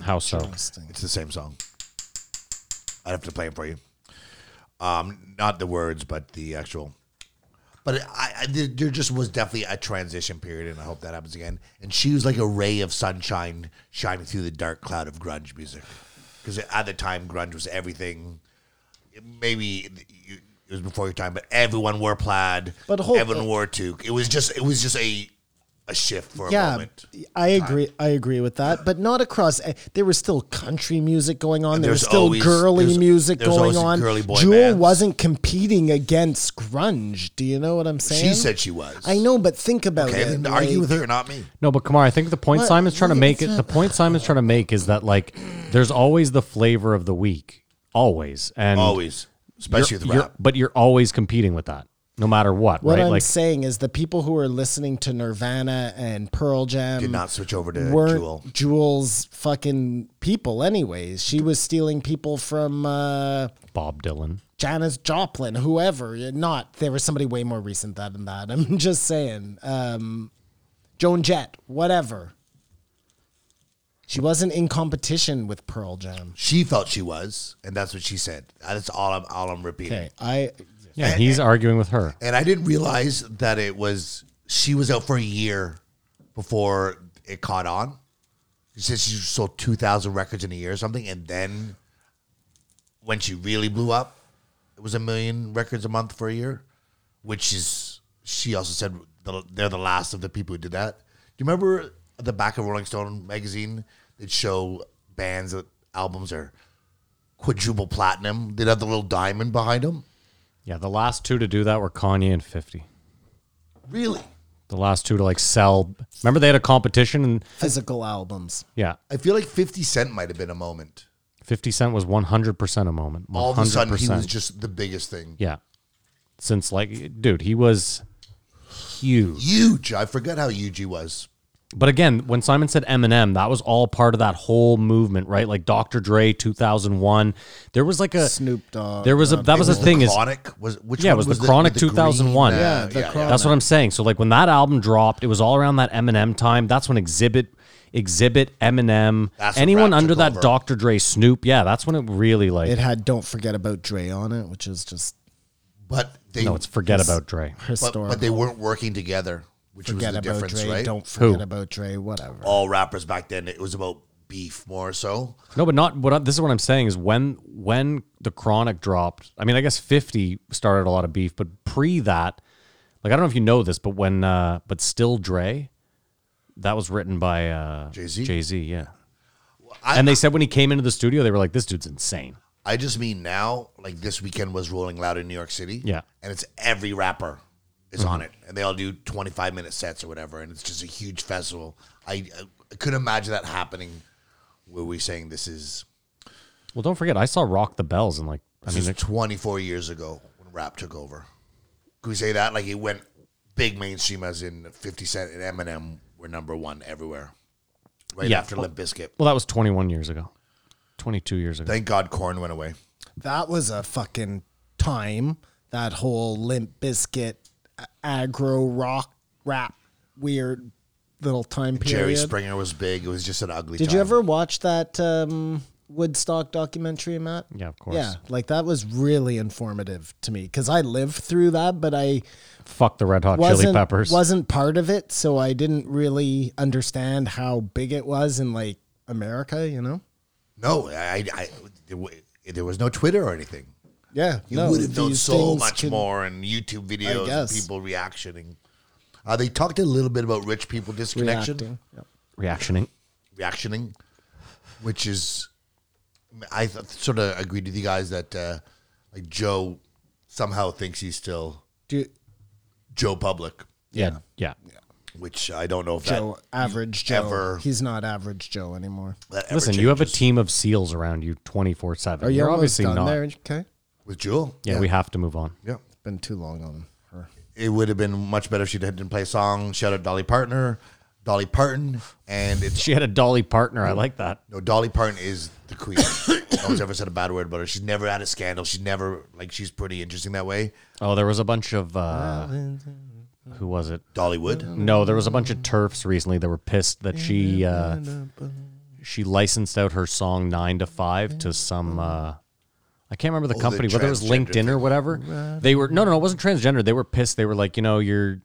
How so?
Interesting.
It's the same song. I'd have to play it for you. Um, not the words, but the actual. But I, I, there there just was definitely a transition period, and I hope that happens again. And she was like a ray of sunshine shining through the dark cloud of grunge music, because at the time grunge was everything. Maybe you, it was before your time, but everyone wore plaid.
But hold-
everyone wore toque. It was just it was just a a shift for a
Yeah,
moment.
I agree. I agree with that, but not across. eh, There was still country music going on.
And
There was
there's
still
always-
girly
there's-
music
there's
going
always
on.
girly boy
Jewel
bands.
wasn't competing against grunge. Do you know what I'm saying?
She said she was.
I know, but think about
Okay,
it.
then argue
like-
with her, not me.
No, but Kamar, I think the point
What?
Simon's trying to
Look,
make it
it's
the point Simon's trying to make is that like there's always the flavor of the week, always and
Always,
you're-
especially with
you're-
rap.
but you're always competing with that, no matter what,
What
right?
I'm
like
saying is the people who are listening to Nirvana and Pearl Jam
did not switch over to
weren't
uh, Jewel.
Jewel's fucking people, anyways. She was stealing people from uh,
Bob Dylan.
Janis Joplin, whoever. Not there was somebody way more recent than that. I'm just saying, um, Joan Jett, whatever. She wasn't in competition with Pearl Jam.
She felt she was, and that's what she said. That's all I'm all I'm repeating.
Okay, I
Yeah, he's arguing with her.
And I didn't realize that it was she was out for a year before it caught on. She said she sold two thousand records in a year or something, and then when she really blew up, it was a million records a month for a year, which is she also said the, they're the last of the people who did that. Do you remember at the back of Rolling Stone magazine they'd show bands that albums are quadruple platinum? They'd have the little diamond behind them.
Yeah, the last two to do that were Kanye and Fifty.
Really,
The last two to like sell. Remember they had a competition and
physical albums.
yeah,
I feel like Fifty Cent might have been a moment.
50 Cent was 100% a moment. 100%.
All of a sudden, he was just the biggest thing.
Yeah. Since, like, dude, he was huge.
Huge. I forgot how huge he was.
But again, when Simon said Eminem, that was all part of that whole movement, right? Like Dr. Dre, 2001. There was like a.
Snoop Dogg, uh,
There was a. That was the
the
thing is.
chronic was which
Yeah, it
one
was, the Chronic
with the
2001.
green, uh,
Yeah, the Chronic.
That's what I'm saying. So like when that album dropped, it was all around that Eminem time. That's when Exhibit, Exhibit, Eminem,
That's when
anyone
rap
under
took
that
over.
Dr. Dre, Snoop. Yeah, that's when it really like.
It had "Don't Forget About Dre" on it, which is just
But they
no, it's forget about Dre.
but,
historical.
but they weren't working together, which
forget
was the
about
difference,
Dre.
right?
Don't forget about Dre. Whatever.
All rappers back then, it was about beef more so.
No, but not what I, this is what I'm saying is when when the chronic dropped. I mean, I guess 50 started a lot of beef, but pre that, like I don't know if you know this, but when uh but still Dre, that was written by uh
Jay-Z?
Jay Z, yeah.
I-
and they said when he came into the studio, they were like, "This dude's insane."
I just mean now, like this weekend was Rolling Loud in New York City.
Yeah. Mm-hmm.
And it's every rapper is on it. And they all do 25 minute sets or whatever. And it's just a huge festival. I, I couldn't imagine that happening where we're saying this is,
Well, don't forget, I saw Rock the Bells and like I
this
mean,
is
it-
24 years ago when rap took over. Could we say that? Like it went big mainstream, as in Fifty Cent and Eminem were number one everywhere, right
Yeah.
after Limp Bizkit.
Well, that was 21 years ago, 22 years ago.
Thank God Corn went away.
That was a fucking time. That whole limp biscuit, aggro rock rap, weird little time period.
Jerry Springer was big. It was just an ugly.
Did you
time.
ever watch that um, Woodstock documentary, Matt?
Yeah, of course.
Yeah, like that was really informative to me because I lived through that, but I
Fuck the Red Hot Chili
wasn't
Peppers.
wasn't part of it, so I didn't really understand how big it was in like America. You know?
No, I, I, there wa- there was no Twitter or anything.
Yeah,
You
no,
would have known
these
so
things
much
could-
more and YouTube videos and
guess.
people reactioning. Uh, they talked a little bit about rich people disconnection,
reacting. Yep.
Reactioning.
reactioning, which is, I th- sort of agreed with you guys that uh, like Joe somehow thinks he's still
Do you-
Joe Public,
Yeah. Yeah.
which I don't know if
Joe,
that
average Joe.
ever-
He's not average Joe anymore.
that ever
Listen, you have a
changes.
team of SEALs around you 24 7.
Are you
You're
almost
obviously
done
not.
there? Okay,
with Jewel.
Yeah, we have to move on.
yeah.
been too long on her.
it would have been much better if she didn't play a song. Shout out Dolly Partner, Dolly Parton, and it's
She had a Dolly partner. I like that.
no Dolly Parton is the queen. no one's ever said a bad word about her. She's never had a scandal. She's never like she's pretty interesting that way.
Oh, there was a bunch of. Uh, who was it?
Dollywood.
No, there was a bunch of turfs recently that were pissed that she uh, she licensed out her song Nine to Five to some uh, I can't remember the
Oh, the
company whether it was
transgender
LinkedIn or whatever. They were no, no, no, it wasn't transgender. They were pissed. They were like, you know, you're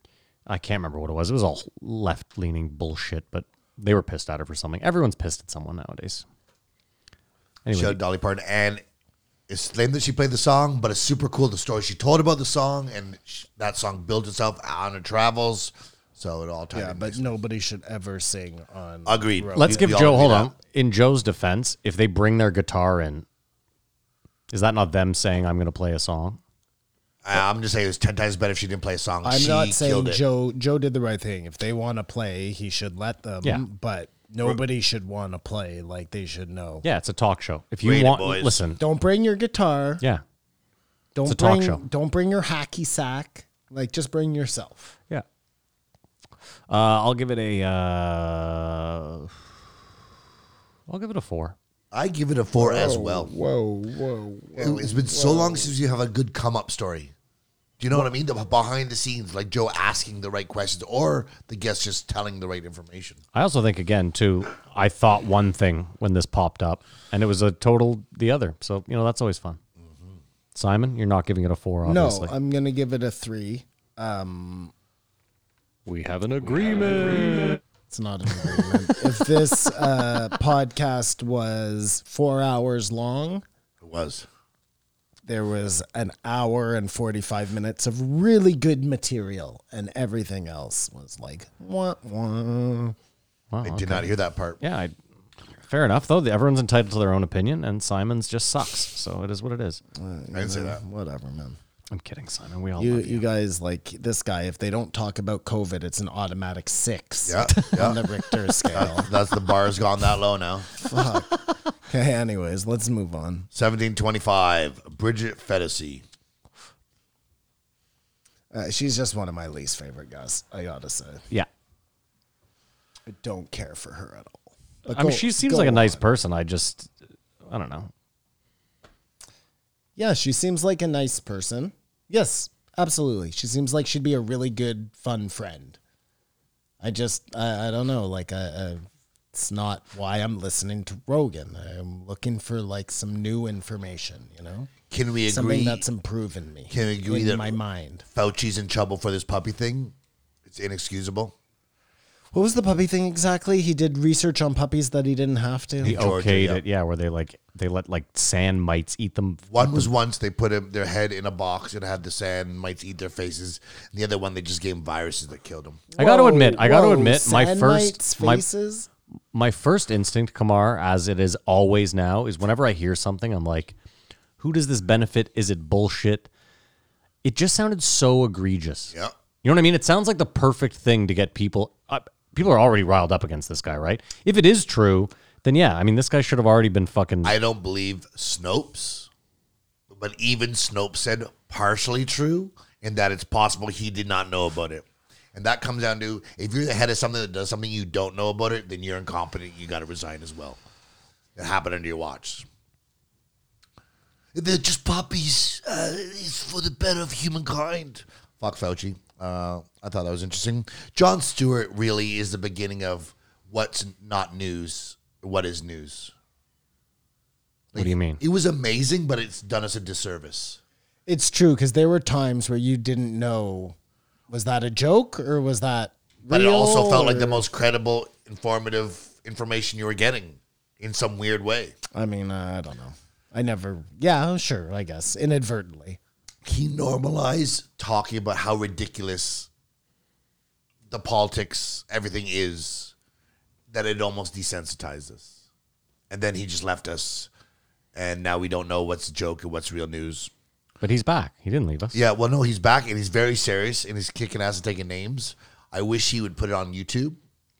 I can't remember what it was. It was all left leaning bullshit, but they were pissed at her for something. Everyone's pissed at someone nowadays. Anyway,
Shout out Dolly Parton, and it's lame that she played the song, but it's super cool the story she told about the song, and sh that song built itself on her travels. So it all tied.
Yeah,
in
but
nicely.
nobody should ever sing on.
agreed.
let's
We-
give
we all
Joe.
agree
Hold
that.
on. In Joe's defense, if they bring their guitar in, is that not them saying I'm going to play a song?
I- I'm just saying it was ten times better if she didn't play a song.
I'm
she
not saying
killed it.
Joe. Joe did the right thing. If they want to play, he should let them.
Yeah.
But nobody should want to play. Like they should know.
Yeah, it's a talk show. If you
Read it,
want,
boys.
listen.
Don't bring your guitar.
Yeah,
Don't
It's a
bring,
talk show.
Don't bring your hacky sack. Like just bring yourself.
yeah. Uh, I'll give it a. Uh, I'll give it a four.
I give it a four as well.
Whoa, whoa.
It- It's been so long since you have a good come up story. Do you know what I mean? The behind the scenes, like Joe asking the right questions, or the guest just telling the right information.
I also think again too. I thought one thing when this popped up, and it was a total the other. So you know that's always fun. Simon, you're not giving it a four,
No,
obviously.
I'm gonna give it a three.
we have an agreement.
It's not an agreement. if this uh, podcast was four hours long,
It was.
there was an hour and 45 minutes of really good material, and everything else was like, wah, wah.
I did not hear that part.
Yeah, I, fair enough though. Everyone's entitled to their own opinion, and Simon's just sucks. So it is what it is.
I didn't say that.
Eh,
Oh
whatever, man.
I'm kidding, Simon. We all
You,
love you.
you guys, like this guy, if they don't talk about COVID, it's an automatic six
Yeah,
on the Richter scale.
That's the bar's gone that low now.
okay, anyways, let's move on.
Seventeen twenty five. Bridget Fetisi.
Uh, she's just one of my least favorite guys, I gotta say.
Yeah.
I don't care for her at all. But
I mean,
go-
she seems
go
like a nice
on.
person. I just, I don't know.
Yeah, she seems like a nice person. Yes, absolutely. She seems like she'd be a really good, fun friend. I just, I, I don't know. Like, I, I, it's not why I'm listening to Rogan. I'm looking for like some new information, you know,
Can we agree?
something that's improving me.
Can we agree
in
that-
my mind?
Fauci's in trouble for this puppy thing. It's inexcusable.
What was the puppy thing exactly? He did research on puppies that he didn't have to.
He
Georgia,
okayed
yeah.
it, yeah. Where they like they let like sand mites eat them.
One was once they put him, their head in a box and had the sand mites eat their faces. And the other one they just gave him viruses that killed him.
I got to
Whoa,
admit, I got to
whoa,
admit, my
sand mites,
first my,
faces.
my first instinct, Kamar, as it is always now, is whenever I hear something, I'm like, who does this benefit? Is it bullshit? It just sounded so egregious.
Yeah.
You know what I mean? It sounds like the perfect thing to get people. Up. People are already riled up against this guy, right? If it is true, then yeah, I mean, this guy should have already been fucking.
I don't believe Snopes, but even Snopes said partially true. and that it's possible he did not know about it. And that comes down to if you're the head of something that does something you don't know about it, then you're incompetent. You got to resign as well. It happened under your watch. They're just puppies. Uh, it's for the better of humankind. Fuck Fauci. Uh, I thought that was interesting. John Stewart really is the beginning of what's not news, what is news.
What do you mean?
It was amazing, but it's done us a disservice.
It's true because there were times where you didn't know was that a joke or was that
But it also
real,
felt like the
or-
most credible, informative information you were getting in some weird way.
I mean, uh, I don't know. I never. Yeah, oh, sure. I guess inadvertently.
He normalized talking about how ridiculous the politics, everything is, that it almost desensitized us. And then he just left us, and now we don't know what's a joke and what's real news.
But he's back. He didn't leave us.
Yeah, well, no, he's back and he's very serious and he's kicking ass and taking names. I wish he would put it on YouTube.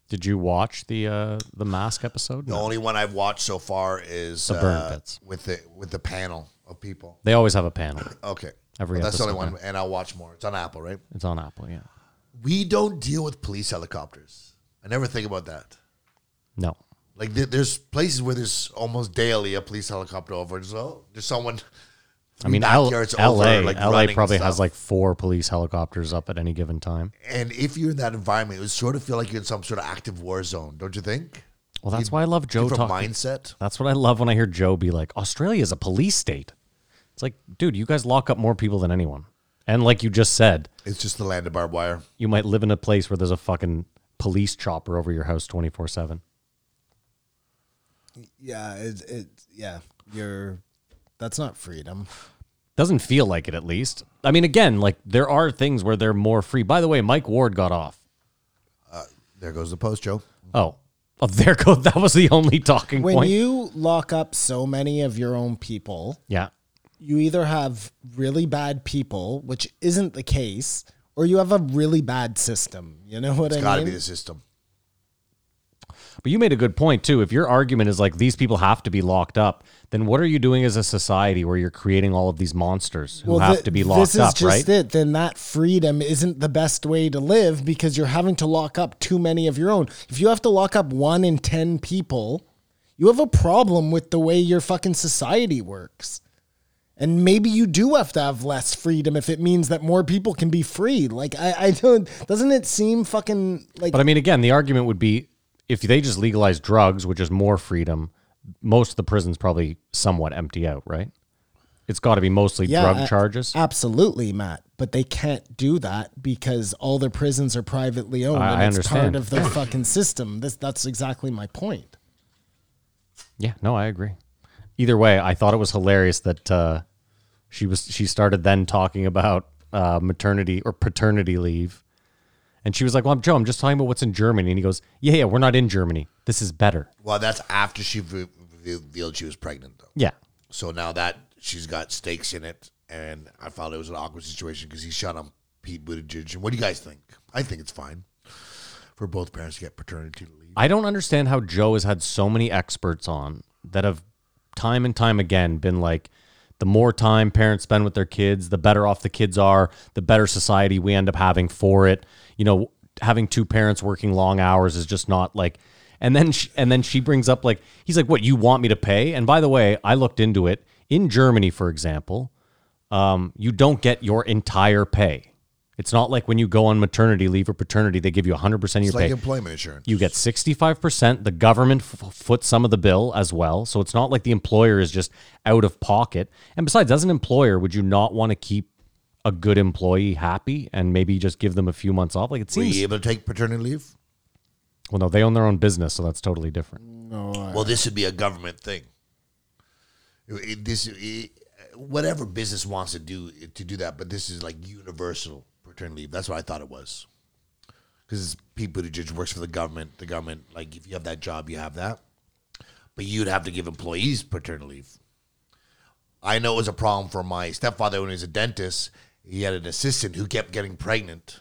Did you watch the uh, the mask episode?
The only one I've watched so far is uh,
The burn pits.
with the with the panel of people.
They always have a panel.
Okay,
Every
But that's the only
episode,
one, and I'll watch more. It's on Apple, right?
It's on Apple. Yeah.
We don't deal with police helicopters. I never think about that.
No.
Like there- there's places where there's almost daily a police helicopter over. There's, oh, there's someone.
I mean, L-
backyards
LA,
over, like,
LA
running
probably
stuff.
has like four police helicopters up at any given time.
And if you're in that environment, it would sort of feel like you're in some sort of active war zone, don't you think?
Well, that's why I love Joe
Different
talking.
mindset.
That's what I love when I hear Joe be like, Australia is a police state. It's like, dude, you guys lock up more people than anyone. And like you just said,
It's just the land of barbed wire.
you might live in a place where there's a fucking police chopper over your house 24 7.
Yeah. It. it yeah. You're. That's not freedom.
Doesn't feel like it, at least. I mean, again, like there are things where they're more free. By the way, Mike Ward got off.
There goes the post, Joe.
Oh, oh there go. That was the only talking
When
point.
you lock up so many of your own people,
yeah.
you either have really bad people, which isn't the case, or you have a really bad system. You know what
It's
I
got to
mean?
be the system.
But you made a good point too. If your argument is like these people have to be locked up, then what are you doing as a society where you're creating all of these monsters who have
thi-
to be locked
this is
up,
just
right?
it. Then that freedom isn't the best way to live because you're having to lock up too many of your own. If you have to lock up one in ten people, you have a problem with the way your fucking society works. And maybe you do have to have less freedom if it means that more people can be free. Like I, I don't. Doesn't it seem fucking like?
But I mean, again, the argument would be if they just legalize drugs, which is more freedom, most of the prisons probably somewhat empty out, right? It's got to be mostly drug
a-
charges.
Absolutely, Matt. But they can't do that because all their prisons are privately owned.
I-
and
I
it's
understand.
part of their fucking system. This, that's exactly my point.
yeah, no, I agree. Either way, I thought it was hilarious that uh, she was she started then talking about uh, maternity or paternity leave, and she was like, "Well, I'm Joe. I'm just talking about what's in Germany." And he goes, "Yeah, yeah, we're not in Germany. This is better."
Well, that's after she re- revealed she was pregnant, though.
Yeah,
So now that she's got stakes in it, and I felt it was an awkward situation because he shot on Pete Buttigieg. And what do you guys think? I think it's fine for both parents to get paternity leave.
I don't understand how Joe has had so many experts on that have time and time again been like, the more time parents spend with their kids, the better off the kids are, the better society we end up having for it. You know, having two parents working long hours is just not like. And then she, and then she brings up like he's like, "What you want me to pay?" And by the way, I looked into it. In Germany, for example, um, you don't get your entire pay. It's not like when you go on maternity leave or paternity, they give you 100% of your
It's
pay.
like employment insurance.
You get 65%. The government f- foots some of the bill as well. So it's not like the employer is just out of pocket. And besides, as an employer, would you not want to keep a good employee happy and maybe just give them a few months off? Like it
Were
seems.
you able to take paternity leave?
Well, no, they own their own business. So that's totally different.
Well, this would be a government thing. It- it- this, it- whatever business wants to do to do that, but this is like universal paternity leave. That's what I thought it was, because Pete Buttigieg works for the government. The government, like, if you have that job, you have that, but you'd have to give employees paternity leave. I know it was a problem for my stepfather when he was a dentist. He had an assistant who kept getting pregnant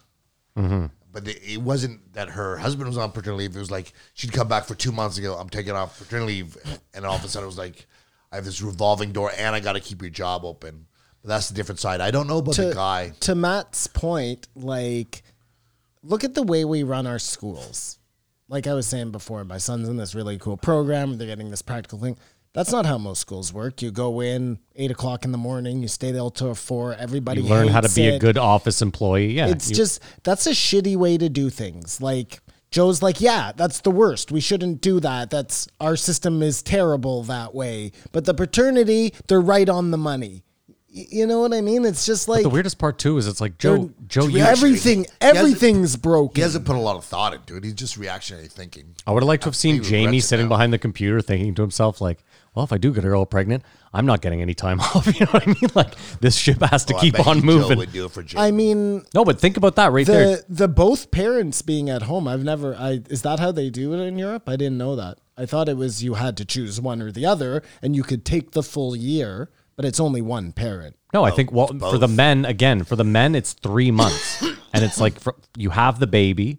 but the- it wasn't that her husband was on paternity leave. It was like she'd come back for two months and go, I'm taking off paternity leave. And all of a sudden it was like, I have this revolving door and I got to keep your job open. That's the different side. I don't know about the guy.
to Matt's point, like, look at the way we run our schools. Like I was saying before, my son's in this really cool program. They're getting this practical thing. That's not how most schools work. You go in eight o'clock in the morning. You stay there till four. Everybody
You learn how to
hates
be a
it.
good office employee. Yeah,
It's
you-
just that's a shitty way to do things. Like Joe's like, yeah, that's the worst. We shouldn't do that. That's our system is terrible that way. But the paternity, they're right on the money. Y- You know what I mean? It's just like
the weirdest part too is it's like
they're-
Joe. Joe, you, I
everything,
hasn't-
everything's
He
broken.
hasn't put a lot of thought into it. He's just reactionary thinking.
would have liked to have seen
Absolutely
Jamie
regrets it
sitting
now.
behind the computer thinking to himself like, "Well, if I do get her all pregnant, I'm not getting any time off." You know what I mean? Like this ship has to
Well, Oh, I
keep
bet
on
you Joe
moving.
would do it for Jamie.
I mean,
No, but think about that right there.
the the both parents being at home. I've never. I is that how they do it in Europe? I didn't know that. I thought it was you had to choose one or the other, and you could take the full year, but it's only one parent.
No, I think well for the men again for the men it's three months, and it's like fr you have the baby,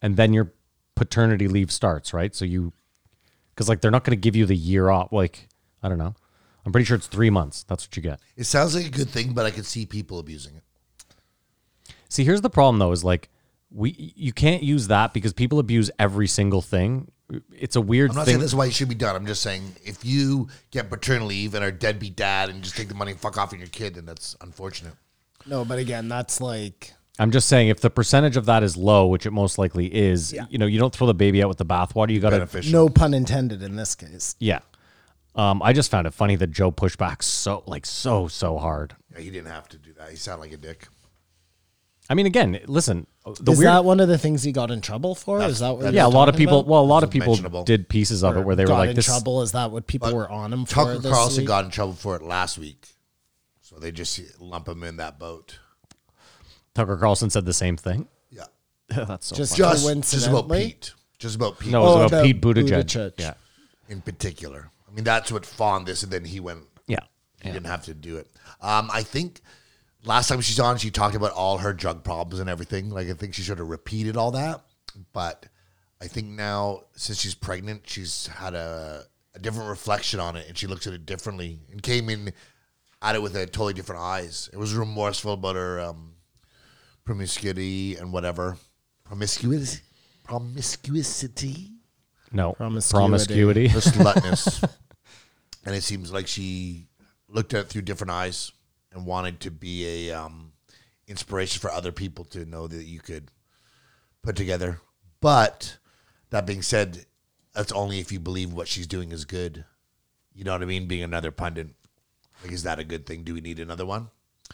and then your paternity leave starts right. So you because like they're not going to give you the year off. Like I don't know, I'm pretty sure it's three months. That's what you get.
it sounds like a good thing, but I could see people abusing it.
See, here's the problem though: is like we you can't use that because people abuse every single thing. It's a weird
I'm not
thing.
saying this is why it should be done. I'm just saying if you get paternity leave and are deadbeat dad and just take the money and fuck off on your kid, then that's unfortunate.
No, but again, that's like
I'm just saying if the percentage of that is low, which it most likely is, you know, you don't throw the baby out with the bathwater. You got to
Beneficial.
no pun intended in this case.
Yeah. Um, I just found it funny that Joe pushed back so like so so hard.
Yeah, he didn't have to do that. He sounded like a dick.
I mean, again, listen, the
is
weird,
that one of the things he got in trouble for? Is that what
yeah, a
you're
lot of
talking
people.
about?
Well, a lot of
It's
people
mentionable.
did pieces of it where they were
got
like
in
this.
trouble. Is that what people were on him for?
Tucker
this
Carlson
week?
got in trouble for it last week. So they just lump him in that boat.
Tucker Carlson said the same thing.
Yeah.
That's so.
just
funny.
Just, just about
coincidentally?
Pete. Just about Pete
no, it was
Oh,
about
about
Pete Buttigieg.
Buttigieg.
Yeah,
in particular. I mean, that's what fawned this, and then he went.
yeah.
He didn't have to do it. Um, I think last time she's on, she talked about all her drug problems and everything. Like, I think she should have repeated all that. But I think now, since she's pregnant, she's had a, a different reflection on it and she looks at it differently and came in at it with a totally different eyes. It was remorseful about her um, promiscuity and whatever. Promiscuous? Promiscuity?
No
Promiscuity.
promiscuity.
the slutness. and it seems like she looked at it through different eyes and wanted to be a um, inspiration for other people to know that you could put together. But that being said, that's only if you believe what she's doing is good. You know what I mean? Being another pundit, like, is that a good thing? Do we need another one?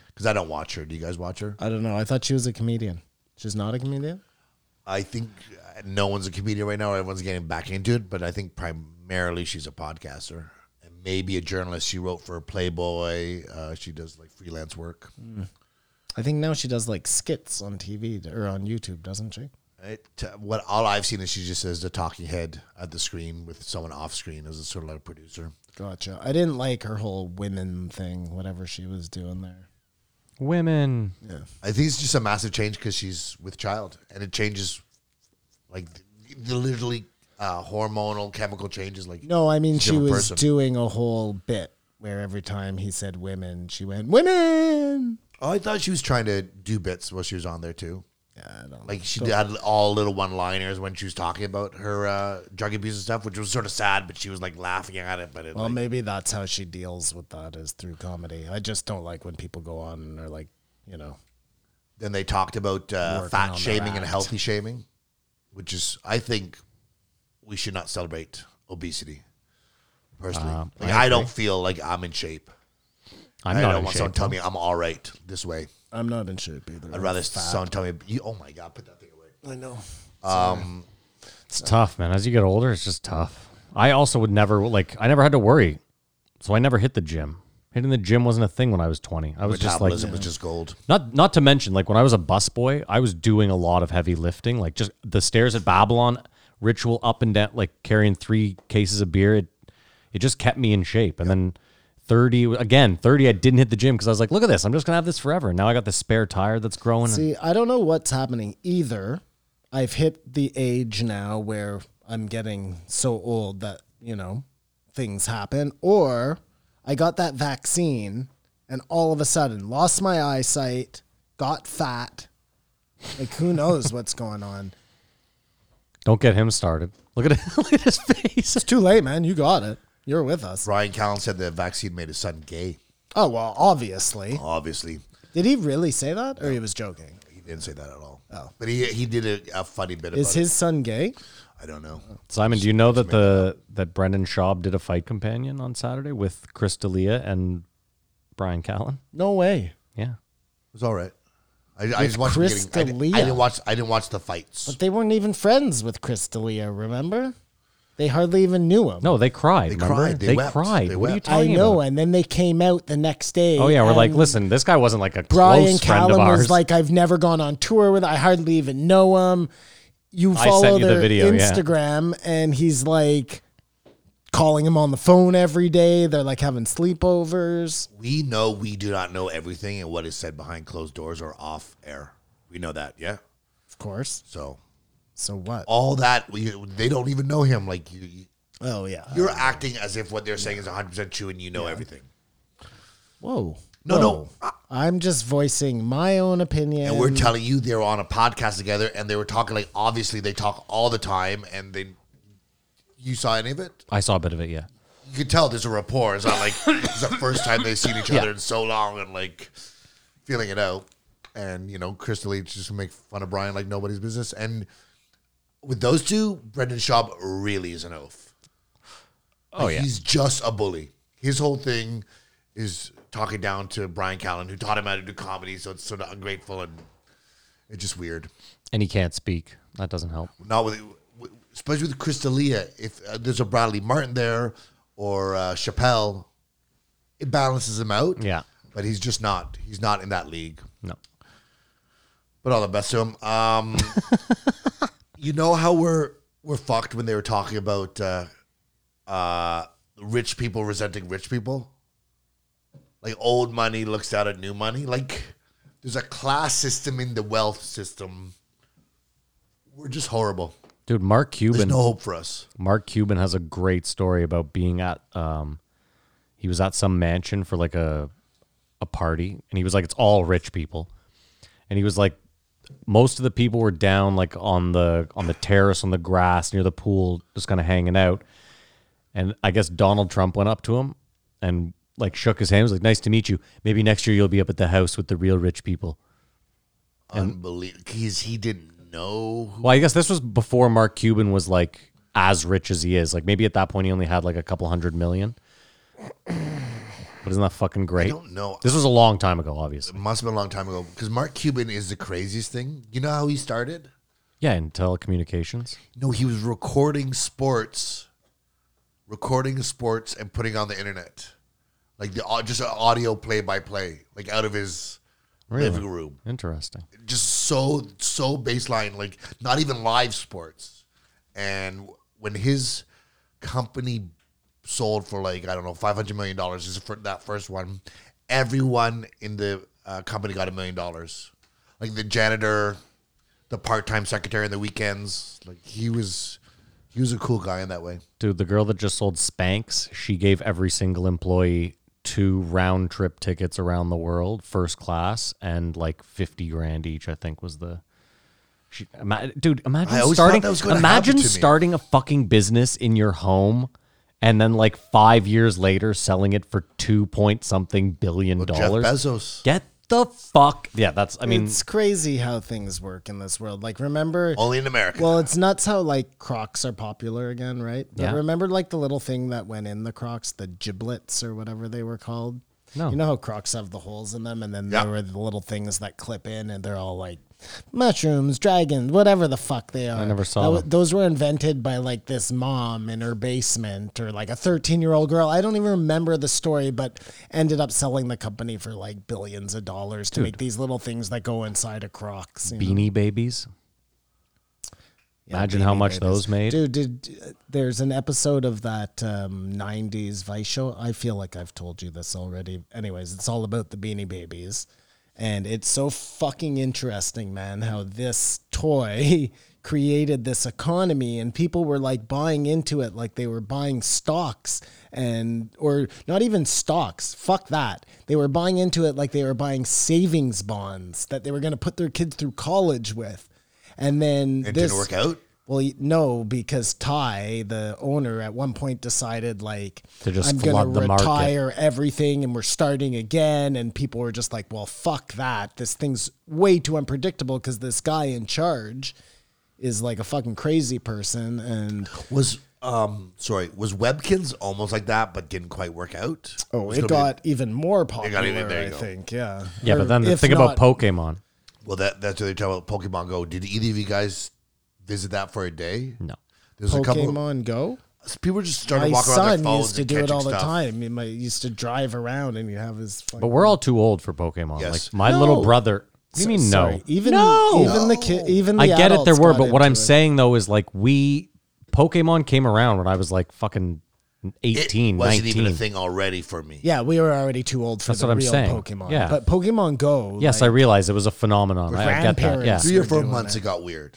Because I don't watch her. Do you guys watch her?
I don't know. I thought she was a comedian. She's not a comedian.
I think uh, no one's a comedian right now. Everyone's getting back into it, but I think primarily she's a podcaster and maybe a journalist. She wrote for Playboy. Uh, she does like freelance work.
I think now she does like skits on TV or on YouTube, doesn't she?
It, uh, what all I've seen is she just is the talking head at the screen with someone off screen as a sort of like producer.
Gotcha. I didn't like her whole women thing, whatever she was doing there.
Women.
I think it's just a massive change because she's with child, and it changes like the, the literally uh, hormonal chemical changes. Like
No, I mean
She's a
she was
different person.
doing a whole bit where every time he said women, she went women.
oh, I thought she was trying to do bits while she was on there too.
Yeah, I don't
Like she had all little one-liners when she was talking about her uh, drug abuse and stuff, which was sort of sad. But she was like laughing at it. But it,
Well,
like,
maybe that's how she deals with that is through comedy. I just don't like when people go on and are like, you know,
then they talked about uh,
Working on
fat
their
shaming and
act.
healthy shaming, which is I think we should not celebrate obesity. Personally,
Um,
like,
I
I, don't feel like I'm in shape.
I'm
I
not
don't
in
want
shape.
someone to tell me I'm all right this way.
I'm not in shape either.
I'd rather someone tell me, you, "Oh my god, put that thing away."
I know.
It's tough, man. As you get older, it's just tough. I also would never like. I never had to worry, so I never hit the gym. Hitting the gym wasn't a thing when I was 20. I was just like
Metabolism was just gold.
Not not to mention, like when I was a busboy, I was doing a lot of heavy lifting, like just the stairs at Babylon ritual up and down, like carrying three cases of beer. It it just kept me in shape. And then thirty again, thirty, I didn't hit the gym because I was like, look at this, I'm just gonna have this forever. And now I got this spare tire that's growing. and-
See, I don't know what's happening either. I've hit the age now where I'm getting so old that, you know, things happen, or I got that vaccine and all of a sudden lost my eyesight, got fat. Like who knows what's going on?
Don't get him started. Look at look at his face.
It's too late, man. You got it. You're with us.
Ryan Callen said the vaccine made his son gay.
Oh well, obviously.
Obviously,
Did he really say that, or he was joking?
he didn't say that at all. Oh, but he he did a, a funny bit
Is
about
his son gay?
Oh, it. I don't know.
Simon, do you know that the that Brendan Schaub did a fight companion on Saturday with Chris D'Elia and Brian Callen?
No way.
Yeah.
It was all right. I, I just watched
Chris
the beginning. I, di- I
D'Elia.
didn't watch. I didn't watch the fights.
But they weren't even friends with Chris D'Elia, remember? They hardly even knew him.
No, they cried.
They
remember?
cried. They wept.
cried.
They
what are you
wept.
I
talking
know,
about?
and then they came out the next day.
Oh yeah, we're like,
and
listen, this guy wasn't like a
Brian
close friend of
Callum
ours.
was like, I've never gone on tour with. I hardly even know him. You
I sent
follow
you the
their
video, yeah.
Instagram, and he's like calling him on the phone every day. They're like having sleepovers.
we know we do not know everything and what is said behind closed doors or off air. We know that, yeah.
Of course.
So
So what?
all that we, they don't even know him. Like you, you-
Oh yeah.
you're acting as if what they're saying is 100 percent true and you know everything.
Whoa.
No, no.
Whoa. I'm just voicing my own opinion.
And we're telling you they're on a podcast together and they were talking like obviously they talk all the time and they. You saw any of it?
I saw a bit of it, yeah.
You could tell there's a rapport. It's not like it's the first time they've seen each other in so long and like feeling it out. And you know, Crystal Lee just make fun of Brian like nobody's business. And with those two, Brendan Schaub really is an oaf.
Oh yeah.
He's just a bully. His whole thing is talking down to Brian Callen, who taught him how to do comedy, so it's sort of ungrateful and it's just weird.
And he can't speak. That doesn't help.
Not with, with- especially with Crystalia. If uh, there's a Bradley Martin there or uh, Chappelle, it balances him out.
Yeah.
but he's just not. He's not in that league.
No.
But all the best to him. Um, you know how we're we're fucked when they were talking about uh, uh, rich people resenting rich people, like old money looks down at new money. Like there's a class system in the wealth system. We're just horrible.
Dude, Mark
There's
Cuban
no hope for us.
Mark Cuban has a great story about being at um he was at some mansion for like a a party and he was like it's all rich people. And he was like most of the people were down like on the on the terrace on the grass near the pool just kind of hanging out. And I guess Donald Trump went up to him and like shook his hand was like nice to meet you. Maybe next year you'll be up at the house with the real rich people.
Unbelievable. Because he didn't know. Who-
Well, I guess this was before Mark Cuban was like as rich as he is. Like maybe at that point he only had like a couple hundred million. But isn't that fucking great?
I don't know.
This was a long time ago,
It
obviously.
must have been a long time ago. Because Mark Cuban is the craziest thing. You know how he started?
Yeah, in telecommunications.
No, he was recording sports, recording sports and putting on the internet, like the au- just an audio play by play, like out of his living room.
Interesting.
Just so so baseline, like not even live sports. And when his company sold for like I don't know five hundred million dollars, is for that first one, everyone in the uh, company got a million dollars, like the janitor, the part time secretary in the weekends. Like he was, he was a cool guy in that way.
Dude, the girl that just sold Spanx, she gave every single employee two round trip tickets around the world, first class, and like 50 grand each, I think was the. She, ima- dude,
I
imagine
always thought
starting.
that was gonna
Imagine
happen to me.
starting a fucking business in your home, and then like five years later, selling it for two point something billion dollars.
Jeff Bezos.
Get the fuck. Yeah, that's. I mean,
it's crazy how things work in this world. Like, remember?
Only in America.
Well, it's nuts how like Crocs are popular again, right? But
Yeah.
remember, like the little thing that went in the Crocs, the giblets or whatever they were called.
No.
You know how Crocs have the holes in them, and then
Yeah.
there were the little things that clip in, and they're all like mushrooms, dragons, whatever the fuck they are. I
never saw them.
Those were invented by like this mom in her basement, or like a thirteen-year-old girl. I don't even remember the story, but ended up selling the company for like billions of dollars to make these little things that go inside of Crocs. you know?
beanie babies.
Yeah,
Imagine how
Beanie
much
Babies.
those made.
Dude, did, there's an episode of that um, 90s Vice show. I feel like I've told you this already. Anyways, it's all about the Beanie Babies. And it's so fucking interesting, man, how this toy created this economy and people were like buying into it like they were buying stocks and or not even stocks fuck that they were buying into it like they were buying savings bonds that they were going to put their kids through college with and then
It
this
didn't work out.
well y- no because ty the owner at one point decided like
To just
i'm going
flood
to
the market.
retire everything and we're starting again and people were just like well fuck that this thing's way too unpredictable because this guy in charge is like a fucking crazy person and
Was um sorry, was Webkins almost like that, but didn't quite work out?
oh
Was
it
gonna be-
got even more popular
got even- there
i
you go.
think yeah
Yeah,
Or
but then the
if
thing
not-
about Pokemon.
well, that that's what they talk about Pokemon Go. Did either of you guys visit that for a day?
No.
There's a couple.
pokemon go
people just started
my
walking around their
son
phones
used to
and
do it
catching
all the
stuff.
time he might- used to drive around and he'd have his fucking
But we're all too old for Pokemon.
Yes.
Like my little
No.
brother. What do you mean
Sorry.
no?
Even
No!
even the kid, even the
I get it. There
adults
were,
got
but what
into
I'm
it.
saying though is like we Pokemon came around when I was like fucking
It
18,
wasn't
19.
even a thing already for me.
yeah, we were already too old for
That's
the
what I'm
real
saying.
Pokemon.
Yeah.
but Pokemon Go.
Yes, I realize it was a phenomenon. I, I get that. Yeah.
Grandparents.
Three or
We're
four
doing
months, it. got weird.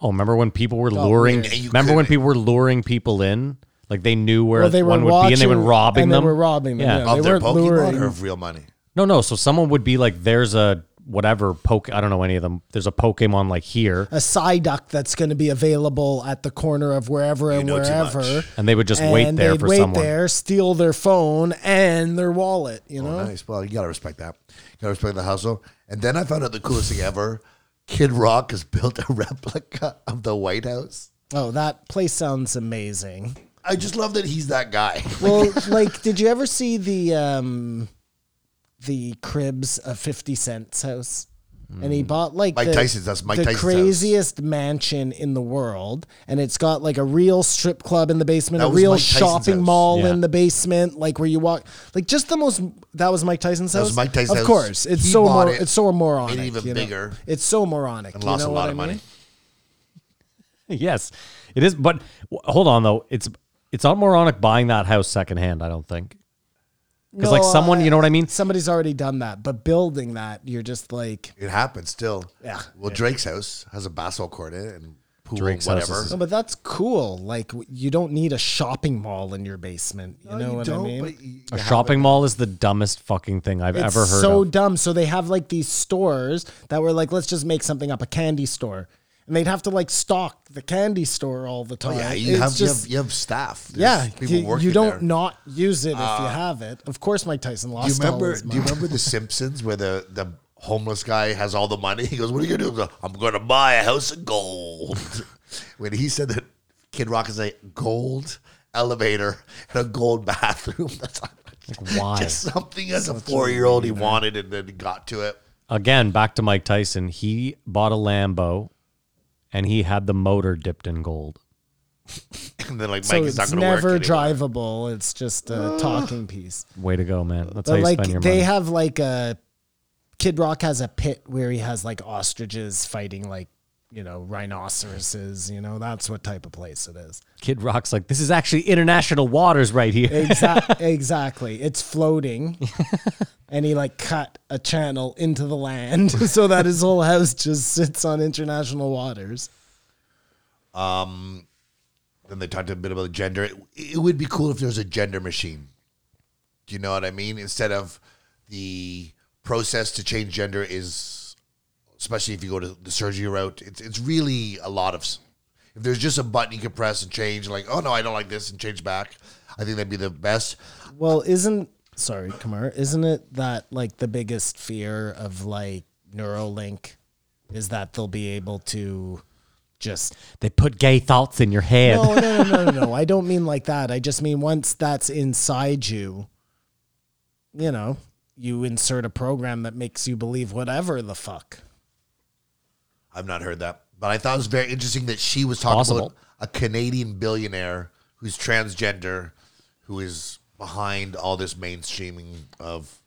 Oh, remember when people were
Got
luring?
weird.
Yeah, you
Remember when
couldn't.
people were luring people in? Like they knew where
Well, they were
one would be, and they were
watching-
robbing
and they
them.
were robbing them, yeah.
Of
They
their
weren't
Pokemon
luring.
or of real money?
No, no. So someone would be like, "There's a whatever poke. I don't know any of them. There's a Pokemon like here."
a Psyduck that's going to be available at the corner of wherever and
know too
wherever.
much.
And they would just wait
And
there
they'd
for
wait
someone.
there, steal their phone and their wallet. You know,
Oh, nice. Well, you gotta respect that. You gotta respect the hustle. And then I found out the coolest thing ever: Kid Rock has built a replica of the White House.
oh, that place sounds amazing.
I just love that he's that guy.
Well, like, did you ever see the um, the cribs of Fifty Cent's house? And he bought like
Hmm. Mike
the,
Tyson's, that's Mike
the
Tyson's house.
craziest mansion in the world, and it's got like a real strip club in the basement,
That
a
was
real
Mike Tyson's
shopping
house.
mall
Yeah.
in the basement, like where you walk, like just the most. That was Mike Tyson's
That
house.
was Mike Tyson's
Of
house.
course, it's
He
so
bought
mor-
it,
it's so moronic.
made it even
you know?
bigger.
It's so moronic.
and
you
lost
know
a
what
lot
I
of
mean?
money.
yes, it is. But w- hold on though. It's it's not moronic buying that house secondhand. I don't think because like
No,
someone, you know what I mean.
Somebody's already done that, but building that, you're just like.
It happens still.
Yeah.
Well, Drake's house has a basketball court in it and pool
Drake's
and
house
whatever.
is-
No, but that's cool. Like w- you don't need a shopping mall in your basement. You know what I mean?
A shopping mall is the dumbest fucking thing I've
uh, it's
ever heard
so
of.
dumb. So they have like these stores that were like, let's just make something up, a candy store, and they'd have to like stock the candy store all the time.
Oh, yeah, you
It's
have, you
just-
have you have staff. There's
yeah,
people
you,
working
you don't
there. Uh,
not use it if you have it. Of course, Mike Tyson
Do you
lost. all
remember?
his
Do you
money.
remember the Simpsons where the the homeless guy has all the money? He goes, "What are you gonna do?" He goes, I'm gonna buy a house of gold. when he said that, Kid Rock is a gold elevator and a gold bathroom. That's
why?
just something as a four year old he wanted and then got to it.
Again, back to Mike Tyson. He bought a Lambo, and he had the motor dipped in gold.
And then like
So
Mike, it's,
it's,
not gonna
never
work anymore."
drivable. It's just a talking piece.
Way to go, man. That's how
But
you
like
spend your
they
money.
have like a Kid Rock has a pit where he has like ostriches fighting like you know rhinoceroses. You know that's what type of place it is.
Kid Rock's like, this is actually international waters right here.
Exactly. exactly. It's floating, and he like cut a channel into the land so that his whole house just sits on international waters.
Then they talked a bit about gender. It, it would be cool if there was a gender machine. Do you know what I mean? Instead of the process to change gender is, especially if you go to the surgery route, it's it's really a lot of. s- If there's just a button you could press and change, like oh no, I don't like this and change back, I think that'd be the best.
Well, isn't sorry, Kamar, isn't it that like the biggest fear of like Neuralink is that they'll be able to just
they put gay thoughts in your head.
No, no, no, no, no, no. I don't mean like that. I just mean once that's inside you, you know, you insert a program that makes you believe whatever the fuck.
I've not heard that, but I thought it was very interesting that she was talking
Possible.
about a Canadian billionaire who's transgender, who is behind all this mainstreaming of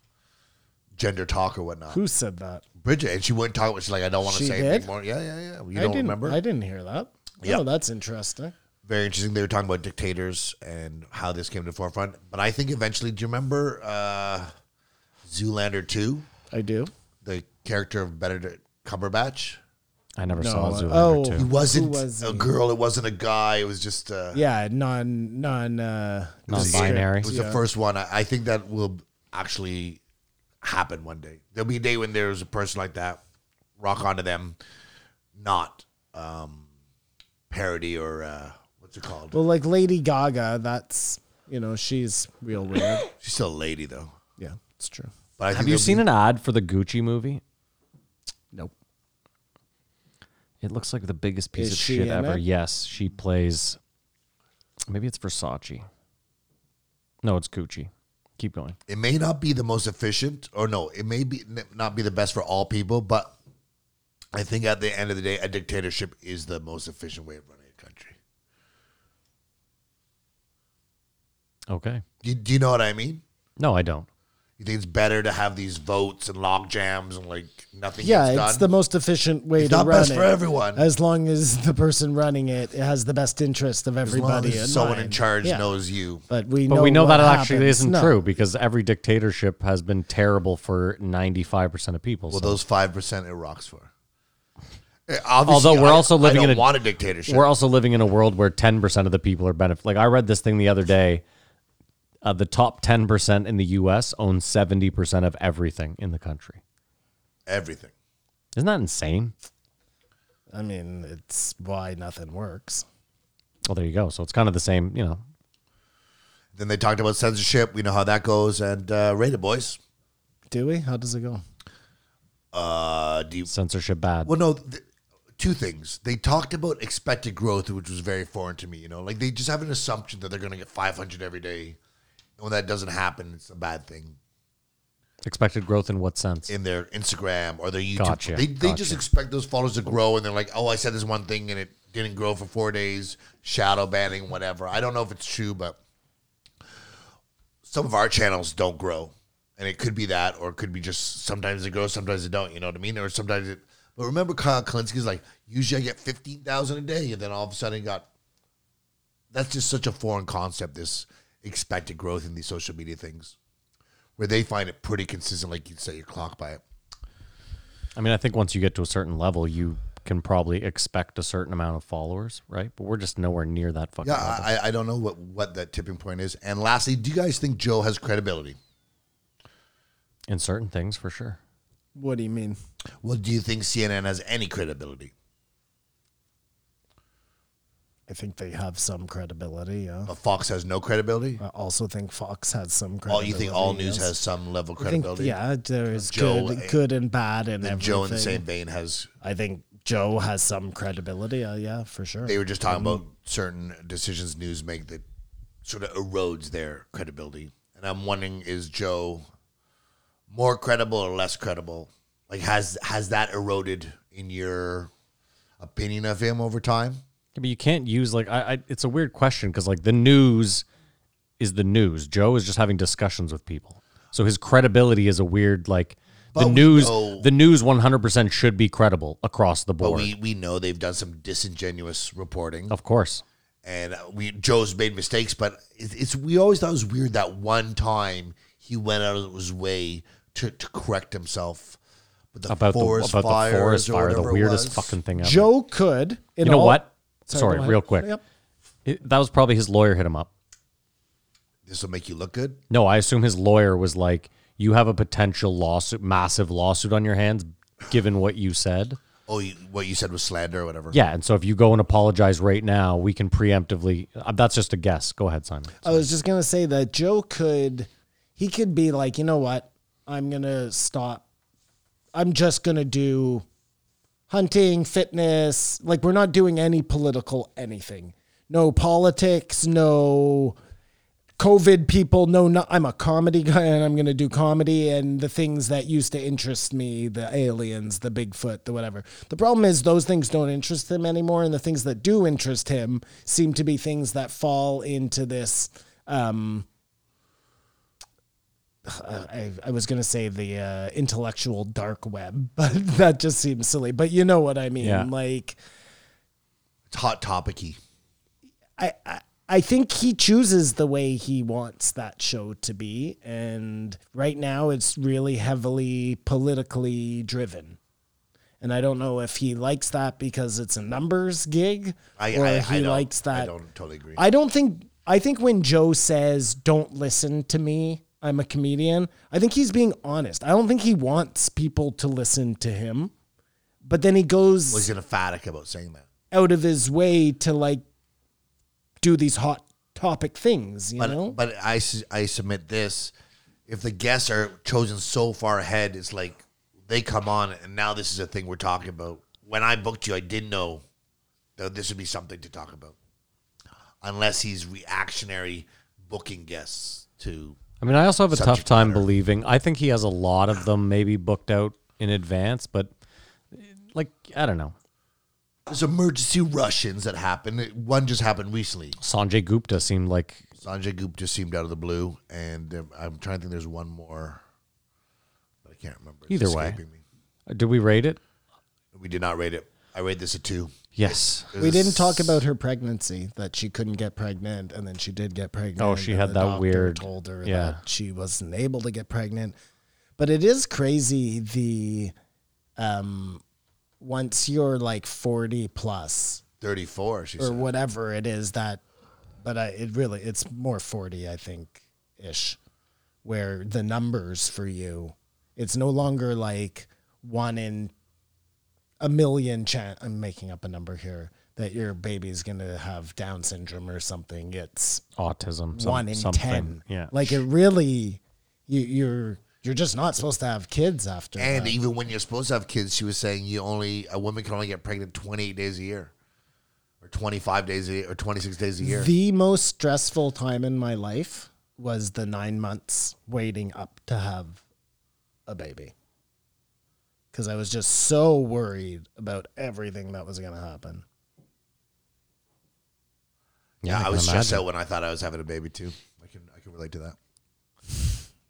gender talk or whatnot.
Who said that?
Bridget, and she wouldn't talk. But she's like, I don't want to
She
say
did?
anything more. Yeah, yeah, yeah. You
I
don't
didn't
remember?
I didn't hear that.
Yeah.
Oh, that's interesting.
Very interesting. They were talking about dictators and how this came to the forefront. But I think eventually, do you remember uh, Zoolander two?
I do.
The character of Benedict Cumberbatch.
I never saw Zoolander
oh.
He
2.
wasn't
was
a
he?
girl. It wasn't a guy. It was just uh,
Yeah, non non uh
Non-binary.
It was the first one. I, I think that will actually happen one day. There'll be a day when there's a person like that rock onto them, not um, parody or uh, what's it called?
Well, like Lady Gaga, that's you know she's real weird.
She's still a lady though.
yeah, it's true.
But I
Have you seen an ad for the Gucci movie?
Nope.
It looks like the biggest piece
Is
of
she
shit
in
ever.
it?
Yes, she plays. Maybe it's Versace. No, it's Gucci. Keep going.
It may not be the most efficient, or no, it may be n- not be the best for all people. But I think at the end of the day, a dictatorship is the most efficient way of running a country.
Okay.
Do, do you know what I mean?
No, I don't.
You think it's better to have these votes and log jams and like nothing
Yeah,
gets
it's
done?
the most efficient way
It's
to
not
run
best
it.
for everyone.
As long as the person running it has the best interest of
As long
everybody.
as
in
someone
mind.
in charge
Yeah.
knows you.
But we
But
know
we know
what
that
happens.
actually isn't
No.
true because every dictatorship has been terrible for 95% of people.
Well,
so-
those five percent it rocks for. Eh,
Although
obviously,
we're
I-
also living
I don't
in a-
want a dictatorship.
We're also living in a world where 10% of the people are benefit. Like I read this thing the other day. Uh, the top 10% in the US own 70% of everything in the country.
everything.
Isn't that insane?
I mean, it's why nothing works.
Well, there you go. So it's kind of the same, you know.
Then they talked about censorship. We know how that goes. And uh, rated boys.
Do we? How does it go?
Uh, do you,
Censorship bad.
well, no, th- two things. They talked about expected growth, which was very foreign to me. You know, like they just have an assumption that they're going to get five hundred every day. And when that doesn't happen, it's a bad thing.
Expected growth in what sense?
in their Instagram or their YouTube.
Gotcha,
They, they just
gotcha.
expect those followers to grow, and they're like, "Oh, I said this one thing, and it didn't grow for four days. Shadow banning, whatever." I don't know if it's true, but some of our channels don't grow, and it could be that, or it could be just sometimes they grow, sometimes they don't. You know what I mean? Or sometimes it. But remember, Kyle Kalinski's like, usually I get fifteen thousand a day, and then all of a sudden it got. That's just such a foreign concept. This expected growth in these social media things, where they find it pretty consistent. Like you'd set your clock by it.
I mean, I think once you get to a certain level, you can probably expect a certain amount of followers, right? But we're just nowhere near that fucking
Yeah,
level.
I, I- I don't know what, what that tipping point is. And lastly, do you guys think Joe has credibility?
in certain things, for sure.
What do you mean?
Well, do you think CNN has any credibility?
I think they have some credibility. Yeah.
But Fox has no credibility?
I also think Fox has some
All
credibility.
you think all news
yes.
has some level of
Uh, I think,
credibility?
yeah, there is
Joe,
good,
eh,
good and bad and
And
everything.
Joe in the same vein has
I think Joe has some credibility. Uh, yeah, for sure.
they were just talking
Mm-hmm.
about certain decisions news make that sort of erodes their credibility. And I'm wondering is Joe more credible or less credible? Like has has that eroded in your opinion of him over time?
Yeah, but you can't use like I, I it's a weird question because like the news is the news. Joe is just having discussions with people. So his credibility is a weird like
But
the
we
news
know-
the news one hundred percent should be credible across the
But
board.
we, we know they've done some disingenuous reporting.
of course.
and uh, we Joe's made mistakes, but it's, it's we always thought it was weird that one time he went out of his way to, to correct himself. But the
About the
forest
about
fires
the forest
or
fire, the
whatever it
weirdest
was.
fucking thing ever.
Joe could. in
you know
all-
what?
Sorry,
Sorry,
go ahead.
real quick.
Yep.
It- that was probably his lawyer hit him up.
This will make you look good.
No, I assume his lawyer was like, "You have a potential lawsuit, massive lawsuit on your hands, given what you said."
Oh, you, what you said was slander or whatever.
Yeah, and so if you go and apologize right now, we can preemptively. Uh, that's just a guess. Go ahead, Simon.
I was just gonna say that Joe could, he could be like, you know what? I'm gonna stop. I'm just gonna do hunting, fitness. Like we're not doing any political anything. No politics. No COVID people. No, no I'm a comedy guy, and I'm gonna do comedy and the things that used to interest me: the aliens, the Bigfoot, the whatever. The problem is those things don't interest him anymore, and the things that do interest him seem to be things that fall into this. Um, I, I was going to say the uh, intellectual dark web, but that just seems silly. But you know what I mean.
Yeah.
Like,
It's hot topicy.
I, I, I think he chooses the way he wants that show to be. And right now, it's really heavily politically driven. And I don't know if he likes that because it's a numbers gig
I,
or
I, I
he
don't-
likes that.
I don't totally agree.
I don't think I think when Joe says don't listen to me, I'm a comedian, I think he's being honest. I don't think he wants people to listen to him. But then he goes
was in a fanatic about saying that.
out of his way to like do these hot topic things, you
But
know?
but I su- I submit this: if the guests are chosen so far ahead, it's like they come on, and now this is a thing we're talking about. When I booked you, I didn't know that this would be something to talk about, unless he's reactionary booking guests to.
I mean, I also have a tough
Subject
time
matter.
believing. I think he has a lot of them maybe booked out in advance, but uh, like I don't know.
There's emergency Russians that happen. One just happened recently.
Sanjay Gupta seemed like
Sanjay Gupta just seemed out of the blue, and um, I'm trying to think. There's one more, but I can't remember. It's
Either way.
escaping me.
did we rate it?
we did not rate it. I rate this a two.
Yes.
we didn't talk about her pregnancy that she couldn't get pregnant and then she did get pregnant.
Oh, she
and
had
the
that
doctor
weird-
told her
yeah.
that she wasn't able to get pregnant. But it is crazy the um once you're like 40 plus
34. She
or
said.
whatever it is that but I, it really it's more 40 i think ish where the numbers for you it's no longer like one in a million chance i'm making up a number here that your baby's gonna have down syndrome or something it's
Autism. some-
one in
something.
ten
Yeah.
like it really you, you're you're just not supposed to have kids after
And
that.
even when you're supposed to have kids, she was saying you only a woman can only get pregnant 28 days a year, or 25 days a year, or 26 days a year.
The most stressful time in my life was the nine months waiting up to have a baby. Because I was just so worried about everything that was going to happen.
yeah,
I
I
can
was stressed
imagine.
out when I thought I was having a baby too. I can I can relate to that.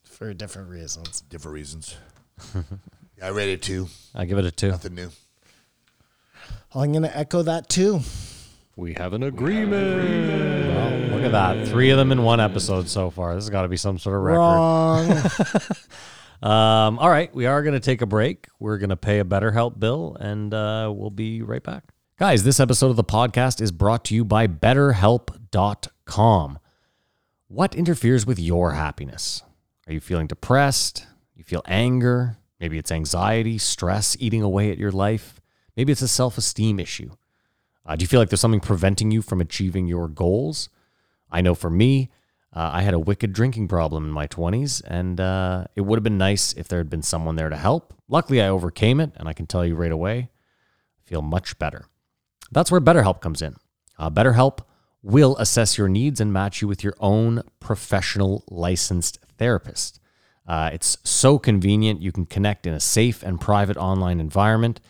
For different reasons.
Different reasons. yeah, I rated two.
I give it a two.
Nothing new.
I'm going to echo that too.
We have an agreement. Well, look at that. Three of them in one episode so far. This has got to be some sort of record.
Wrong.
Um, all right, we are going to take a break. We're going to pay a BetterHelp bill, and uh, we'll be right back. Guys, this episode of the podcast is brought to you by BetterHelp.com. What interferes with your happiness? Are you feeling depressed? You feel anger? Maybe it's anxiety, stress eating away at your life. Maybe it's a self esteem issue. Uh, do you feel like there's something preventing you from achieving your goals? I know for me, uh, I had a wicked drinking problem in my 20s, and uh, it would have been nice if there had been someone there to help. Luckily, I overcame it, and I can tell you right away, I feel much better. That's where BetterHelp comes in. Uh, BetterHelp will assess your needs and match you with your own professional licensed therapist. Uh, it's so convenient. You can connect in a safe and private online environment.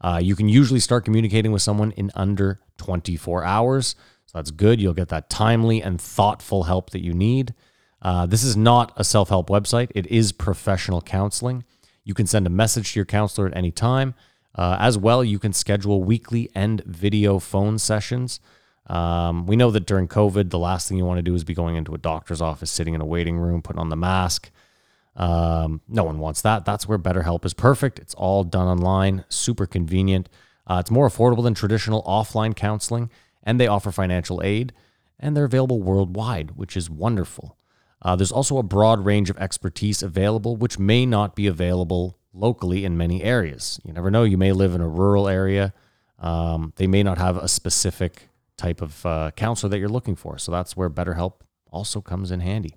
Uh, you can usually start communicating with someone in under 24 hours. So that's good. You'll get that timely and thoughtful help that you need. Uh, this is not a self help website, it is professional counseling. You can send a message to your counselor at any time. Uh, as well, you can schedule weekly and video phone sessions. Um, we know that during COVID, the last thing you want to do is be going into a doctor's office, sitting in a waiting room, putting on the mask. Um, no one wants that. That's where BetterHelp is perfect. It's all done online, super convenient. Uh, it's more affordable than traditional offline counseling, and they offer financial aid, and they're available worldwide, which is wonderful. Uh, there's also a broad range of expertise available, which may not be available locally in many areas. You never know. You may live in a rural area. Um, they may not have a specific type of uh, counselor that you're looking for. So that's where BetterHelp also comes in handy.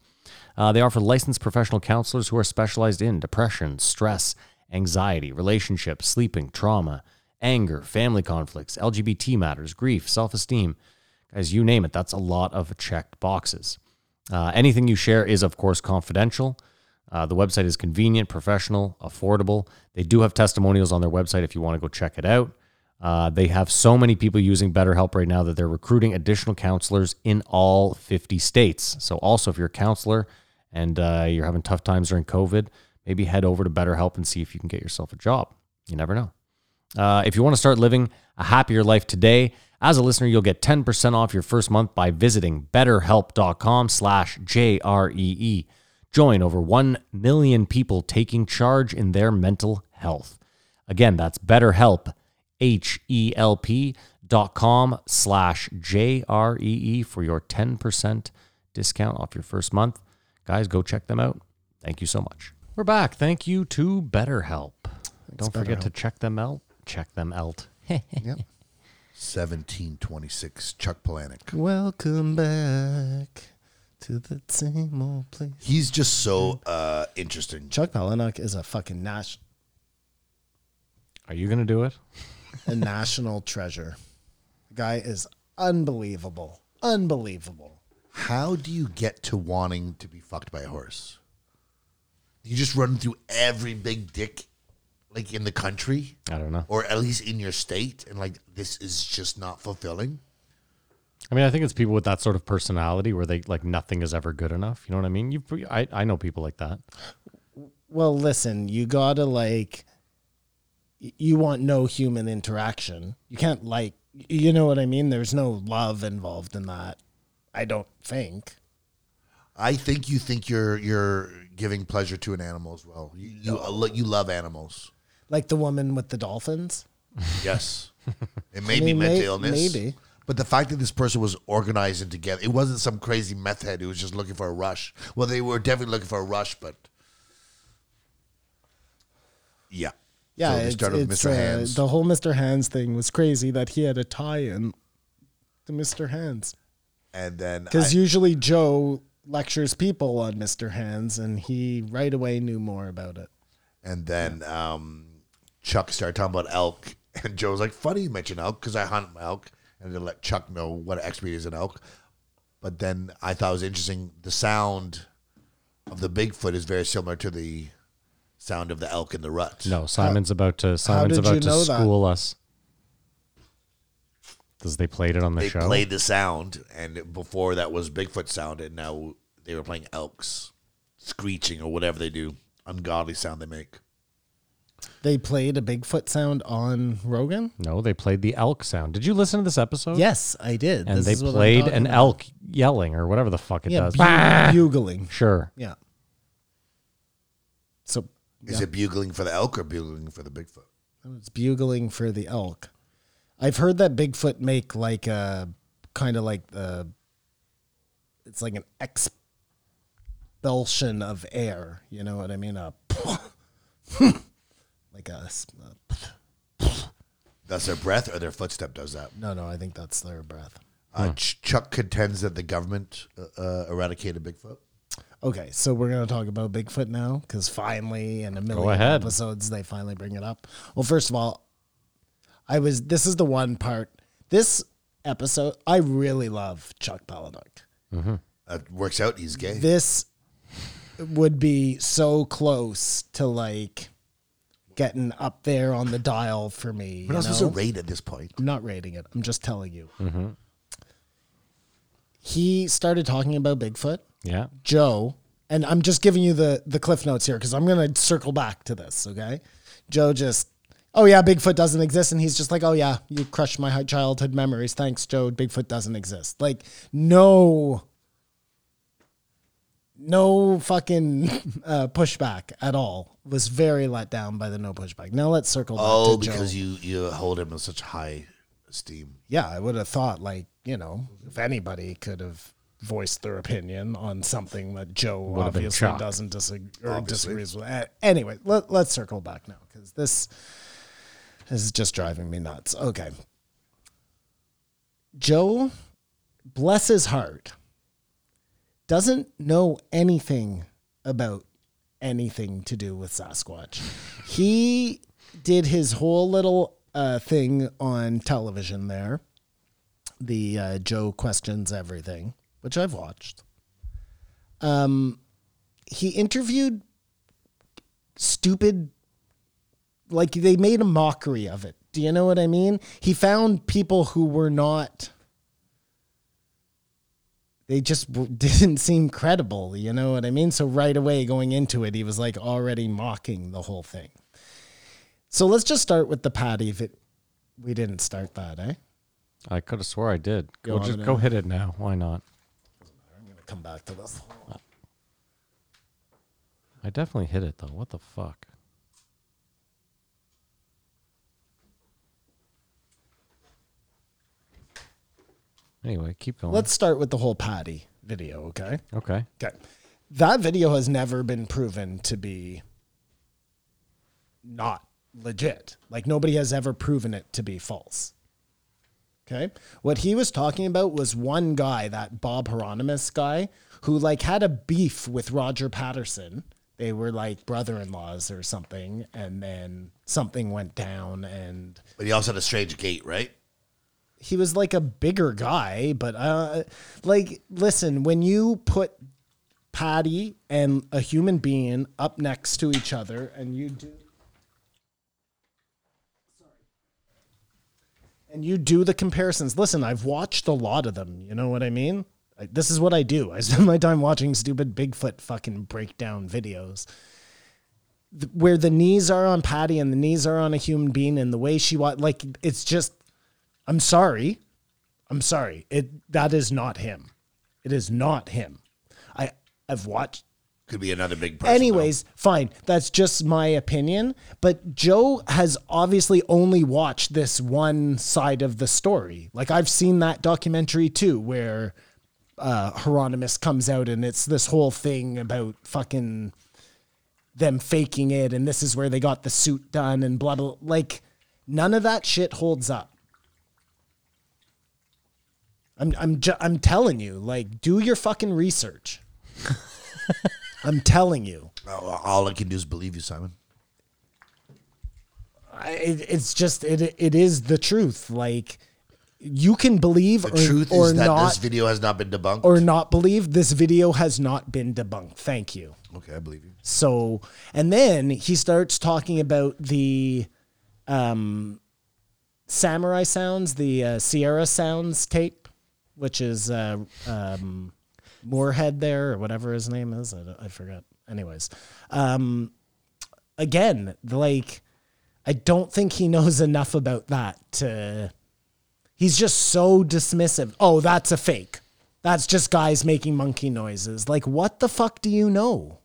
Uh, they offer licensed professional counselors who are specialized in depression, stress, anxiety, relationships, sleeping, trauma, anger, family conflicts, LGBT matters, grief, self esteem. Guys, you name it, that's a lot of checked boxes. Uh, anything you share is, of course, confidential. Uh, the website is convenient, professional, affordable. They do have testimonials on their website if you want to go check it out. Uh, they have so many people using BetterHelp right now that they're recruiting additional counselors in all 50 states. So, also, if you're a counselor and uh, you're having tough times during COVID, maybe head over to BetterHelp and see if you can get yourself a job. You never know. Uh, if you want to start living a happier life today, as a listener, you'll get 10% off your first month by visiting betterhelp.com slash E J-R-E-E. Join over 1 million people taking charge in their mental health. Again, that's BetterHelp, H-E-L-P dot com slash J-R-E-E E for your 10% discount off your first month. Guys, go check them out. Thank you so much. We're back. Thank you to BetterHelp. Don't forget to check them out. Check them out.
1726 Chuck Palahniuk.
Welcome back to the same old place.
He's just so uh, interesting.
Chuck Palahniuk is a fucking nas-
Are you going to do it?
a national treasure. The guy is unbelievable. Unbelievable.
How do you get to wanting to be fucked by a horse? You just run through every big dick, like in the country,
I don't know.
or at least in your state, and like this is just not fulfilling.
I mean, I think it's people with that sort of personality where they like nothing is ever good enough. You know what I mean? You, I, I know people like that.
Well, listen, you gotta like, y- you want no human interaction. You can't like, you know what I mean? There's no love involved in that. I don't think.
I think you think you're you're giving pleasure to an animal as well. You you, lo- you love animals.
Like the woman with the dolphins.
Yes, it may
I
be
mean,
mental
may-
illness.
maybe.
But the fact that this person was organizing together, it wasn't some crazy meth head who was just looking for a rush. Well, they were definitely looking for a rush, but yeah,
Yeah,
So they
it's,
started with
it's,
Mr.
uh,
Hands.
the whole Mr. Hands thing was crazy that he had a tie-in to Mr. Hands.
and then
Because
I-
usually Joe lectures people on Mr. Hands, and he right away knew more about it.
and then um, Chuck started talking about elk, and Joe's like, "Funny you mention elk because I hunt elk," and then let Chuck know what XP is an elk. But then I thought it was interesting. The sound of the Bigfoot is very similar to the sound of the elk in the rut.
No, Simon's about to Simon's
did you
about to
know that?
school us. Because they played it on the
they
show.
played the sound, and before that was Bigfoot sound, and now they were playing elks screeching or whatever they do, ungodly sound they make.
They played a Bigfoot sound on Rogan.
No, they played the elk sound. Did you listen to this episode?
Yes, I did.
And
This is
they
what I'm
played
talking
an
about.
elk yelling or whatever the fuck it
Yeah,
does.
bu- bugling.
Sure.
Yeah. So
Is it bugling for the elk or bugling for the Bigfoot?
it's bugling for the elk. I've heard that Bigfoot make like a kind of like the. It's like an expulsion of air. You know what I mean? A like a s- a
That's their breath or their footstep does that.
No, no, I think that's their breath.
Uh, Ch- Chuck contends that the government uh, uh, eradicated Bigfoot.
Okay, so we're gonna talk about Bigfoot now because finally, in a million
ahead.
episodes, they finally bring it up. Well, first of all, I was. This is the one part. This episode, I really love Chuck Palahniuk.
That Uh, works out. He's gay.
This would be so close to like getting up there on the dial for me. you
We're not supposed to
know?
rate at this point.
I'm not rating it. I'm just telling you. He started talking about Bigfoot.
Yeah.
Joe, and I'm just giving you the the cliff notes here because I'm gonna circle back to this. Okay, Joe just, oh yeah, Bigfoot doesn't exist, and he's just like, oh yeah, you crushed my hi- childhood memories. Thanks, Joe. Bigfoot doesn't exist. Like no, no fucking uh, pushback at all. Was very let down by the no pushback. Now let's circle back
Oh,
to Joe.
because you, you hold him in such high esteem.
yeah, I would have thought like you know if anybody could have voiced their opinion on something that Joe
have been
obviously
Chuck.
doesn't disagree or disagrees with. A- Anyway, let, let's circle back now because this is just driving me nuts. Okay, Joe, bless his heart, doesn't know anything about anything to do with Sasquatch. he did his whole little uh, thing on television there. The uh, Joe questions everything, which I've watched. Um, he interviewed stupid, like they made a mockery of it. Do you know what I mean? He found people who were not they just w- didn't seem credible. You know what I mean? So right away going into it, he was like already mocking the whole thing. So let's just start with the patty. If it, we didn't start that, eh?
I could have swore I did. Go,
on
just
it,
go
Adam.
hit it now. Why not?
Come back to this.
I definitely hit it though. What the fuck? Anyway, keep going.
Let's start with the whole Patty video, okay?
okay.
Okay. That video has never been proven to be not legit. Like nobody has ever proven it to be false. Okay. What he was talking about was one guy, that Bob Hieronymus guy, who like had a beef with Roger Patterson. They were like brother in laws or something. And then something went down and
But he also had a strange gait, right?
he was like a bigger guy, but uh, like listen, when you put Patty and a human being up next to each other, and you do, sorry, and you do the comparisons. Listen, I've watched a lot of them. You know what I mean? I, this is what I do. I spend my time watching stupid Bigfoot fucking breakdown videos where the knees are on Patty and the knees are on a human being and the way she wa- like it's just I'm sorry. I'm sorry. It that is not him. It is not him. I I've watched
Could be another big person. though.
Anyways, fine. That's just my opinion, but Joe has obviously only watched this one side of the story. Like I've seen that documentary too where uh Hieronymus comes out and it's this whole thing about fucking them faking it and this is where they got the suit done and blah blah like none of that shit holds up i'm i'm ju- i'm telling you like do your fucking research i'm telling you
All- all I can do is believe you, Simon.
I, it, it's just it it is the truth like you can believe
The
or,
truth
or
is that
not
this video has not been debunked.
or not believe this video has not been debunked thank you
okay, I believe you.
So, and then he starts talking about the um, samurai sounds, the uh, Sierra sounds tape, which is uh, um, Moorhead there or whatever his name is. I, don't- I forgot. Anyways, um, again, like I don't think he knows enough about that to. He's just so dismissive. Oh, that's a fake. That's just guys making monkey noises. Like, what the fuck do you know?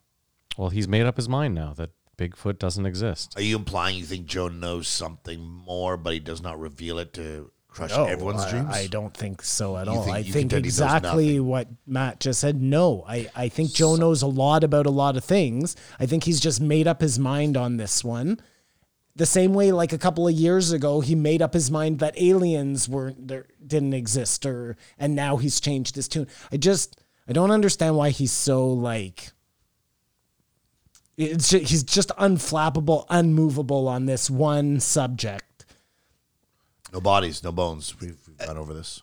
Well, he's made up his mind now that Bigfoot doesn't exist.
Are you implying you think Joe knows something more, but he does not reveal it to crush
No,
everyone's
Oh, I,
dreams?
I don't think so at
You
all.
think-
I
you
think
contend he knows
exactly
nothing?
what Matt just said. No, I, I think Joe knows a lot about a lot of things. I think he's just made up his mind on this one. The same way, like a couple of years ago, he made up his mind that aliens weren't there, didn't exist, or and now he's changed his tune. I just I don't understand why he's so like. It's ju- he's just unflappable, unmovable on this one subject.
No bodies, no bones. We've, we've gone over this.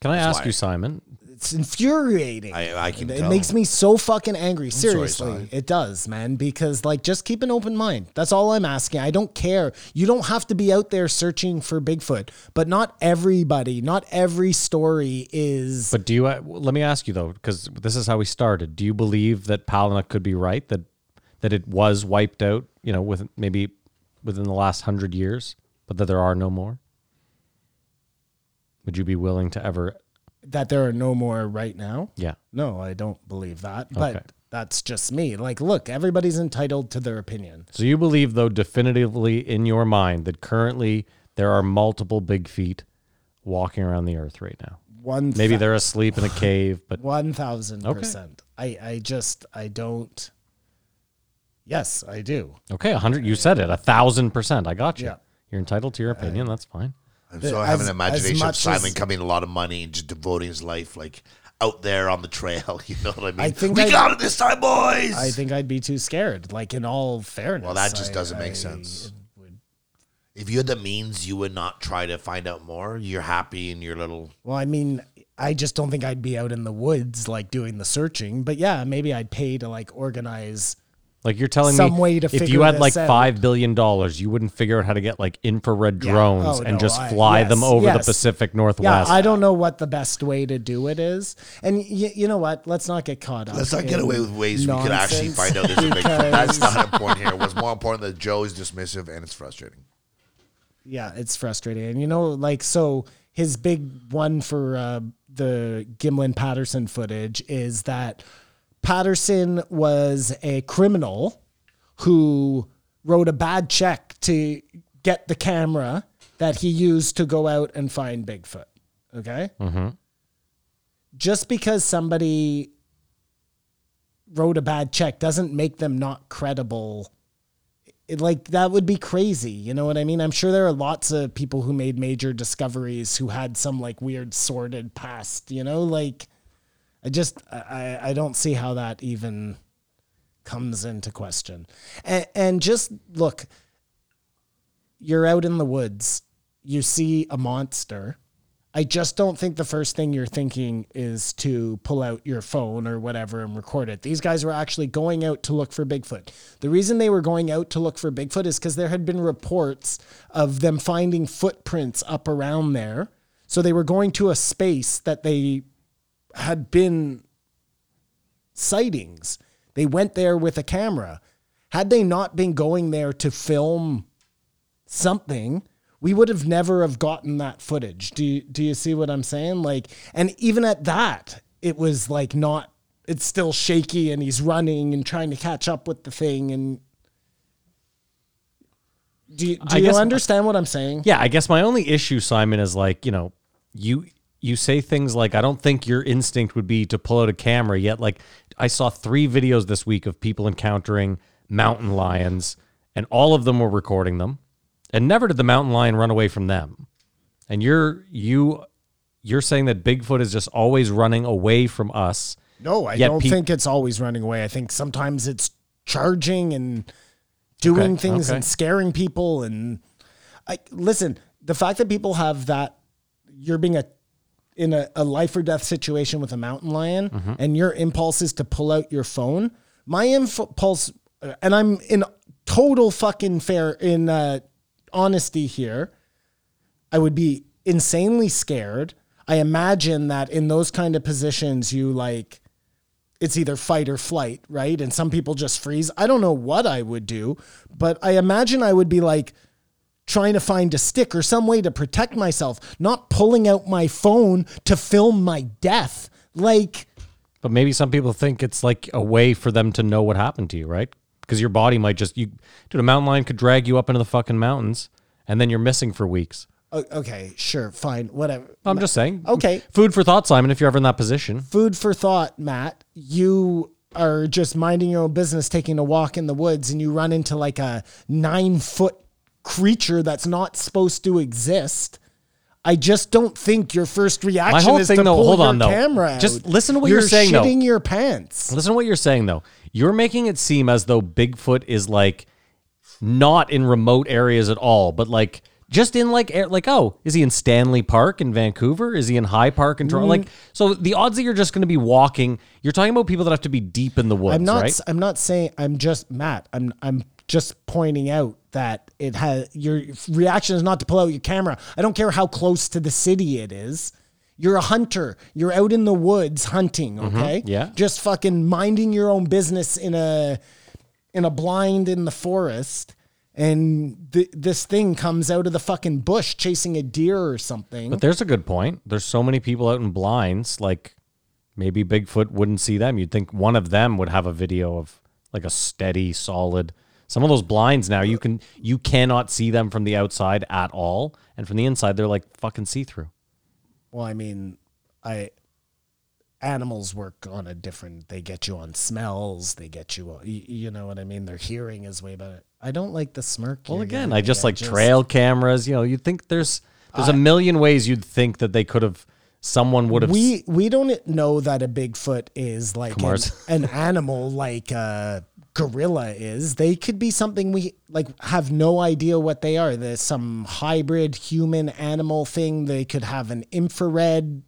Can I ask
why-
you, Simon?
It's infuriating.
I, I can
It
tell.
makes me so fucking angry.
sorry,
Seriously,
Sai.
it does, man. Because like, just keep an open mind. That's all I'm asking. I don't care. You don't have to be out there searching for Bigfoot. But not everybody, not every story is.
But do you? uh, Let me ask you though, because this is how we started. Do you believe that Palina could be right that that it was wiped out? You know, with maybe within the last hundred years, but that there are no more. Would you be willing to ever?
that there are no more right now.
Yeah.
No, I don't believe that. But
Okay.
that's just me. Like, look, everybody's entitled to their opinion.
So you believe though definitively in your mind that currently there are multiple big feet walking around the earth right now.
One
Maybe
fa-
they're asleep in a cave, but
One thousand percent. I I just I don't. Yes, I do.
okay, a hundred. You said it, a thousand percent. I got you.
Yeah.
You're entitled to your opinion. That's fine.
I'm so
as-
having an
as
imagination of
much
Simon
as-
coming a lot of money and just devoting his life like out there on the trail. You know what I mean?
I think
we
I-
got it this time, boys.
I think I'd be too scared. Like in all fairness.
Well, that just
I-
doesn't
I-
make sense. If you had the means, you would not try to find out more. You're happy in your little.
Well, I mean, I just don't think I'd be out in the woods like doing the searching. But yeah, maybe I'd pay to like organize.
Like you're telling
Some
me,
way to
if
figure
you had
this
like
out.
five billion dollars, you wouldn't figure out how to get like infrared
Yeah.
drones
Oh,
and
no,
just
I-
fly them
yes,
over
yes.
the Pacific
Yeah,
Northwest.
I don't know what the best way to do it is. And y- you know what? Let's not get caught up.
Let's not get
in
away with ways we could actually
nonsense.
find out this. big
Because-
That's not important here. What's more important that Joe is dismissive and it's frustrating.
yeah, it's frustrating. And you know, like so his big one for uh, the Gimlin Patterson footage is that Patterson was a criminal who wrote a bad check to get the camera that he used to go out and find Bigfoot. Okay. Just because somebody wrote a bad check doesn't make them not credible. It, like that would be crazy. You know what I mean? I'm sure there are lots of people who made major discoveries who had some like weird sordid past. You know, like I just I I I don't see how that even comes into question. And, and just look, you're out in the woods, you see a monster. I just don't think the first thing you're thinking is to pull out your phone or whatever and record it. These guys were actually going out to look for Bigfoot. The reason they were going out to look for Bigfoot is because there had been reports of them finding footprints up around there. So they were going to a space that they had been sightings. They went there with a camera. Had they not been going there to film something, we would have never have gotten that footage. Do you, do you see what I'm saying? Like, and even at that, it was like not. It's still shaky, and he's running and trying to catch up with the thing. And do you, do
I
you
guess-
understand what I'm saying?
Yeah, I guess my only issue, Simon, is like you know, you you say things like, "I don't think your instinct would be to pull out a camera." Yet, like I saw three videos this week of people encountering mountain lions, and all of them were recording them, and never did the mountain lion run away from them. And you're you you're saying that Bigfoot is just always running away from us.
No, I
Yet
don't
peop-
think it's always running away. I think sometimes it's charging and doing
Okay,
things
okay.
and scaring people. And I listen, the fact that people have that you're being a in a, a life or death situation with a mountain lion
Mm-hmm.
and your impulse is to pull out your phone. My impulse, and I'm in total fucking fair in uh, honesty here. I would be insanely scared. I imagine that in those kind of positions, you like it's either fight or flight, right? And some people just freeze. I don't know what I would do, but I imagine I would be like trying to find a stick or some way to protect myself, not pulling out my phone to film my death. Like,
But maybe some people think it's like a way for them to know what happened to you, right? Because your body might just you, dude. A mountain lion could drag you up into the fucking mountains, and then you're missing for weeks.
o- okay, sure, fine, whatever.
I'm just saying.
Okay.
Food for thought, Simon, if you're ever in that position.
food for thought, Matt. You are just minding your own business, taking a walk in the woods, and you run into like a nine foot creature that's not supposed to exist. I just don't think your first reaction
whole
is
thing,
to
though-
pull
hold
your
on, though.
camera.
Just
out.
listen to what you're saying, though.
Shitting your pants.
Listen to what you're saying, though. You're making it seem as though Bigfoot is like not in remote areas at all, but like just in like air, like oh, is he in Stanley Park in Vancouver? Is he in High Park in
Mm-hmm.
Toronto? Like so, the odds that you're just going to be walking. You're talking about people that have to be deep in the woods,
I'm not.
right?
s- I'm not saying. I'm just Matt. I'm. I'm just pointing out that it has your reaction is not to pull out your camera. I don't care how close to the city it is. You're a hunter. You're out in the woods hunting. Okay.
Mm-hmm. yeah.
Just fucking minding your own business in a in a blind in the forest. And th- this thing comes out of the fucking bush chasing a deer or something.
But there's a good point. There's so many people out in blinds. Like maybe Bigfoot wouldn't see them. You'd think one of them would have a video of like a steady, solid. Some of those blinds now you can you cannot see them from the outside at all, and from the inside they're like fucking see through.
Well, I mean, I animals work on a different. They get you on smells. They get you. on- You, you know what I mean. Their hearing is way better. I don't like the smirk.
Well,
you're
again,
giving
I
me.
just like trail cameras. You know, you'd think there's there's a million ways you'd think that they could have someone would have.
We we don't e, know that a Bigfoot is like an,
Kamars.
an animal like a gorilla is. They could be something we like have no idea what they are. There's some hybrid human animal thing. They could have an infrared,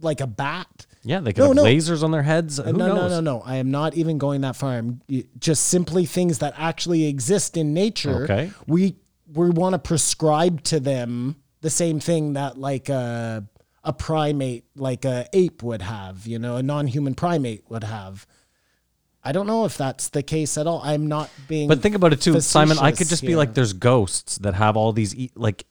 like a bat.
yeah, they could
No,
have
no.
lasers on their heads. Who
no,
knows?
no, no, no. I am not even going that far. I'm y- just simply things that actually exist in nature.
Okay.
We we want to prescribe to them the same thing that like a a primate, like a ape would have. You know, a non-human primate would have. I don't know if that's the case at all. I'm not being.
But think about it too, Simon. I could
facetious
just be
here.
like, there's ghosts that have all these. E- like,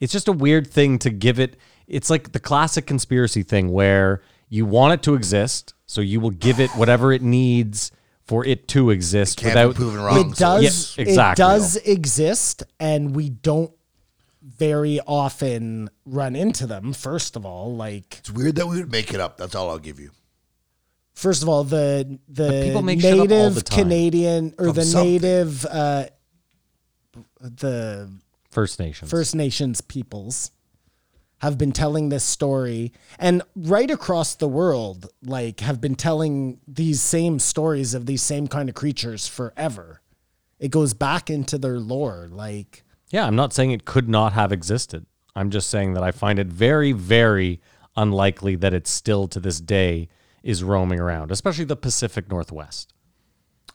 it's just a weird thing to give it. It's like the classic conspiracy thing where you want it to exist, so you will give it whatever it needs for it to exist
Can't
without
be proven wrong.
it
so
does
it's-
Yeah, exactly.
it does exist and we don't very often run into them, first of all. Like
It's weird that we would make it up. That's all I'll give you.
first of all, the the
people make shit up all
native
the time.
Canadian or
From
the
something.
native uh the
First Nations.
First Nations peoples have been telling this story and right across the world like have been telling these same stories of these same kind of creatures forever. It goes back into their lore like
Yeah, I'm not saying it could not have existed. I'm just saying that I find it very, very unlikely that it still to this day is roaming around, especially the Pacific Northwest.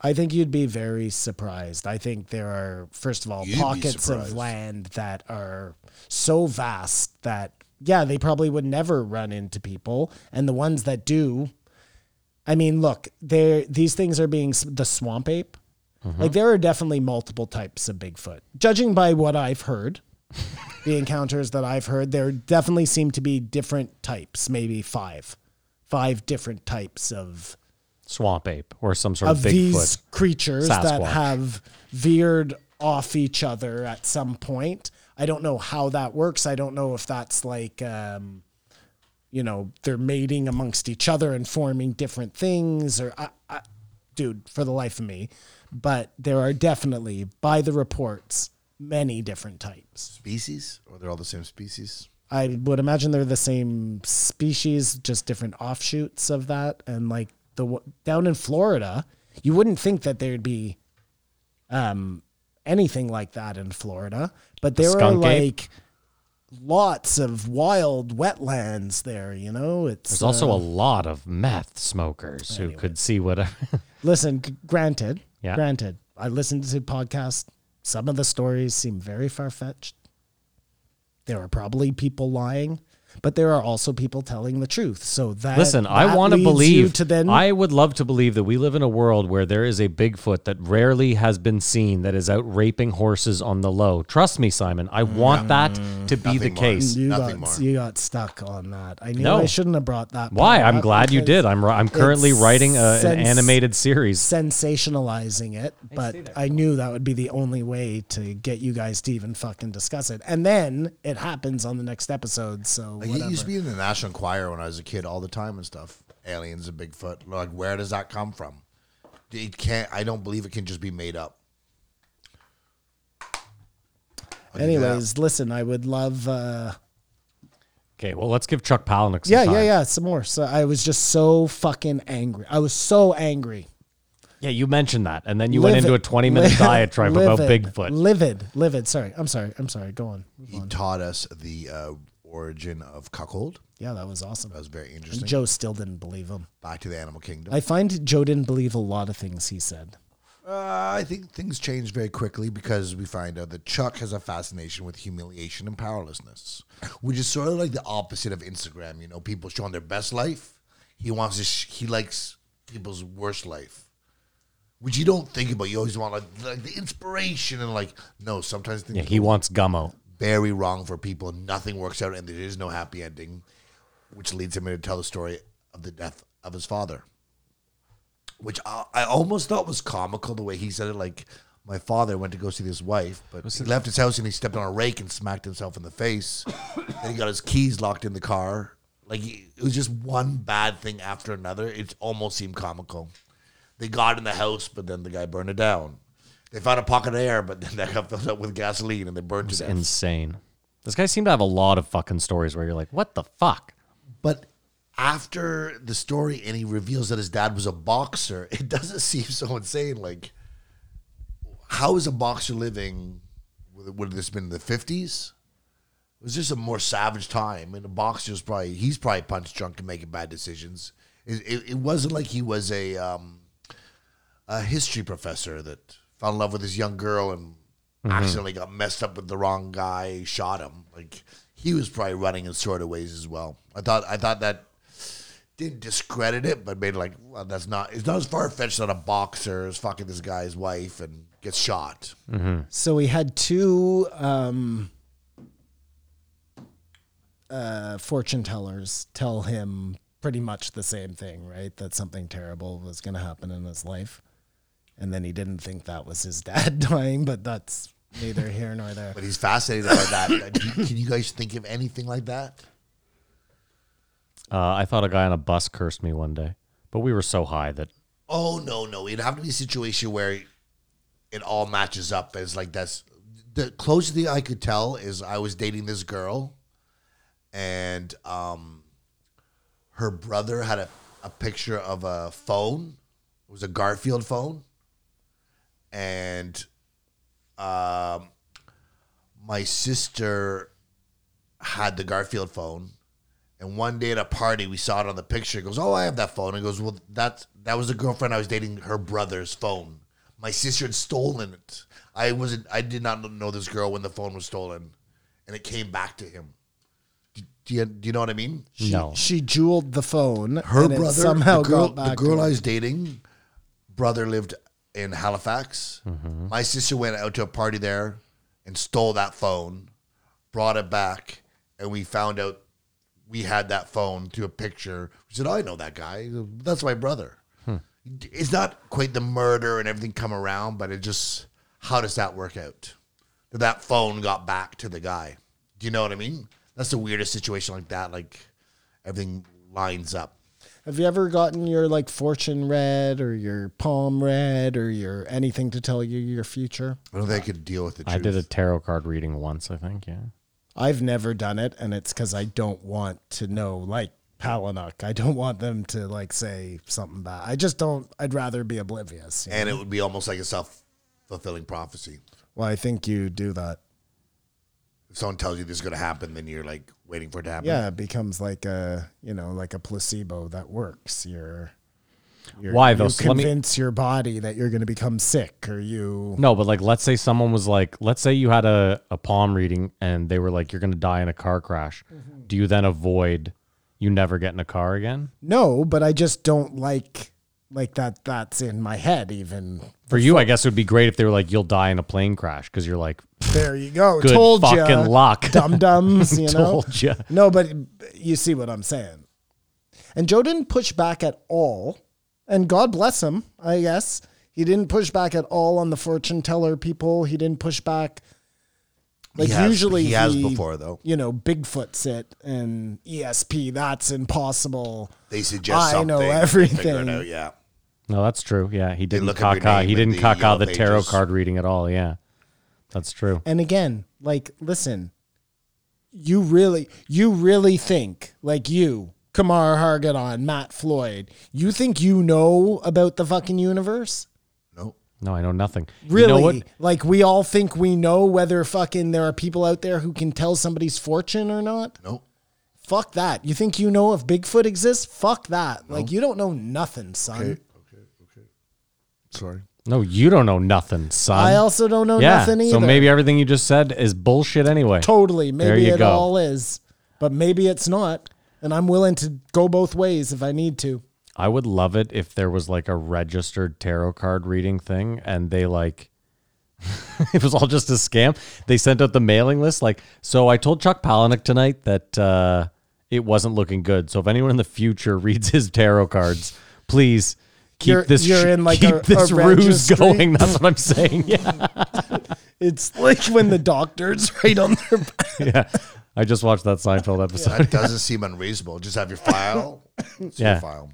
I think you'd be very surprised. I think there are, first of all,
You'd be
pockets of
surprised.
land that are so vast that, yeah, they probably would never run into people. And the ones that do, I mean, look, there these things are being s- the swamp ape.
Mm-hmm.
Like there are definitely multiple types of Bigfoot. Judging by what I've heard, the encounters that I've heard, there definitely seem to be different types, maybe five, five different types of
Swamp ape or some sort of,
of
Bigfoot.
these creatures that
Sasquatch.
have veered off each other at some point. I don't know how that works. I don't know if that's like, um, you know, they're mating amongst each other and forming different things, or I, I, dude, for the life of me. But there are definitely, by the reports, many different types.
Species? Or they're all the same species?
I would imagine they're the same species, just different offshoots of that. And like the w- down in Florida, you wouldn't think that there'd be um, anything like that in Florida, but there are
skunk ape?
like lots of wild wetlands there. You know, it's
There's also a lot of meth smokers who could see whatever.
listen. g- Granted,
Yeah.
granted, I listened to podcasts. Some of the stories seem very far fetched. There are probably people lying, but there are also people telling the truth. So that
Listen, I
that
want to
leads you
believe.
to then
I would love to believe that we live in a world where there is a Bigfoot that rarely has been seen that is out raping horses on the low. Trust me, Simon. I want that
Mm,
to be the
Nothing more.
case.
you got,
Nothing more.
you got stuck on that. I knew
No.
I shouldn't have brought that.
Why?
part
I'm
up
glad you
because-
did. I'm ri- I'm currently
it's
writing a, an
sense-
animated series.
sensationalizing it, but I knew that would be the only way to get you guys to even fucking discuss it. And then it happens on the next episode, so
Like,
whatever.
it used to be in the National Choir when I was a kid all the time and stuff. Aliens and Bigfoot. Like, where does that come from? It can't, I don't believe it can just be made up. I'll give you that.
Anyways, listen, I would love uh
Okay, well, let's give Chuck Palahniuk some
yeah,
time.
yeah, yeah, some more. So I was just so fucking angry. I was so angry.
Yeah, you mentioned that, and then you went
Livid.
into a 20 minute
Li-
diatribe about
livid.
Bigfoot.
Livid, livid. Sorry. I'm sorry. I'm sorry. Go on.
He taught us the uh, origin of cuckold.
Yeah, that was awesome.
That was very interesting.
Joe still didn't believe him.
Back to the animal kingdom.
I find Joe didn't believe a lot of things he said.
Uh, I think things change very quickly because we find out that Chuck has a fascination with humiliation and powerlessness, which is sort of like the opposite of Instagram. You know, people showing their best life. He wants to. Sh- he likes people's worst life, which you don't think about. You always want like, like the inspiration and like no. Sometimes things
Yeah, he wants gummo.
very wrong for people. Nothing works out, and there is no happy ending, which leads him to tell the story of the death of his father, which I, I almost thought was comical the way he said it. Like my father went to go see his wife, but he left his house and he stepped on a rake and smacked himself in the face. then he got his keys locked in the car. Like he- it was just one bad thing after another. It almost seemed comical. They got in the house, but then the guy burned it down. They found a pocket of air, but then that got filled up with gasoline and they burned it to death.
Insane. This guy seemed to have a lot of fucking stories where you're like, what the fuck?
But after the story and he reveals that his dad was a boxer, it doesn't seem so insane. Like, how is a boxer living? Would would this have been in the 50s? It was just a more savage time. And a boxer's probably, he's probably punch drunk and making bad decisions. It, it, it wasn't like he was a, um, a history professor that fell in love with this young girl and accidentally got messed up with the wrong guy, shot him. Like he was probably running in sort of ways as well. I thought I thought that didn't discredit it, but made like well, that's not it's not as far fetched that a boxer is fucking this guy's wife and gets shot.
So we had two um, uh, fortune tellers tell him pretty much the same thing, right? That something terrible was going to happen in his life. And then he didn't think that was his dad dying, but that's neither here nor there.
But he's fascinated by that. Do you- Can you guys think of anything like that?
Uh, I thought a guy on a bus cursed me one day, but we were so high that
Oh no, no, it'd have to be a situation where it all matches up. It's like that's the closest thing I could tell is I was dating this girl, and um, her brother had a, a picture of a phone. It was a Garfield phone, and um, my sister had the Garfield phone. And one day at a party, we saw it on the picture. It goes, "Oh, I have that phone." It goes, "Well, that's that was the girlfriend I was dating. Her brother's phone. My sister had stolen it. I wasn't. I did not know this girl when the phone was stolen, and it came back to him. Do, do you do you know what I mean?
no,
She jeweled the phone.
Her
and it
brother,
somehow
the girl,
got back
the girl I was dating, brother lived in Halifax. My sister went out to a party there and stole that phone, brought it back, and we found out we had that phone through a picture. We said, "Oh, "I know that guy. That's my brother." It's not quite the murder and everything come around, but it just how does that work out? That that phone got back to the guy. Do you know what I mean? That's the weirdest situation like that. Like everything lines up.
Have you ever gotten your like fortune read or your palm read or your anything to tell you your future?
I don't think I could deal with the truth.
I did a tarot card reading once. I think, yeah.
I've never done it, and it's because I don't want to know like Palinuk. I don't want them to like say something bad. I just don't. I'd rather be oblivious. you know?
and it would be almost like a self fulfilling prophecy.
Well, I think you do that.
If someone tells you this is going to happen, then you're like waiting for it to happen.
Yeah, it becomes like a you know like a placebo that works. You're, you're
Why, though?
You
So let me-
convince your body that you're going to become sick, or you
No, but like, let's say someone was like, let's say you had a, a palm reading and they were like, you're going to die in a car crash.
Mm-hmm.
Do you then avoid you never get in a car again?
No, but I just don't like like that that's in my head even.
For you, I guess it would be great if they were like, you'll die in a plane crash because you're like,
There you go.
Good
Told ya.
fucking luck.
Dum dums, you know.
Told ya.
No, but you see what I'm saying. And Joe didn't push back at all. And God bless him, I guess. He didn't push back at all on the fortune teller people. He didn't push back. Like
He has-
usually
he has before, though.
You know, Bigfoot's it and ESP, that's impossible.
They suggest
I
something.
know
they Figure
everything.
it out, yeah.
no, that's true. Yeah. He didn't
look up your
caca.
name
He
in
didn't
the
caca
Yellow
the tarot
Pages.
card reading at all. Yeah. That's true.
And again, like, listen, you really, you really think, like you, Kamar Hargadon, Matt Floyd, you think you know about the fucking universe?
No.
No, I know nothing.
Really?
You know what?
Like, we all think we know whether fucking there are people out there who can tell somebody's fortune or not?
No.
Fuck that. You think you know if Bigfoot exists? Fuck that. Like, you don't know nothing, son.
Sorry.
No, you don't know nothing, son.
I also don't know
yeah.
nothing either.
So maybe everything you just said is bullshit anyway.
totally.
There
Maybe
you
it
go.
all is, but maybe it's not. And I'm willing to go both ways if I need to.
I would love it if there was like a registered tarot card reading thing and they like it was all just a scam. They sent out the mailing list like, so I told Chuck Palahniuk tonight that uh, it wasn't looking good. So if anyone in the future reads his tarot cards, please keep
You're-
this
you're in, like,
keep
a-
this
a
ruse
registry?
going. That's what I'm saying. Yeah,
It's like when the doctors right on their back.
yeah. I just watched that Seinfeld episode.
That doesn't seem unreasonable. Just have your file. It's
Yeah.
your file.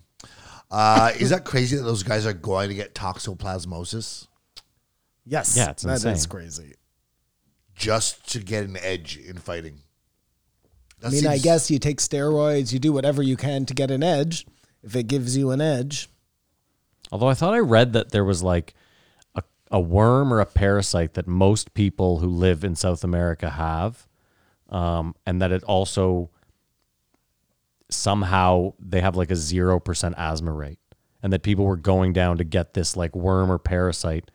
Uh, is that crazy that those guys are going to get toxoplasmosis
Yes.
Yeah, it's
that is
insane.
crazy.
just to get an edge in fighting? That
I mean, I
seems-
guess you take steroids, you do whatever you can to get an edge. If it gives you an edge,
Although I thought I read that there was like a, a worm or a parasite that most people who live in South America have, um, and that it also somehow they have like a 0% asthma rate, and that people were going down to get this like worm or parasite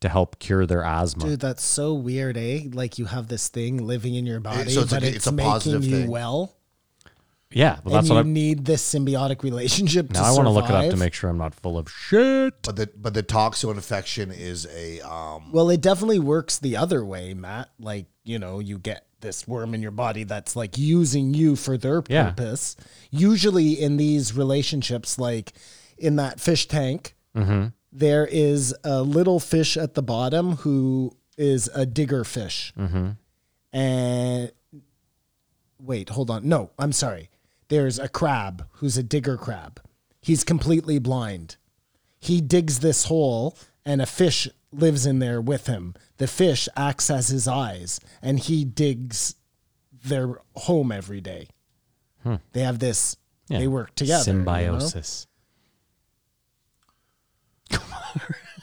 to help cure their asthma.
dude, that's so weird, eh? Like you have this thing living in your body,
so it's
but
like
it's,
a- it's a
making
positive
you
thing.
well,
yeah, well,
and
that's
you
what I'm.
need this symbiotic relationship.
Now I want to look it up to
survive.
make sure I'm not full of shit.
But the but the toxo infection is a um,
Well, it definitely works the other way, Matt. Like, you know, you get this worm in your body that's like using you for their
Yeah.
purpose. Usually in these relationships, like in that fish tank, there is a little fish at the bottom who is a digger fish. And wait, hold on. No, I'm sorry. There's a crab who's a digger crab. He's completely blind. He digs this hole and a fish lives in there with him. The fish acts as his eyes and he digs their home every day. They have this,
Hmm. Yeah.
they work together. you know?
Symbiosis.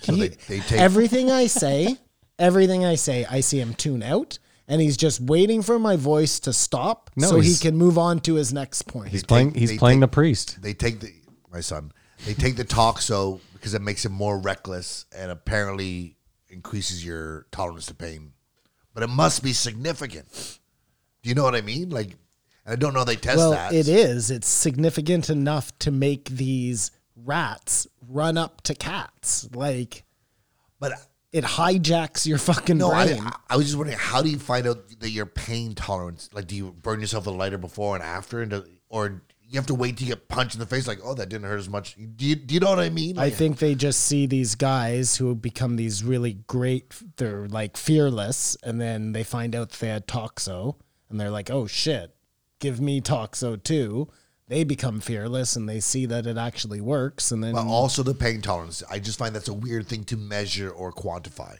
So they, they take
everything I say, everything I say, I see him tune out, and he's just waiting for my voice to stop
No,
so he
he's-
can move on to his next point.
He's playing.
take-
He's
they
playing
take-
the priest.
they take the my son. They take the toxo because it makes him more reckless and apparently increases your tolerance to pain. But it must be significant. Do you know what I mean? Like I don't know they test
well,
that.
it is. It's significant enough to make these rats run up to cats. Like
But
it hijacks your fucking
no,
brain.
I, I was just wondering how do you find out that your pain tolerance? Like do you burn yourself with a lighter before and after and do- or you have to wait till you get punched in the face like, "Oh, that didn't hurt as much." Do you, do you know what I mean?
I
Like,
think they just see these guys who become these really great. They're like fearless, and then they find out they had Toxo, and they're like, "Oh shit, give me Toxo too." They become fearless, and they see that it actually works, and then
but also the pain tolerance. I just find that's a weird thing to measure or quantify.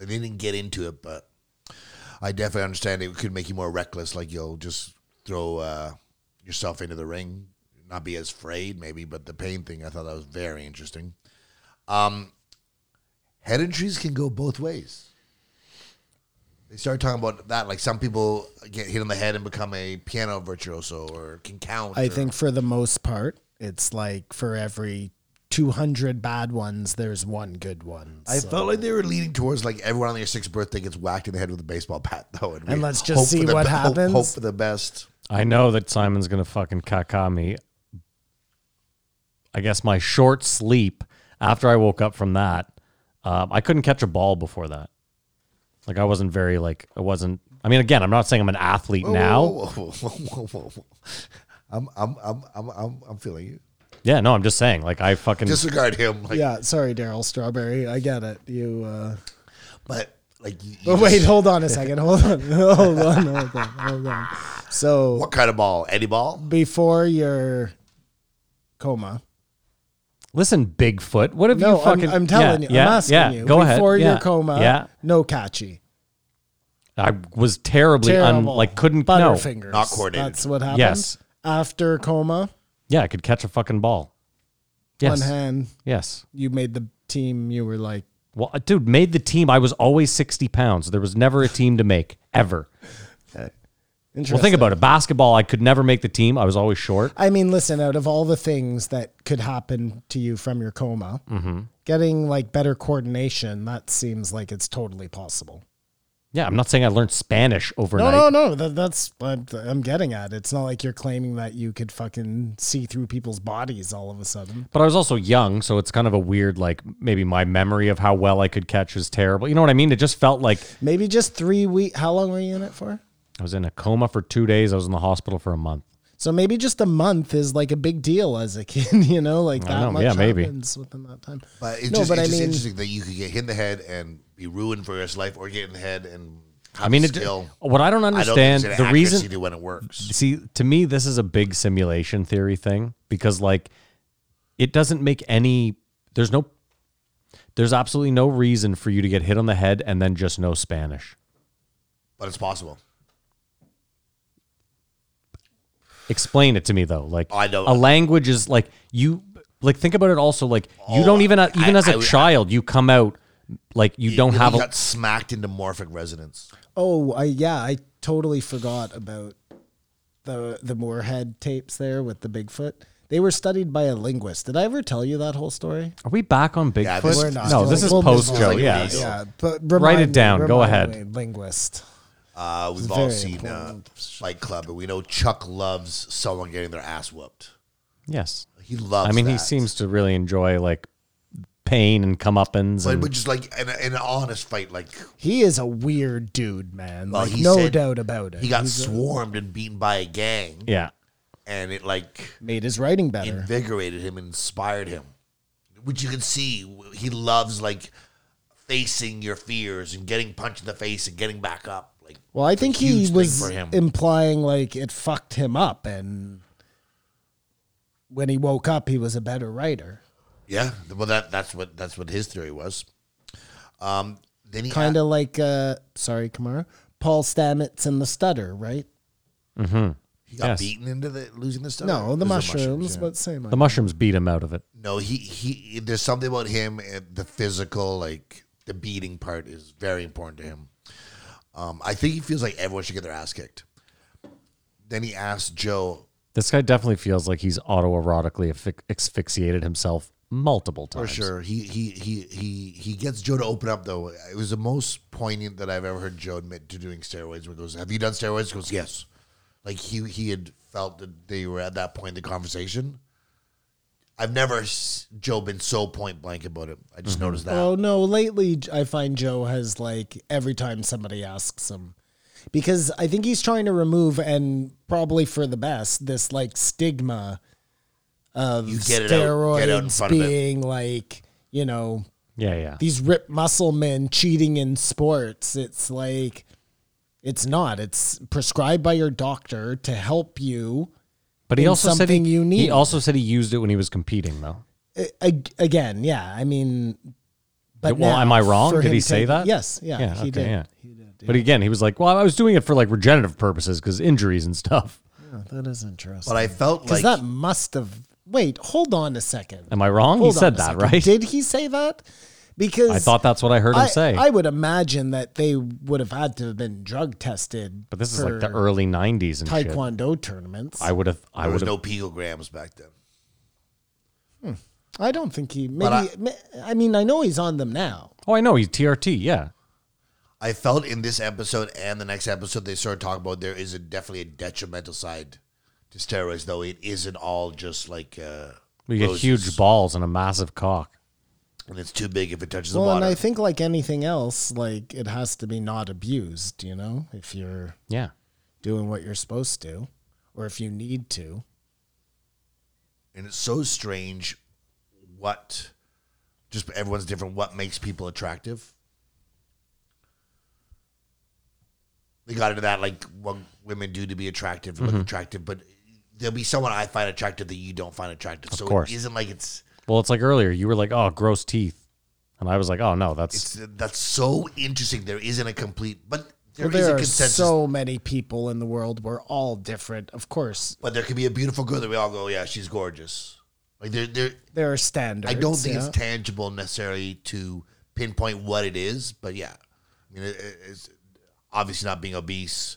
Like, They didn't get into it, but I definitely understand it could make you more reckless. Like you'll just throw uh, yourself into the ring, not be as afraid, maybe. But the pain thing, I thought that was very interesting. Um, head injuries can go both ways. They started talking about that. Like some people get hit on the head and become a piano virtuoso, or can count.
I
or-
think for the most part, it's like for every two hundred bad ones, there's one good one.
I
So-
felt like they were leading towards like everyone on their sixth birthday gets whacked in the head with a baseball bat, though. And, we
And let's just
hope for
see
the
what
be- hope-
happens.
Hope for the best.
I know that Simon's gonna fucking caca me. I guess my short sleep after I woke up from that, um, I couldn't catch a ball before that. Like I wasn't very like I wasn't. I mean, again, I'm not saying I'm an athlete now.
Whoa, whoa, whoa, whoa, whoa, whoa. I'm, I'm, I'm, I'm, I'm, I'm feeling you.
Yeah, no, I'm just saying. Like I fucking
Disregard him, like,
yeah, sorry, Daryl Strawberry. I get it. You. Uh,
but like, you, you
But
just-
wait, hold on a second. Hold on. Hold on. Hold on. Hold on. So
what kind of ball? Eddie ball?
before your coma.
listen, Bigfoot. What have
No,
you fucking?
I'm, I'm telling you.
yeah,
I'm
yeah,
asking
yeah,
you.
Go ahead.
before
yeah,
your coma,
Yeah,
no catchy.
I was terribly un,
Terrible.
like couldn't no.
Butterfingers.
Not coordinated.
That's what happened.
Yes.
After coma,
Yeah, I could catch a fucking ball. Yes.
one hand,
Yes.
you made the team. You were like,
Well, uh, dude, made the team. I was always 60 pounds. There was never a team to make, ever.
interesting.
Well, think about it. Basketball, I could never make the team. I was always short.
I mean, listen, out of all the things that could happen to you from your coma,
Mm-hmm.
getting like better coordination, that seems like it's totally possible.
Yeah, I'm not saying I learned Spanish overnight.
No, no, no. That, that's what I'm getting at. It's not like you're claiming that you could fucking see through people's bodies all of a sudden.
But I was also young, so it's kind of a weird, like, maybe my memory of how well I could catch is terrible. You know what I mean? It just felt like
Maybe just three week. How long were you in it for?
I was in a coma for two days. I was in the hospital for a month.
So maybe just a month is like a big deal as a kid, you know, like that
know,
much
yeah, maybe.
happens within that time.
But it's
No,
just,
but
it's
I
just
mean-
interesting that you could get hit in the head and be ruined for your rest of life, or get in the head and have
I mean, it,
skill.
what I don't
I don't think
understand,
there's an
the
accuracy
reason,
to when it works.
see to me this is a big simulation theory thing because like it doesn't make any there's no there's absolutely no reason for you to get hit on the head and then just know spanish
But it's possible.
explain it to me though like
I don't-
a language is like you like think about it also like you don't even even
Oh, I-
as
I
a
would-
child you come out like you don't
You
have a
got smacked into morphic resonance.
Oh, I, yeah. I totally forgot about the, the Moorhead tapes there with the Bigfoot. They were studied by a linguist. Did I ever tell you that whole story?
are we back on bigfoot
Yeah, this- We're
not.
no this is
We'll move
post
on.
joe
Like,
yeah
please.
Yeah, but
Write it
remind me-
down. Go
remind
ahead.
me, linguist.
Uh, we've
very
all seen uh,
important.
Fight Club, and we know Chuck loves someone getting their ass whooped.
yes
He loves.
i mean he
that.
seems to really enjoy like pain and comeuppance
but,
and
but just like an, an honest fight. Like
He is a weird dude, man.
Well,
like,
he
no
said
doubt about it.
he got
He's, uh,
swarmed and beaten by a gang,
yeah
and it like
made his writing better.
invigorated him, and inspired him, which you can see. He loves like facing your fears and getting punched in the face and getting back up. Like,
Well, I think
huge
he
thing
was
for him.
implying like it fucked him up, and when he woke up, he was a better writer.
yeah, well that that's what that's what his theory was. Um, then he
Kind of like, uh, sorry, Kamara, Paul Stamets and the Stutter, right?
he got
Yes.
beaten into the losing the stuff.
No, the mushrooms,
yeah.
but same.
The mushrooms beat him out of it.
No, he he. There's something about him. uh, The physical, like the beating part, is very important to him. Um, I think he feels like everyone should get their ass kicked. Then he asked Joe,
This guy definitely feels like he's autoerotically asphy- asphyxiated himself multiple
For
times.
sure. He he he he he gets Joe to open up though. It was the most poignant that I've ever heard Joe admit to doing steroids where he goes, Have you done steroids? He goes, Yes. Like he he had felt that they were at that point in the conversation. I've never s- Joe been so point blank about it. I just
Mm-hmm.
noticed that.
Oh no, lately J- I find Joe has like every time somebody asks him because I think he's trying to remove and probably for the best this like stigma of
You get it out-
steroids
get out in front of it.
being like, you know,
Yeah, yeah.
these ripped muscle men cheating in sports. It's like it's not. It's prescribed by your doctor to help you.
But he
in
also said he,
something you
he
need.
also said he used it when he was competing though.
A- ag- again, yeah. I mean, but
Well,
now,
am I wrong?
for
Did
him
he say
to-
that?
Yes. Yeah.
Yeah,
he
okay,
did.
yeah.
He did.
But again, he was like, "Well, I was doing it for like regenerative purposes because injuries and stuff."
Oh, That is interesting.
But I felt
Because
like
that must have. Wait, hold on a second.
Am I wrong?
Hold
he
on
said
a
that,
second.
right?
Did he say that? Because
I thought that's what I heard him
I,
say.
I would imagine that they would have had to have been drug tested.
but this is like the
for
early '90s and shit.
Taekwondo tournaments.
I
I,
would have. I
there
would
was
have.
no picograms back then.
don't think he. Maybe.
But
I, I mean, I know he's on them now.
oh, I know. He's TRT. Yeah.
I felt in this episode and the next episode they started talking about there is a definitely a detrimental side to steroids, though it isn't all just like uh
We get
roses.
huge balls and a massive cock.
and it's too big if it touches
Well,
the water.
and I think like anything else, like it has to be not abused. You know, if you're
Yeah.
doing what you're supposed to, or if you need to.
and it's so strange what just everyone's different what makes people attractive they got into that like what women do to be attractive to
Mm-hmm.
look attractive but there'll be someone i find attractive that you don't find attractive so
course.
it isn't like it's
Well, it's like earlier. You were like, "Oh, gross teeth," and I was like, "Oh no, that's."
it's that's so interesting there isn't a complete but there
Well,
is
there
a
are
consensus
so many people in the world. We're all different. Of course,
but there could be a beautiful girl that we all go yeah she's gorgeous like there there
there are standards.
I don't think
yeah.
it's tangible necessarily to pinpoint what it is, but yeah, I mean, it, it- it's obviously not being obese,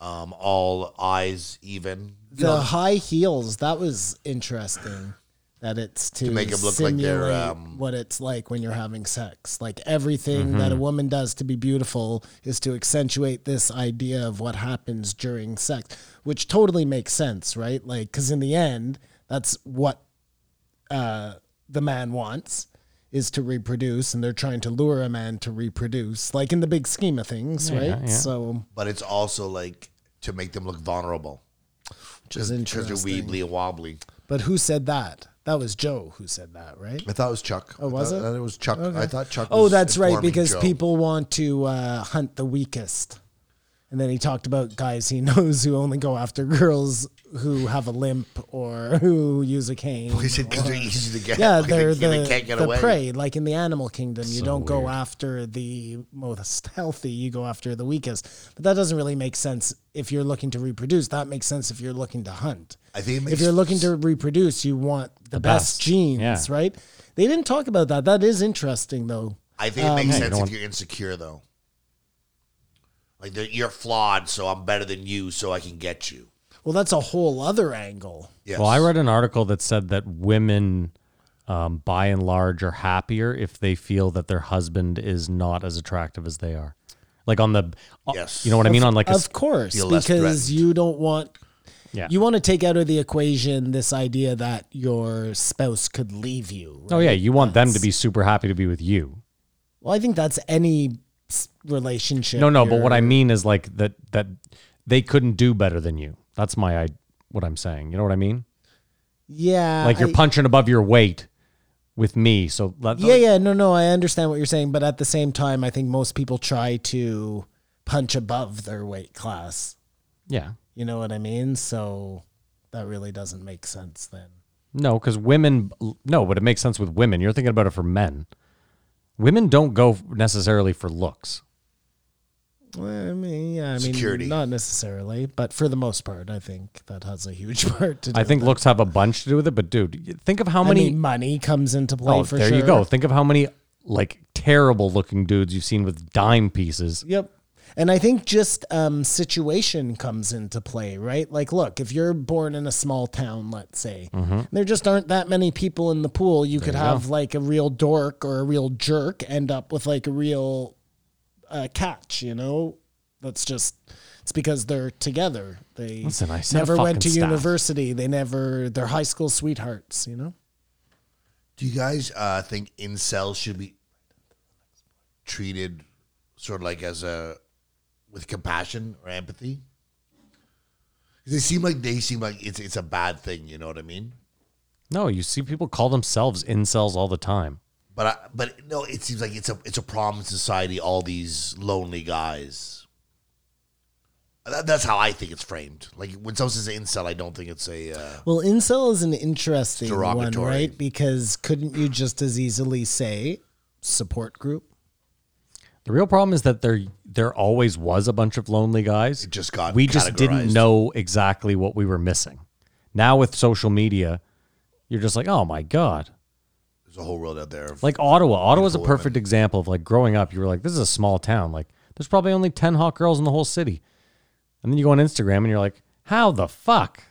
um, all eyes even.
the high heels. That was interesting. That it's to,
make 'em look like they're,
simulate
um,
what it's like when you're having sex. Like everything that a
Mm-hmm.
woman does to be beautiful is to accentuate this idea of what happens during sex, which totally makes sense, right? Like, because in the end, that's what uh, the man wants is to reproduce and they're trying to lure a man to reproduce like in the big scheme of things right so
But it's also like to make them look vulnerable
which is
because they're
interesting
weebly and wobbly.
but who said that that was joe who said that right
I thought it was Chuck.
Oh, was
I
it?
thought it was Chuck. I thought Chuck.
oh
was
that's right
informing
because
Joe.
people want to uh, hunt the weakest and then he talked about guys he knows who only go after girls who have a limp or who use a cane
He said because they're easy to get.
yeah,
Like,
they're
they,
the,
they can't get
the
away.
prey. Like in the animal kingdom, you don't go after the most healthy; you go after the weakest. But that doesn't really make sense if you're looking to reproduce. That makes sense if you're looking to hunt.
I think it
if
makes-
you're looking to reproduce, you want the, best,
best,
genes,
yeah.
right? They didn't talk about that. That is interesting, though.
I think it
um,
makes
you
sense
don't
if
want-
you're insecure though. Like they're- you're flawed, so I'm better than you, so I can get you.
Well, that's a whole other angle.
Yes.
Well, I read an article that said that women, um, by and large, are happier if they feel that their husband is not as attractive as they are. Like on the, uh,
Yes.
you know what I mean. On like a,
Of course,
feel less
because
threatened.
you don't want
yeah.
you want to take out of the equation this idea that your spouse could leave you.
oh yeah, you want them to be super happy to be with you.
Well, I think that's any s- relationship.
No, no, but what I
you're-
mean is like that that they couldn't do better than you. That's my I, what I'm saying. You know what I mean?
yeah,
Like you're
I-
punching above your weight, with me. So let,
Yeah, yeah, no, no, I understand what you're saying, but at the same time, I think most people try to punch above their weight class.
yeah.
You know what I mean? So that really doesn't make sense then.
No, because women. No, but it makes sense with women. You're thinking about it for men. Women don't go necessarily for looks.
Well, I mean, yeah, I mean,
Security.
not necessarily, but for the most part, I think that has a huge part to do.
I think
with it.
looks have a bunch to do with it. But dude, y- think of how
I
many.
mean, money comes into play
oh,
for
there
sure.
you go. Think of how many like terrible looking dudes you've seen with dime pieces.
Yep. And I think just um, situation comes into play, right? Like, look, if you're born in a small town, let's say,
Mm-hmm.
and there just aren't that many people in the pool, you could have like a real dork or a real jerk end up with like a real uh, catch, you know? That's just, it's because they're together. They
Listen, I said
never went to
fucking staff.
university. They never, they're high school sweethearts, you know?
Do you guys uh, think incels should be treated sort of like as a with compassion or empathy? 'Cause They seem like they seem like it's it's a bad thing. You know what I mean?
No, you see people call themselves incels all the time.
But I, but no, it seems like it's a it's a problem in society. All these lonely guys. That, that's how I think it's framed. Like when someone says incel, I don't think it's a. Uh,
Well, incel is an interesting one,
Derogatory.
right? Because couldn't you just as easily say support group?
The real problem is that there there always was a bunch of lonely guys. It
just got
we just didn't
categorized.
know exactly what we were missing. Now with social media, you're just like, oh my god.
there's a whole world out there. Of,
Like Ottawa. Ottawa's a perfect example of like growing up, you were like, this is a small town. Like there's probably only ten hot girls in the whole city. And then you go on Instagram and you're like, how the fuck?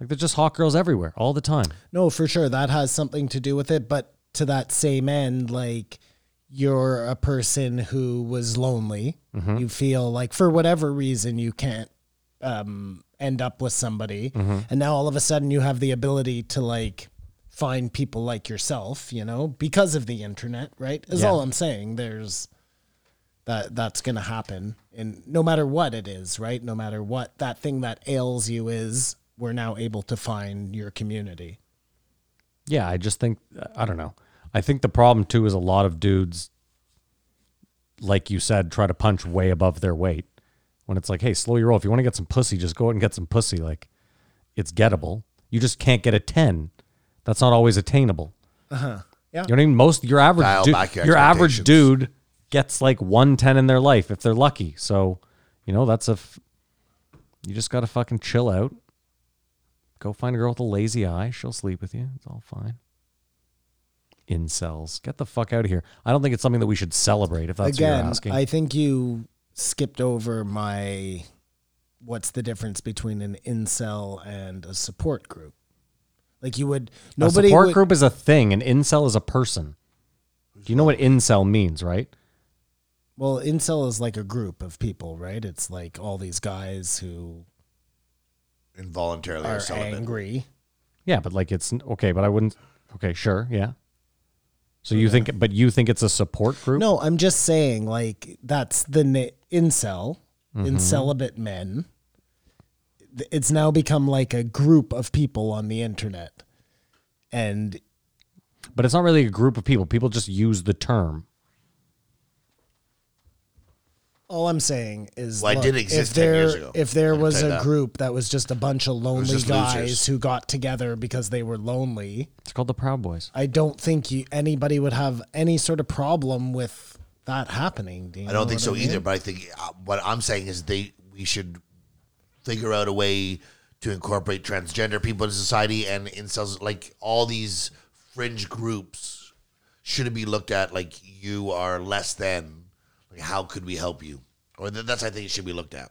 Like there's just hot girls everywhere all the time.
No, for sure. That has something to do with it. But to that same end, like you're a person who was lonely. You feel like for whatever reason you can't um, end up with somebody. And now all of a sudden you have the ability to like find people like yourself, you know, because of the internet, right? Is
Yeah.
all I'm saying. There's that that's going to happen and no matter what it is right no matter what that thing that ails you is we're now able to find your community
Yeah, I just think I don't know. I think the problem too is a lot of dudes, like you said, try to punch way above their weight. When it's like, hey, slow your roll. If you want to get some pussy, just go out and get some pussy. Like, it's gettable. You just can't get a ten. That's not always attainable.
Yeah.
You know what I mean? Most your average
Dial
du-
back your
your average
expectations.
dude gets like one ten in their life if they're lucky. So, you know that's a. F- you just gotta fucking chill out. Go find a girl with a lazy eye. She'll sleep with you. It's all fine. Incels, get the fuck out of here. I don't think it's something that we should celebrate. If that's what you're
again
asking,
i think you skipped over my what's the difference between an incel and a support group like you would
a
nobody
support
would-
group is a thing. An incel is a person. Do you know what incel means, right?
well incel is like a group of people right it's like all these guys who
involuntarily or
are
celibate.
angry
Yeah, but like it's okay. But I wouldn't. Okay, sure, yeah. So you think, but you think it's a support group?
No, I'm just saying, like, that's the na- incel,
Mm-hmm.
incelibate men. Th- It's now become like a group of people on the internet. And
but it's not really a group of people. People just use the term.
all I'm saying is,
Well, it
look,
did exist
if
10
there,
years ago.
If there
I can
was
tell
a
you that.
group that was just a bunch of lonely
just
guys
losers.
who got together because they were lonely,
It's called the Proud Boys.
I don't think you, anybody would have any sort of problem with that happening. Do you
I don't
know
think
what
so
mean?
either. But I think uh, what I'm saying is they we should figure out a way to incorporate transgender people into society and incels, like all these fringe groups, shouldn't be looked at like you are less than. Like, how could we help you? Or th- that's I think it should be looked at.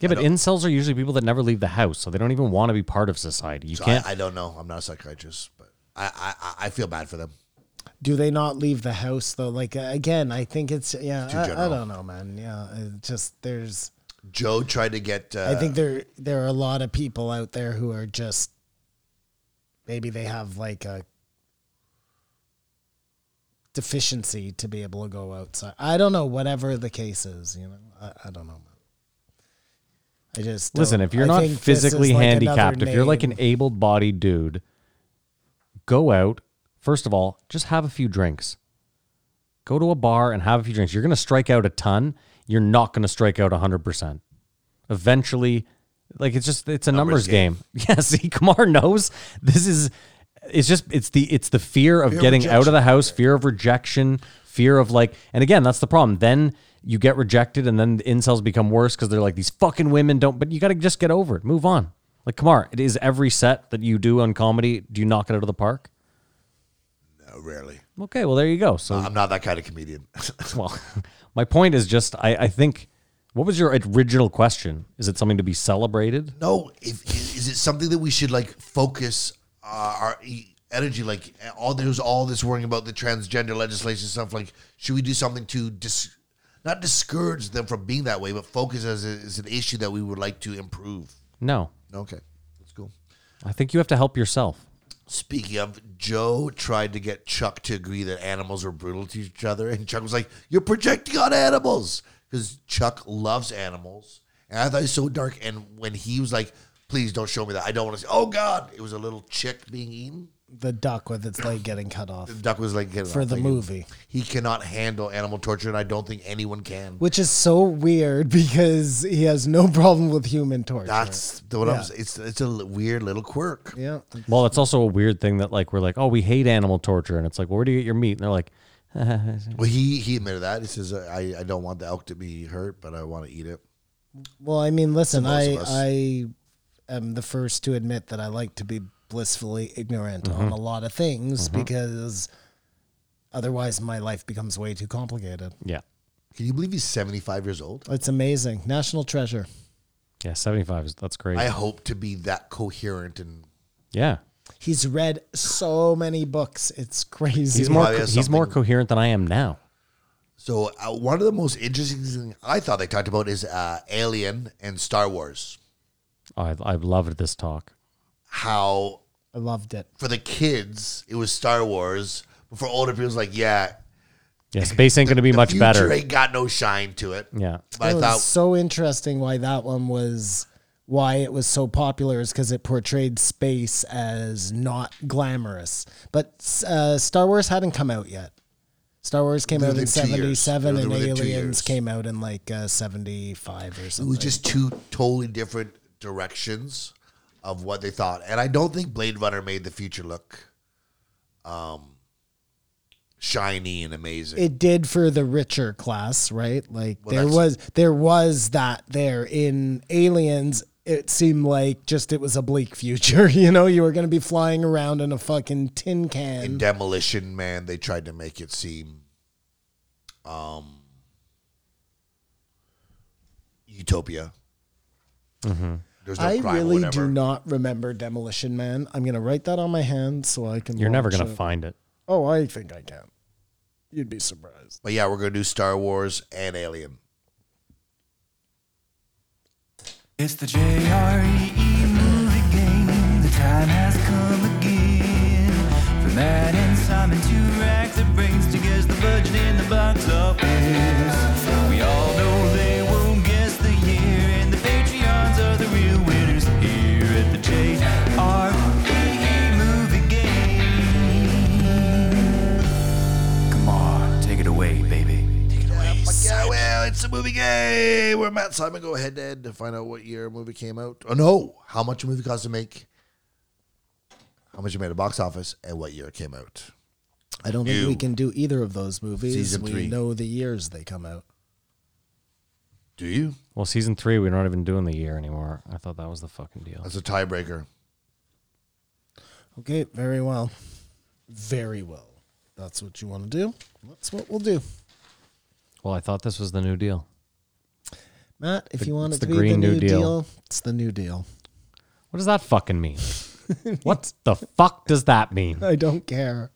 Yeah, but incels are usually people that never leave the house, so they don't even want to be part of society. You
So I,
can't.
I don't know. I'm not a psychiatrist, but I I, I- I feel bad for them.
do they not leave the house though? Like uh, again, I think it's yeah.
too
I, I
general.
don't know, man. Yeah, it just there's.
Joe tried to get. Uh,
I think there there are a lot of people out there who are just maybe they have like a deficiency to be able to go outside. I don't know. Whatever the case is, you know, I, I don't know. I just don't-
Listen, if you're
I
not
think this
physically
is, like, another
handicapped, if you're like
name-
an able-bodied dude, go out, First of all, just have a few drinks. Go to a bar and have a few drinks. You're going to strike out a ton. You're not going to strike out 100%. Eventually, like it's just it's a numbers, game. Yeah, see, Kamar knows this is it's just it's the it's the fear of getting out of the house, fear of rejection, fear of like and again, that's the problem. Then you get rejected and then the incels become worse because they're like these fucking women don't but you gotta just get over it. Move on. Like Kamar, it is every set that you do on comedy, do you knock it out of the park?
No, uh, rarely.
Okay, well there you go. So
I'm not that kind of comedian.
well, my point is just I, I think what was your original question? Is it something to be celebrated?
no, if, is, is it something that we should like focus uh, our e- energy? Like all there's all this worrying about the transgender legislation stuff. Like, should we do something to dis, not discourage them from being that way, but focus as, a, as an issue that we would like to improve?
No.
Okay, that's cool.
I think you have to help yourself.
Speaking of, Joe tried to get Chuck to agree that animals are brutal to each other, and Chuck was like, "You're projecting on animals," because Chuck loves animals. And I thought it was so dark. And when he was like, "Please don't show me that. I don't want to see." Oh God! It was a little chick being eaten.
The duck with its leg getting cut off
The duck was like, "Get it
for
off."
the
Like,
movie,
He cannot handle animal torture, and I don't think anyone can.
which is so weird because he has no problem with human torture.
That's the what I'm. s- It's it's a l- weird little quirk.
yeah.
Well, it's also a weird thing that like we're like, oh, we hate animal torture, and it's like, well, where do you get your meat? And they're like,
Well, he he admitted that. He says, "I I don't want the elk to be hurt, but I want to eat it."
Well, I mean, listen,
most
I
of us.
I am the first to admit that I like to be blissfully ignorant on a lot of things because otherwise my life becomes way too complicated.
yeah,
Can you believe he's 75 years old?
It's amazing. National treasure.
yeah, seventy five is that's great.
I hope to be that coherent and
yeah,
He's read so many books. It's crazy.
he's more
probably has
he's more
something-
coherent than I am now.
so. Uh, one of the most interesting things I thought they talked about is uh, Alien and Star Wars.
I I Oh, loved this talk.
How
I loved it.
for the kids it was Star Wars, but for older people it's like, yeah,
Yeah, space ain't going to be
the
much
future
better.
Ain't got no shine to it.
Yeah.
but I
it
thought
was so interesting why that one was why it was so popular is because it portrayed space as not glamorous. But uh, Star Wars hadn't come out yet. Star Wars came out
Within
in
two years.
'77,
They were
and
within two years.
Aliens came out in like uh, '75 or
it
something.
was just two totally different directions of what they thought, and I don't think Blade Runner made the future look, um, shiny and amazing.
it did for the richer class, right? Like there
that's-
was there was that there in Aliens. It seemed like just it was a bleak future, you know. You were going to be flying around in a fucking tin can.
in Demolition Man, they tried to make it seem um utopia. There's no
I
crime or
really
whatever.
do not remember Demolition Man. I'm gonna write that on my hand so I can.
You're never
watch
going to
it.
find it.
Oh, I think I can. You'd be surprised.
But yeah, we're gonna do Star Wars and Alien.
It's the JRE E movie game. The time has come again. For Matt and Simon, two racks of brains to guess the budget in the box office. We all know they won't guess the year, and the Patreons are the real winners here at the JRE E movie game. Come on, take it away, baby. Take it away.
Yeah, well, it's a movie game where Matt and Simon go head to head to find out what year a movie came out. Oh no, how much a movie cost to make, how much it made at box office, and what year it came out.
I don't think we can do either of those movies.
Season
we
three.
know the years they come out.
Do you?
Well, season three, we're not even doing the year anymore. I thought that was the fucking deal.
That's a tiebreaker.
Okay, very well, very well. That's what you want to do. That's what we'll do,
Well, I thought this was the new deal.
Matt. If
The-
you want
it's
it
the
to be the
Green
new,
New
deal.
Deal.
it's the new deal.
What does that fucking mean? what the fuck does that mean?
I don't care.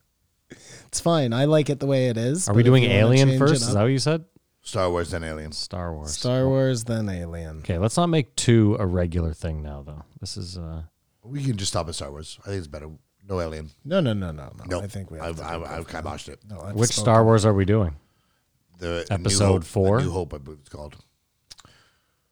It's fine. I like it the way it is.
Are we
but if
doing
you wanna
Alien
change it
first? Is
up-
that what you said?
Star Wars and Aliens.
Star Wars.
Star Wars, then Alien.
Okay, let's not make two a regular thing now, though. This is uh,
We can just stop at Star Wars. I think it's better. No Alien.
No, no, no, no, no.
No,
I think we have
I've,
to
I've,
do
I've kiboshed it.
No, I've
which
spoken.
Star Wars are we doing?
The New
Episode
Hope-
four?
The New Hope, I believe it's called.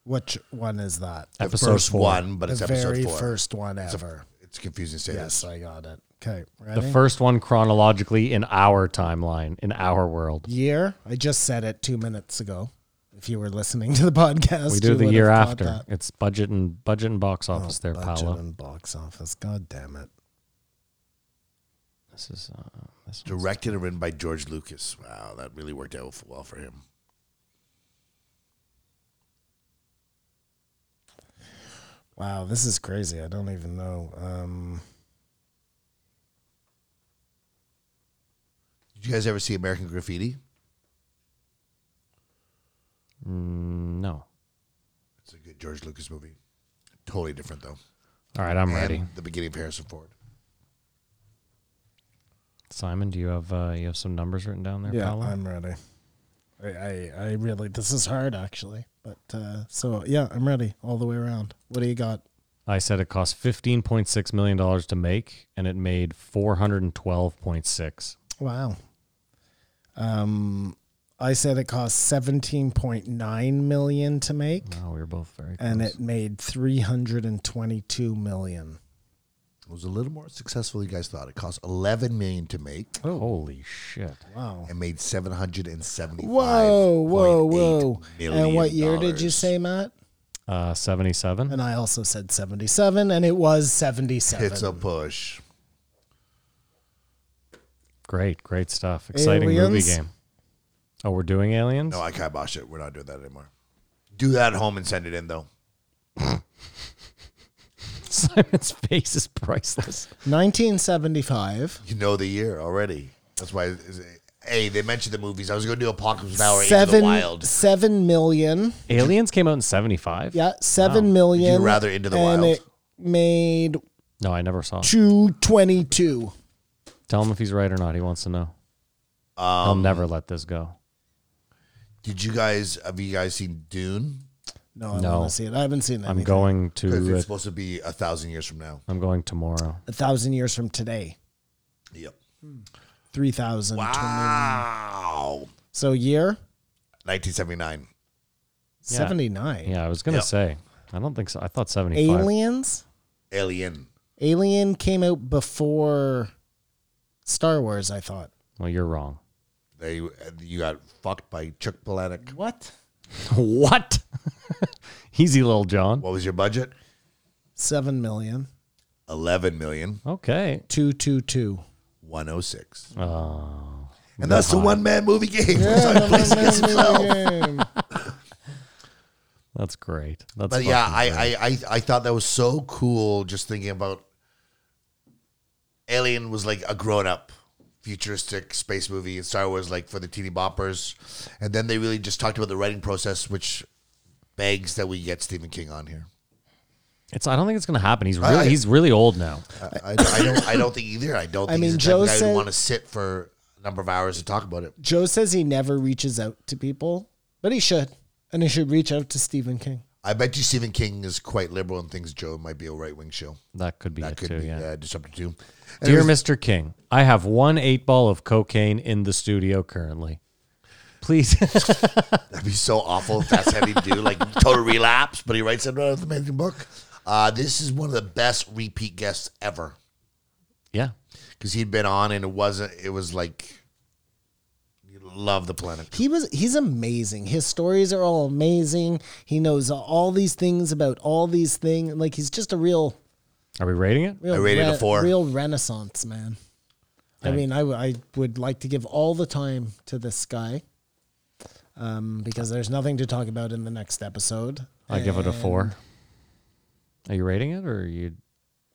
Which one is that?
The
Episode
first
four.
one, but
the
it's episode
very
four.
first one
It's, a-
ever.
it's confusing to say
yes,
this.
I got it. Okay.
The
Ready?
first one chronologically in our timeline, in our world.
year. I just said it two minutes ago. If you were listening to the podcast,
We do
you
the
would
year
have caught
after.
that. Oh,
It's budget and budget and box office there,
Budget
Paolo.
and box office. God damn it.
This is uh, this one's-
Directed and written by George Lucas. Wow, that really worked out f- well for him.
Wow, this is crazy. I don't even know. Um,
Did you guys ever see American Graffiti?
Mm, no.
It's a good George Lucas movie. Totally different though.
All right, I'm ready.
And the beginning of Harrison Ford.
Simon, do you have uh, you have some numbers written down there,
yeah,
Paolo?
I'm ready. I, I, I really, this is hard actually. But uh, so, yeah, I'm ready all the way around. What do you got?
I said it cost fifteen point six million dollars to make, and it made four hundred and twelve point six.
Wow. Um, I said it cost 17.9 million to make.
Wow, Oh, we were both very
And
close.
it made 322 million.
It was a little more successful than you guys thought. It cost eleven million to make
Holy shit!
Wow.
and made seven hundred and seventy-five.
Whoa, whoa, whoa. And what year did you say, Matt?
Uh, Seventy-seven.
And I also said 77, and it was 77.
It's a push.
Great, great stuff. Exciting movie
Aliens?
game. Oh, we're doing aliens.
No, I kibosh it. We're not doing that anymore. Do that at home and send it in though.
Simon's face is priceless.
1975,
You know the year already. That's why. is it- Hey, they mentioned the movies. I was going to do Apocalypse Now or Into the
seven,
Wild.
7 million.
aliens came out in seventy-five.
Yeah, seven million.
Would you rather Into the
and
Wild?
it made
No, I never saw. it.
222.
Tell him if he's right or not. He wants to know. I'll
Um,
never let this go.
Did you guys have you guys seen Dune?
No, I
No.
want to see it. I uh, haven't seen
I'm
anything.
going
Because
to.
it's
it-
supposed to be a thousand years from now.
I'm going tomorrow.
A thousand years from today,
Yep.
3,000.
Wow.
So, year
1979.
79.
Yeah, I was gonna
Yeah.
say. I don't think so. I thought seventy-five.
Aliens?
Alien.
Alien came out before Star Wars, I thought.
Well, you're wrong.
They you got fucked by Chuck Palahniuk.
What?
what? Easy, little John.
What was your budget?
7 million.
Eleven million
Okay.
222.
one oh six.
Oh,
And that's the one man movie game.
that's great. That's
But yeah, I, I I I thought that was so cool. Just thinking about Alien was like a grown up futuristic space movie, and Star Wars like for the teeny boppers, and then they really just talked about the writing process, which begs that we get Stephen King on here.
it's. I don't think it's gonna happen. He's
I-
really.
Uh, I-
he's really old now.
I, I, I don't I don't think either. I don't.
I
Think
mean,
he's the type of
Joe
guy
said-
who want to sit for a number of hours and talk about it.
Joe says he never reaches out to people, but he should. And he should reach out to Stephen King.
I bet you Stephen King is quite liberal and thinks Joe might be a right wing show.
That could be
That
it
could
too.
be
yeah.
uh, disruptive too. And it
Dear
was-
Mr. King, I have one eight ball of cocaine in the studio currently. Please,
That'd be so awful if that's how he do like total relapse, but he writes it out of the amazing book. Uh, this is one of the best repeat guests ever
yeah.
because he'd been on and it wasn't. It was like you love the planet.
He was he's amazing. His stories are all amazing. He knows all these things about all these things. Like he's just a real
Are we rating it?
real
I rated a
re-
four.
real renaissance man. I mean, I, w- I would like to give all the time to this guy um, because there's nothing to talk about in the next episode.
I give it a
And-
four. Are you rating it, or are you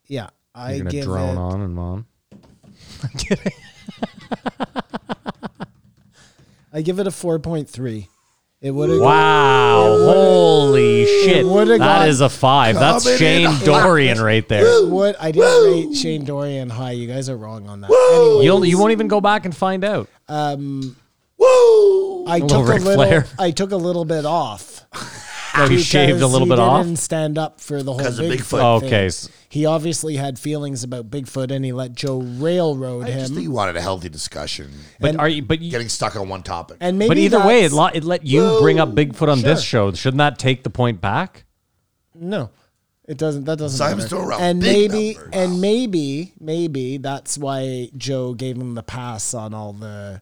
Yeah, I
you're gonna
give
drone
it.
on and on?
I give it a four point three. It would have.
Wow! Holy shit!
would've
That
gone-
is a five. That's Shane Dorian right there.
What I didn't rate Shane Dorian high. You guys are wrong on that. Anyway,
You'll you won't even go back and find out.
I
little
took a
Ric
little.
Flair.
I took a little bit off.
No, you shaved a
because
little
he
bit off.
Didn't stand up for the whole
'Cause of
Bigfoot.
Bigfoot.
thing.
Okay, s-
he obviously had feelings about Bigfoot, and he let Joe railroad
I just
him.
think he wanted a healthy discussion,
But are you? But you,
getting stuck on one topic.
and maybe
But either way, it,
that's-
lo- it let you bring up Bigfoot on this show. Shouldn't that take the point back?
no. It doesn't. That doesn't.
Simon's
matter.
throwing around
And
big
maybe,
numbers.
and maybe, maybe that's why Joe gave him the pass on all the.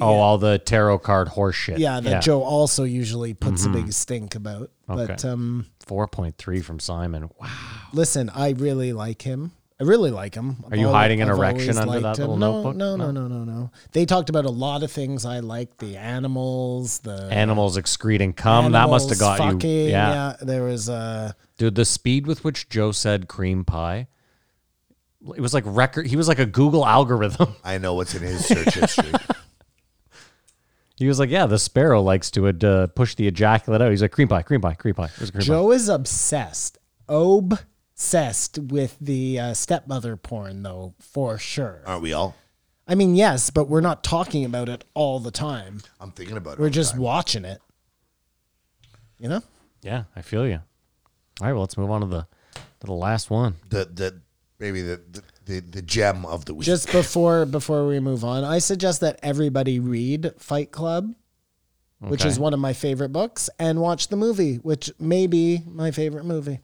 Oh, all the tarot card horse shit.
Yeah, that Joe also usually puts a big stink about. But
Mm-hmm. Okay.
um,
Four point three from Simon. Wow.
listen, I really like him. I really like him. I've
Are you
al-
hiding an
I've
erection
always
under
liked
that little
no,
notebook?
No, no, no, no, no. They talked about a lot of things I liked: the animals, the
Animals excreting cum. that must have
animals,
got you.
fucking,
Yeah.
there was a
Dude, the speed with which Joe said cream pie, it was like record. He was like a Google algorithm.
I know what's in his search history.
He was like, yeah, the sparrow likes to uh, push the ejaculate out. He's like, cream pie, cream pie, cream pie. It was a cream pie.
Joe is obsessed, obsessed with the uh, stepmother porn, though, for sure.
Aren't we all?
I mean, yes, but we're not talking about it all the time.
I'm thinking about it. all
We're
the
just
time.
watching it. You know?
Yeah, I feel you. All right, well, let's move on to the to the last one.
the the maybe the the, the, the gem of the week.
Just before before we move on, I suggest that everybody read Fight Club, which is
Okay.
one of my favorite books, and watch the movie, which may be my favorite movie.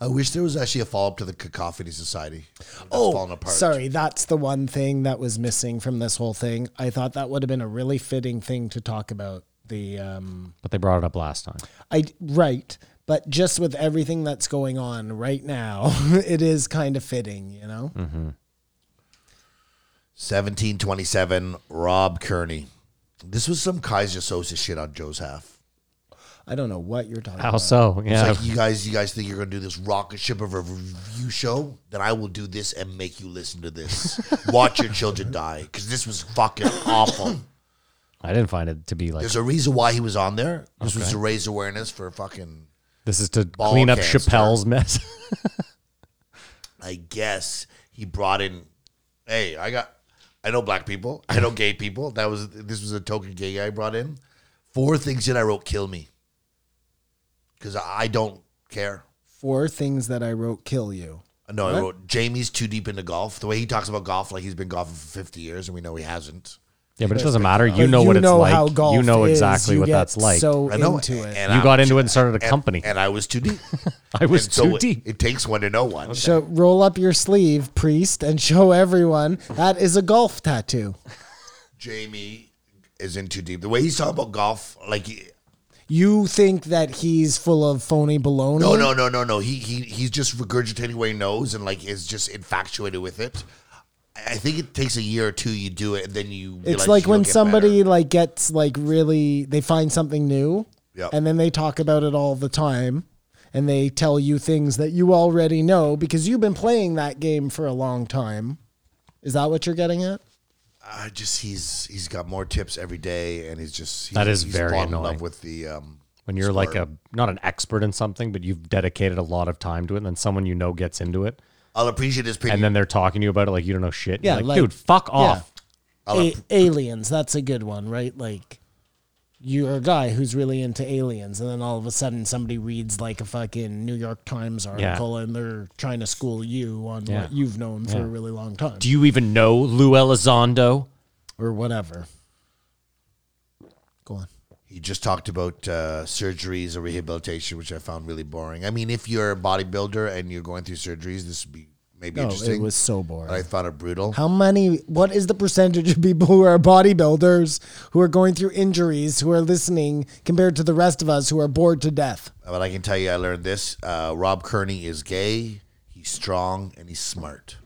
I wish there was actually a follow up to the Cacophony Society. That's falling apart.
Oh, Sorry, that's the one thing that was missing from this whole thing. I thought that would have been a really fitting thing to talk about. The um
But they brought it up last time.
I right, but just with everything that's going on right now, it is kind of fitting, you know?
Hmm.
1727, Rob Kearney. This was some Kaiser Sosa shit on Joe's half.
I don't know what you're talking
How
about.
so?
It's
Yeah.
like you guys, you guys think you're gonna do this rocket ship of a review show? Then I will do this and make you listen to this. Watch your children die because this was fucking awful.
I didn't find it to be like,
There's a reason why he was on there. This was to raise awareness for fucking,
this is to
Ball
clean up
cancer.
Chappelle's mess.
I guess he brought in. Hey, I got, I know black people. I know gay people. That was this was a token gay guy brought in. Four things that I wrote kill me because I don't care.
Four things that I wrote kill you.
No, I wrote Jamie's too deep into golf. The way he talks about golf, like he's been golfing for fifty years, and we know he hasn't.
yeah, but it doesn't matter. You
But
know what it's like.
uh, how golf
you know
is.
exactly
You
what
get
that's like.
So
I know
into it.
and
You
I
got
was-
into it and started a
and-
company.
and I was too deep.
I was
And so
too
it-
deep.
It, takes one to know one.
So roll up your sleeve, priest, and show everyone that is a golf tattoo.
Jamie is in too deep. The way he's talking about golf, like he-
You think that he's full of phony baloney?
No, no, no, no, no. He he he's just regurgitating what he knows and like is just infatuated with it. I I think it takes a year or two. You do it, and then you.
It's
realize
like
you'll
when
get
somebody
better.
like gets like really they find something new
Yep.
and then they talk about it all the time and they tell you things that you already know because you've been playing that game for a long time. Is that what you're getting at?
I just he's he's got more tips every day, and he's just he's,
That is
he's
very
fallen In
annoying.
love with the um
when you're like a not an expert in something, but you've dedicated a lot of time to it, and then someone you know gets into it,
I'll appreciate his opinion.
and then they're talking to you about it like you don't know shit.
Yeah,
Yeah, like,
like-
dude, fuck off.
A- aliens, that's a good one, right? Like you're a guy who's really into aliens and then all of a sudden somebody reads like a fucking New York Times article and they're trying to school you on
Yeah.
what you've known for a really long time
Do you even know Lou Elizondo?
or whatever. Go on.
he just talked about uh, surgeries or rehabilitation, which I found really boring. I mean, if you're a bodybuilder and you're going through surgeries, this would be maybe
No,
interesting.
Oh, it was so
But I
boring.
found it brutal.
How many? What is the percentage of people who are bodybuilders who are going through injuries who are listening compared to the rest of us who are bored to death?
Uh, But I can tell you, I learned this. Uh, Rob Kearney is gay. He's strong and he's smart.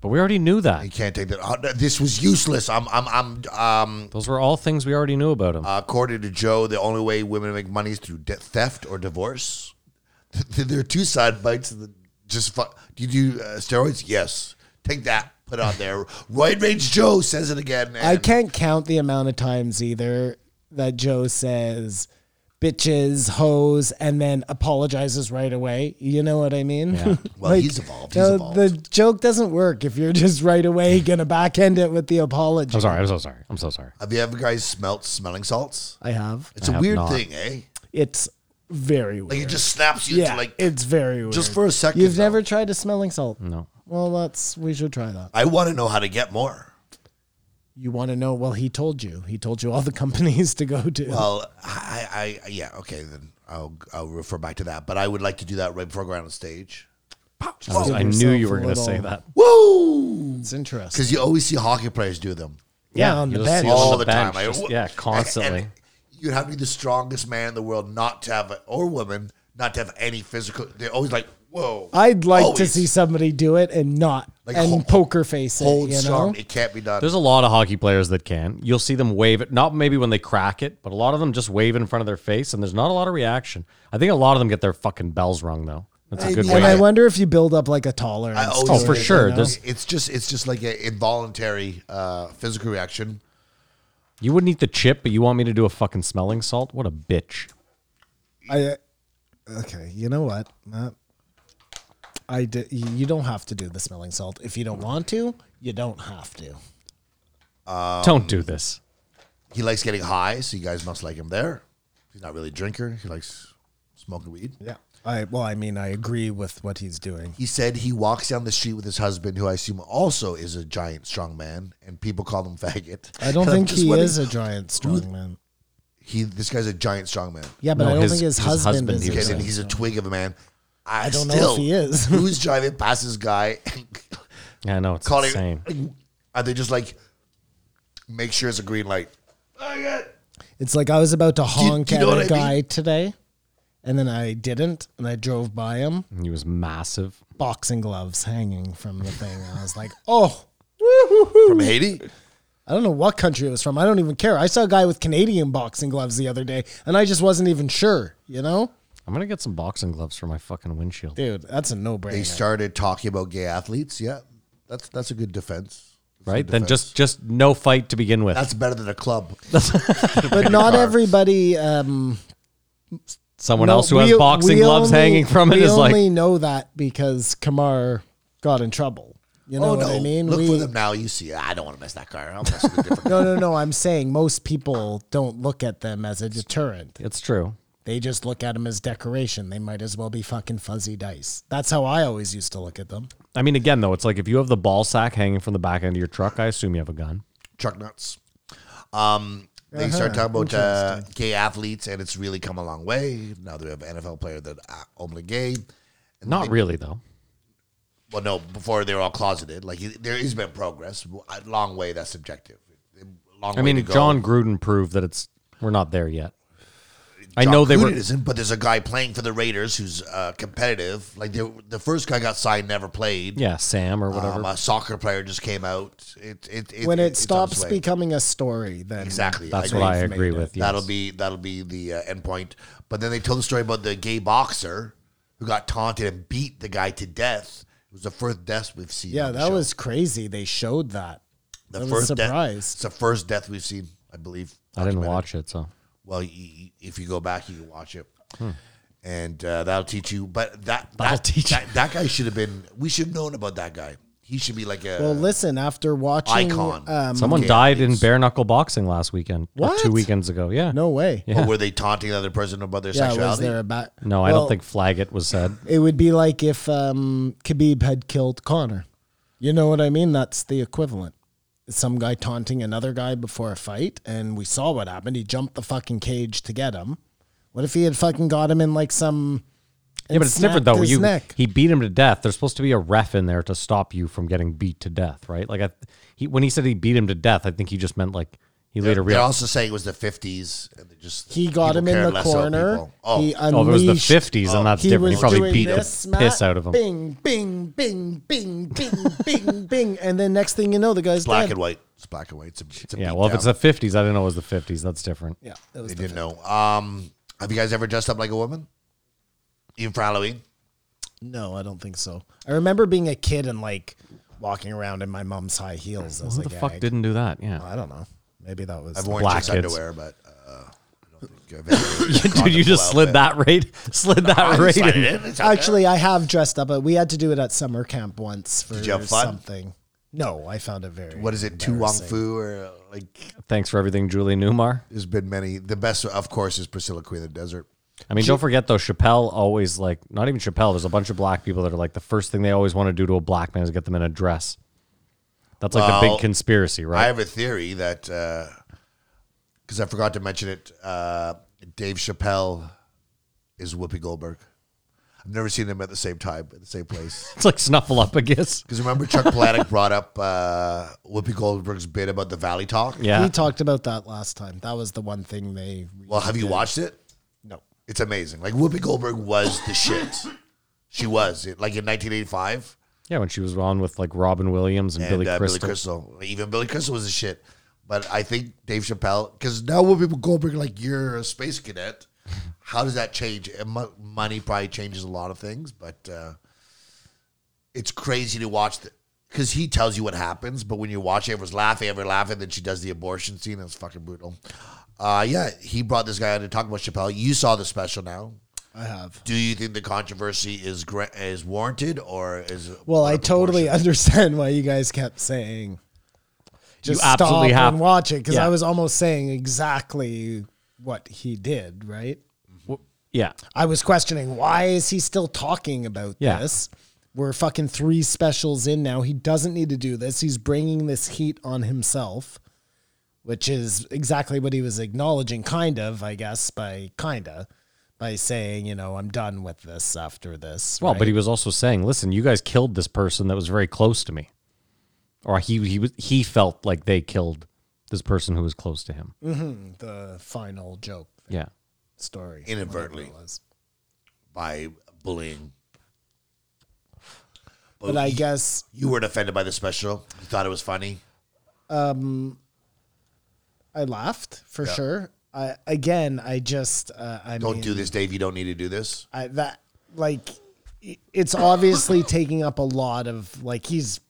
But we already knew
You
that.
can't take that. Oh, no, this was useless. I'm, I'm, I'm. Um,
Those were all things we already knew about him.
according to Joe, the only way women make money is through de- theft or divorce. there are two side bites. Of the, just fu- do you do uh, steroids? Yes. Take that. Put it on there. Roid Rage Joe says it again. And
I can't count the amount of times either that Joe says bitches, hoes, and then apologizes right away. You know what I mean?
Well, he's evolved. He's
no,
evolved.
The joke doesn't work if you're just right away gonna backhand it with the apology.
I'm sorry. I'm so sorry. I'm so sorry.
Have you ever guys smelt smelling salts?
I have.
It's a
have
weird
not.
thing, eh?
It's very weird.
Like it just snaps you
yeah,
into like
it's very weird.
just for a second.
You've
though.
never tried a smelling salt?
No.
Well, that's we should try that.
I want to know how to get more.
You want to know? Well, he told you. He told you all the companies to go to.
Well, I, I, I yeah, okay, then I I'll I'll refer back to that. But I would like to do that right before I go out on stage.
I, was-
Give
I knew you
yourself
were
a
going to
Oh,
say
little-
that.
Woo!
It's interesting.
Because you always see hockey players do them
Yeah, on the
you'll see
bench.
it on
all the,
bench,
time. I-
just- yeah,
and-
constantly.
and you'd have to be the strongest man in the world not to have a, or woman not to have any physical. They're always like, whoa.
I'd like to
Always.
see somebody do it and not
Like,
and
hold-
poker face it.
hold
you know?
strong. It can't be done.
There's a lot of hockey players that can. You'll see them wave it, not maybe when they crack it, but a lot of them just wave in front of their face, and there's not a lot of reaction. I think a lot of them get their fucking bells rung though. That's a good
Maybe.
way.
And I
to-
wonder if you build up like a tolerance.
I always
to
Oh, for
it, you
sure.
know?
There's-
it's just it's just like an involuntary uh, physical reaction.
You wouldn't eat the chip, but you want me to do a fucking smelling salt? What a bitch!
I okay. You know what? Uh, I di- you don't have to do the smelling salt if you don't want to. You don't have to.
Don't do this.
He likes getting high, so you guys must like him there. He's not really a drinker. He likes smoking weed.
Yeah. I well, I mean, I agree with what he's doing.
He said he walks down the street with his husband, who I assume also is a giant strong man, and people call him faggot.
I don't
And I'm
think
just
he
wondering,
is a giant strongman.
He this guy's a giant strong man.
Yeah, but
No,
I don't
his-
think his,
his
husband,
husband
is.
he
Okay,
a
was
then
giant-
he's a twig of a man. I,
don't know if
still-
he is.
who's driving past this guy and
Yeah, I know it's
calling?
insane.
Are they just like make sure it's a green light? Faggot.
It's like I was about to honk
do you know
at
what
a
I
guy today, and then I didn't, and I drove by him,
He was massive.
boxing gloves hanging from the thing. And I was like, oh.
From Haiti?
I don't know what country it was from. I don't even care. I saw a guy with Canadian boxing gloves the other day, and I just wasn't even sure. You know,
I'm gonna get some boxing gloves for my fucking windshield.
dude, that's a
They
no-brainer.
started talking about gay athletes. Yeah, that's that's a good defense. That's a
right?
good
Then
defense.
just just no fight to begin with.
that's better than a club.
but not everybody. Um,
Someone
no-
else who has
we-
boxing
we
gloves
only-
hanging from it
we
is like
only know that because Kamar got in trouble. You know
oh
what
no!
I mean?
Look
We-
for them now. You see, I don't want to miss that car. I'll mess with a different.
No, no, no. I'm saying most people don't look at them as a deterrent.
it's true.
They just look at them as decoration. They might as well be fucking fuzzy dice. That's how I always used to look at them.
I mean, again though, it's like if you have the ball sack hanging from the back end of your truck, I assume you have a gun.
truck nuts. Um, they
Uh-huh.
start talking about uh, gay athletes, and it's really come a long way. Now they have an NFL player that uh, only gay. And
Not
they-
really though.
Well, no, before they were all closeted. Like there has been progress. A long way. That's subjective. A Long
I
way to
mean,
go.
John Gruden proved that it's we're not there yet. I know they
Gruden
were.
isn't, but there's a guy playing for the Raiders who's uh, competitive. Like they, the first guy got signed, never played.
Yeah, Sam or whatever.
Um, a soccer player just came out. It, it, it
when it,
it's on its
stops
way.
becoming a story, then
Exactly.
That's
I
what I
agree.
agree with. Yes.
That'll be that'll be the uh, end point. But then they told the story about the gay boxer who got taunted and beat the guy to death. It was the first death we've seen.
Yeah,
on the
that
show.
was crazy. They showed that.
the
I was
death-
surprised.
It's the first death we've seen, I believe.
I didn't
documented.
watch it, so
Well, y y if you go back, you can watch it, and uh, that'll teach you. But that
That'll
that,
teach you.
that that guy should have been. We should have known about that guy. He should be like a
Well, listen, after watching
Icon.
Um,
someone
Okay,
died in
it's-
bare knuckle boxing last weekend. or
What?
two weekends ago? Yeah.
no way.
Or were they taunting the other person about their
Yeah, was
sexuality?
there about?
No, I don't think flag it was said.
it would be like if um, Khabib had killed Connor. You know what I mean? That's the equivalent. Some guy taunting another guy before a fight, and we saw what happened. He jumped the fucking cage to get him. What if he had fucking got him in like some?
Yeah, but it's different though.
His
You
neck.
he beat him to death. There's supposed to be a ref in there to stop you from getting beat to death, right? Like I, he when he said he beat him to death, I think he just meant like he
They're,
later
they're
realized.
also saying it was the fifties, and they just
He got
people
him in
cared
the
less about
corner.
people. Oh,
He uh,
Oh, if it was the
unleashed-
50s, then that's
He
different.
was
He probably
doing
beat the
this, Matt.
piss out of him.
Bing, bing, bing, bing, bing, bing, bing, and then next thing you know, the guy's
black
dead.
and white. It's black and white. It's a, it's a
Yeah,
beat
well, if
down.
it's the 50s, I didn't know it was the 50s. That's different.
Yeah, that was
they
the
didn't know. Um, have you guys ever dressed up like a woman, even for Halloween?
No, I don't think so. I remember being a kid and like walking around in my mom's high heels. I was
Who
like,
the
yeah,
fuck
I,
didn't do that? Yeah.
I don't know. Maybe that was.
I've worn
Black
just
kids.
underwear, but uh, I don't think I've ever.
Dude, you just slid that rate, slid that rate. in.
Actually, I have dressed up. But we had to do it at summer camp once for
Did you have fun?
something. No, I found it very.
What is it? Tu Wong Fu or uh, like?
Thanks for everything, Julie Newmar.
There's been many. The best, of course, is Priscilla Queen of the Desert.
I mean, don't forget though, Chappelle always like not even Chappelle. There's a bunch of black people that are like the first thing they always want to do to a black man is get them in a dress. That's like the
Well,
big conspiracy,
I
right?
have a theory that because I forgot to mention it, uh, Dave uh, Chappelle is Whoopi Goldberg. I've never seen them at the same time at the same place.
It's like Snuffleupagus.
Because remember, Chuck Palahniuk brought up uh, Whoopi Goldberg's bit about the Valley Talk.
Yeah.
We talked about that last time. That was the one thing they.
Well, have you watched it?
No.
It's amazing. Like Whoopi Goldberg was the shit. She was it, like in 1985.
Yeah, when she was on with like Robin Williams and,
and
Billy
uh,
Crystal.
Billy Crystal. Even Billy Crystal was a shit. But I think Dave Chappelle, because now when people go bring like you're a space cadet, how does that change? And mo- money probably changes a lot of things, but uh, it's crazy to watch because he tells you what happens. But when you watch it, everyone's laughing, everyone laughing. Then she does the abortion scene. It's fucking brutal. Uh, yeah, he brought this guy on to talk about Chappelle. You saw the special now.
I have.
Do you think the controversy is gra- is warranted or is
Well, I
out of
totally
proportion?
understand why you guys kept saying. Just
absolutely
stop
have-
and watch it because
Yeah.
I was almost saying exactly what he did. Right.
yeah.
I was questioning why is he still talking about
Yeah.
this? We're fucking three specials in now. He doesn't need to do this. He's bringing this heat on himself, which is exactly what he was acknowledging, kind of, I guess, by kinda, by saying, you know, I'm done with this after this.
Well,
right?
but he was also saying, "Listen, you guys killed this person that was very close to me," or he he was he felt like they killed this person who was close to him.
Mm. the final joke
Yeah.
story
Inadvertently.
whatever it was.
by bullying.
But I guess
You weren't offended by the special. You thought it was funny.
I laughed for sure. I again, I just uh, I
Don't
mean,
do this, Dave. You don't need to do this.
I, that like i- it's obviously taking up a lot of like he's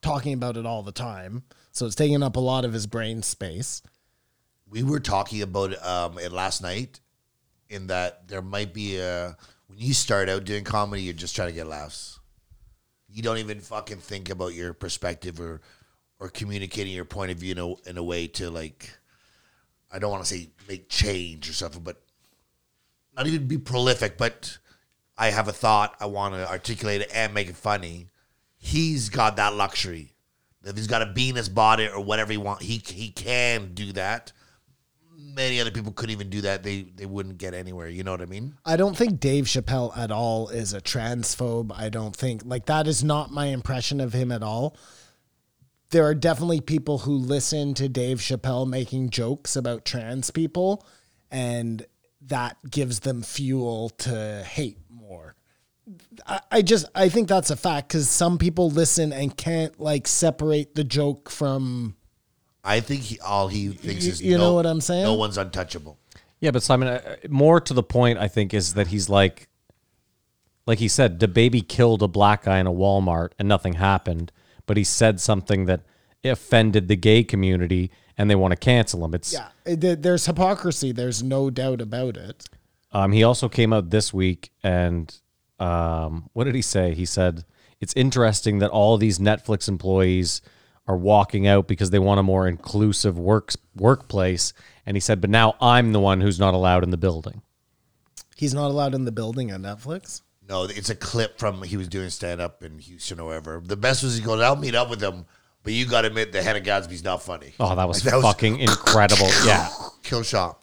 talking about it all the time so it's taking up a lot of his brain space
We were talking about um, it last night, in that there might be a when you start out doing comedy, you're just trying to get laughs. You don't even fucking think about your perspective or or communicating your point of view in a, in a way to like. I don't want to say make change or something, but not even be prolific, but I have a thought, I want to articulate it and make it funny. He's got that luxury. If he's got a bee in his body or whatever he want, he he can do that. Many other people couldn't even do that. They they wouldn't get anywhere. You know what I mean?
i don't think dave chappelle at all is a transphobe i don't think like that is not my impression of him at all there are definitely people who listen to dave chappelle making jokes about trans people and that gives them fuel to hate more I just I think that's a fact because some people listen and can't like separate the joke from
I think he, all he thinks
You-
is
you know
no-
what I'm saying?
No one's untouchable.
Yeah, but Simon, uh, more to the point, I think is that he's like, like he said, the baby killed a black guy in a Walmart and nothing happened, but he said something that offended the gay community and they want to cancel him. It's
yeah. There- There's hypocrisy. There's no doubt about it.
Um, he also came out this week and um, what did he say? He said it's interesting that all these Netflix employees are walking out because they want a more inclusive works workplace. And he said, but now I'm the one who's not allowed in the building.
He's not allowed in the building on Netflix.
No, it's a clip from he was doing stand up in Houston or wherever. The best was he goes, I'll meet up with him, but you got to admit that Hannah Gadsby's not funny.
Oh, that was
That was-
fucking incredible. Yeah.
Kill shot.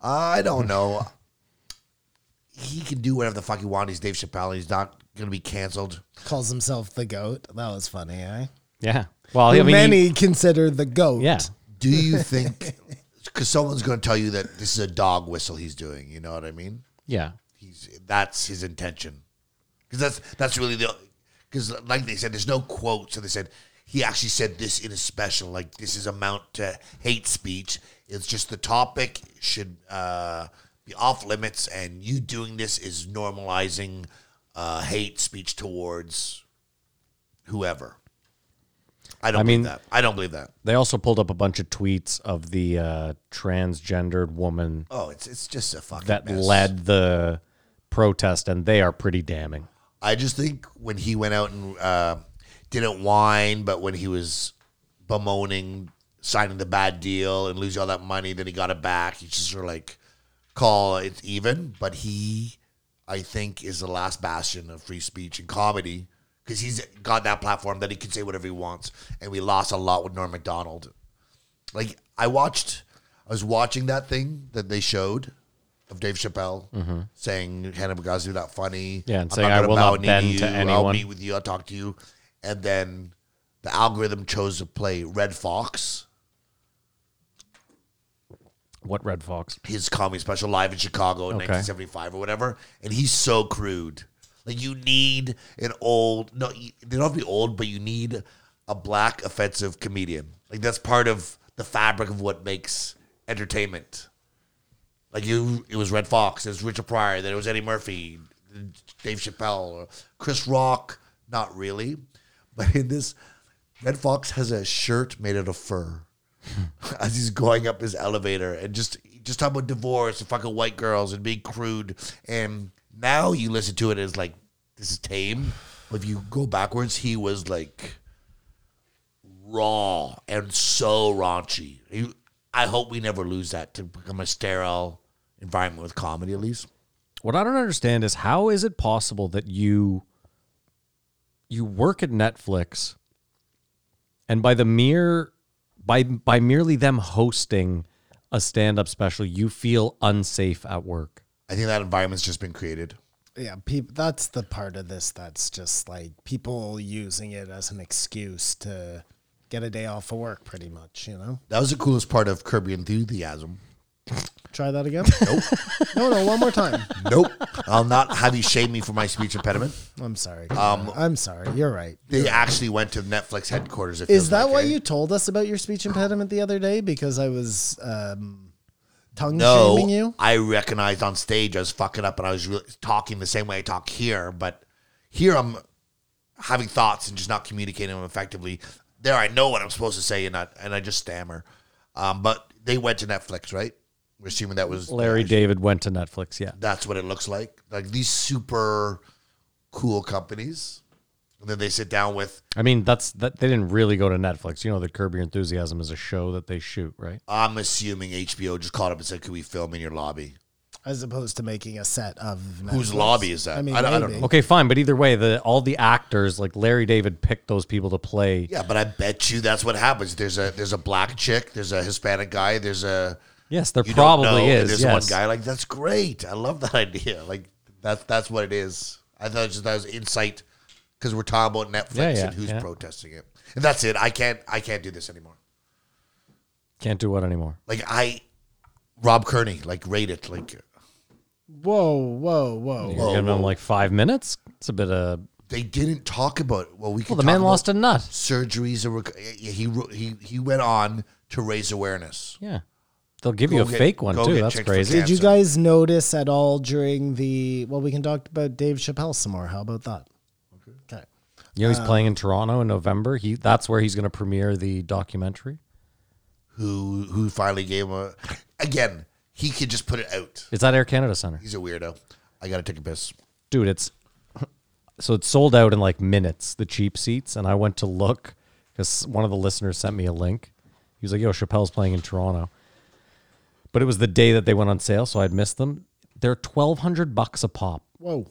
I don't know. he can do whatever the fuck he wants. He's Dave Chappelle. He's not going to be canceled.
Calls himself the goat. That was funny. Eh?
Yeah.
Oh,
Well, I
Who
mean, he-
many consider the goat.
yeah.
Do you think? Because someone's going to tell you that this is a dog whistle he's doing. You know what I mean?
Yeah.
He's that's his intention. Because that's that's really the. Because like they said, there's no quotes, and they said he actually said this in a special. Like this is amount to hate speech. It's just the topic should uh, be off limits, and you doing this is normalizing uh, hate speech towards whoever. I don't
I
believe
mean-
that. I don't believe that.
They also pulled up a bunch of tweets of the uh, transgendered woman
Oh, it's it's just a fucking
that
mess.
led the protest, and they are pretty damning.
I just think when he went out and uh, didn't whine, but when he was bemoaning signing the bad deal and losing all that money, then he got it back. He just sort of like call it even. But he, I think, is the last bastion of free speech and comedy because he's got that platform that he can say whatever he wants. And we lost a lot with Norm Macdonald. Like I watched, I was watching that thing that they showed of Dave Chappelle saying Hannibal Guzzi not funny.
Mm-hmm. Yeah, and
I'm
saying, "I
gonna
will
bow
not
knee
bend
you.
to
I'll
anyone."
meet with you. I'll talk to you. And then the algorithm chose to play Red Fox,
What Red Fox?
his comedy special live in Chicago in
Okay.
1975 or whatever. And he's so crude. Like you need an old no, you- they don't have to be old, but you need a black offensive comedian. Like that's part of the fabric of what makes entertainment. Like you, it was Red Fox, it was Richard Pryor, then it was Eddie Murphy, Dave Chappelle, or Chris Rock. Not really, but in this, Red Fox has a shirt made out of fur as he's going up his elevator and just just talking about divorce and fucking white girls and being crude. And now you listen to it as like this is tame. But if you go backwards, he was like raw and so raunchy. You- I hope we never lose that to become a sterile environment with comedy, at least.
What I don't understand is how is it possible that you you work at Netflix and by the mere by by merely them hosting a stand-up special, you feel unsafe at work.
I think that environment's just been created.
Yeah, peop- that's the part of this that's just like people using it as an excuse to get a day off of work, pretty much, you know?
That was the coolest part of Kirby Enthusiasm.
Try that again?
Nope.
no, no, one more time.
nope. I'll not have you shame me for my speech impediment.
I'm sorry.
Um,
I'm sorry. You're right.
They actually went to Netflix headquarters. it
Is
feels
that
like,
why
eh?
you told us about your speech impediment the other day? Because I was um, tongue
No,
shaming you?
I recognized on stage I was fucking up and I was really talking the same way I talk here, but here I'm having thoughts and just not communicating them effectively. There, I know what I'm supposed to say and I, and I just stammer. Um, but they went to Netflix, right? We're assuming that was
Larry
David.
David went to Netflix, yeah.
That's what it looks like. Like these super cool companies. And then they sit down with
I mean, that's that they didn't really go to Netflix. You know, the Curb Your Enthusiasm is a show that they shoot, right?
I'm assuming HBO just called up and said, "Could we film in your lobby?"
As opposed to making a set of.
Whose
Netflix.
lobby is that?
I mean,
I don't- I don't
maybe.
know.
Okay, fine, but either way, the all the actors like Larry David picked those people to play.
Yeah, but I bet you that's what happens. There's a there's a black chick, there's a Hispanic guy, there's a
Yes, there
you don't know,
probably
and
is.
There's
yes.
one guy like that's great. I love that idea. Like that's that's what it is. I thought it just that was insight because we're talking about Netflix
Yeah, yeah,
and who's
yeah.
protesting it. And that's it. I can't I can't do this anymore.
Can't do what anymore.
Like I, Rob Kearney, like rate it. Like
Whoa, whoa, whoa.
You're giving him like five minutes. It's a bit of
they didn't talk about. Well, we could
well, the
talk
man
about
lost a nut.
surgeries. Or rec- he wrote- he he went on to raise awareness.
Yeah, they'll give
Go
you a
get-
fake one
go
too.
get
That's
checked for
crazy.
cancer.
Did you guys notice at all during the? Well, we can talk about Dave Chappelle some more. How about that? Okay.
You know he's playing in Toronto in November. He that's where he's going to premiere the documentary.
Who who finally gave him a again. He could just put it out.
It's at Air Canada Center,
He's a weirdo. I gotta take a piss.
dude. It's so it's sold out in like minutes. The cheap seats, and I went to look because one of the listeners sent me a link. He was like, "Yo, Chappelle's playing in Toronto," but it was the day that they went on sale, so I'd missed them. They're twelve hundred bucks a pop.
Whoa,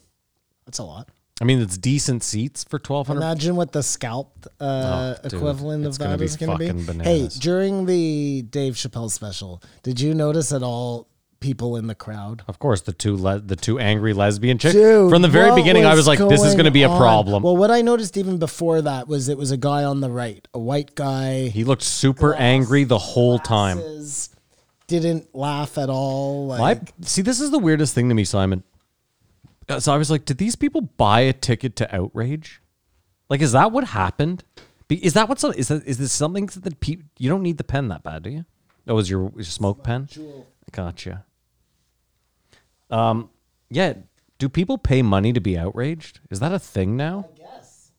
that's a lot.
I mean, it's decent seats for twelve hundred.
Imagine what the scalped uh,
Oh, dude,
equivalent
it's
of
gonna
that
be
is going to
fucking
be.
bananas.
Hey, during the Dave Chappelle special, did you notice at all people in the crowd?
Of course, the two le- the two angry lesbian chicks.
Dude,
From the very
what
beginning, I was like, "This is
going
going to be a
on?
problem."
Well, what I noticed even before that was it was a guy on the right, a white guy.
he looked super angry the whole time.
glasses, Didn't laugh at all.
I,
Like,
see, this is the weirdest thing to me, Simon. Uh, So I was like, "Did these people buy a ticket to outrage? Like, is that what happened? Be- Is that what's is that is this something that people you don't need the pen that bad, do you? That was your, your smoke pen. Gotcha. Um, yeah. Do people pay money to be outraged? Is that a thing now?
yes.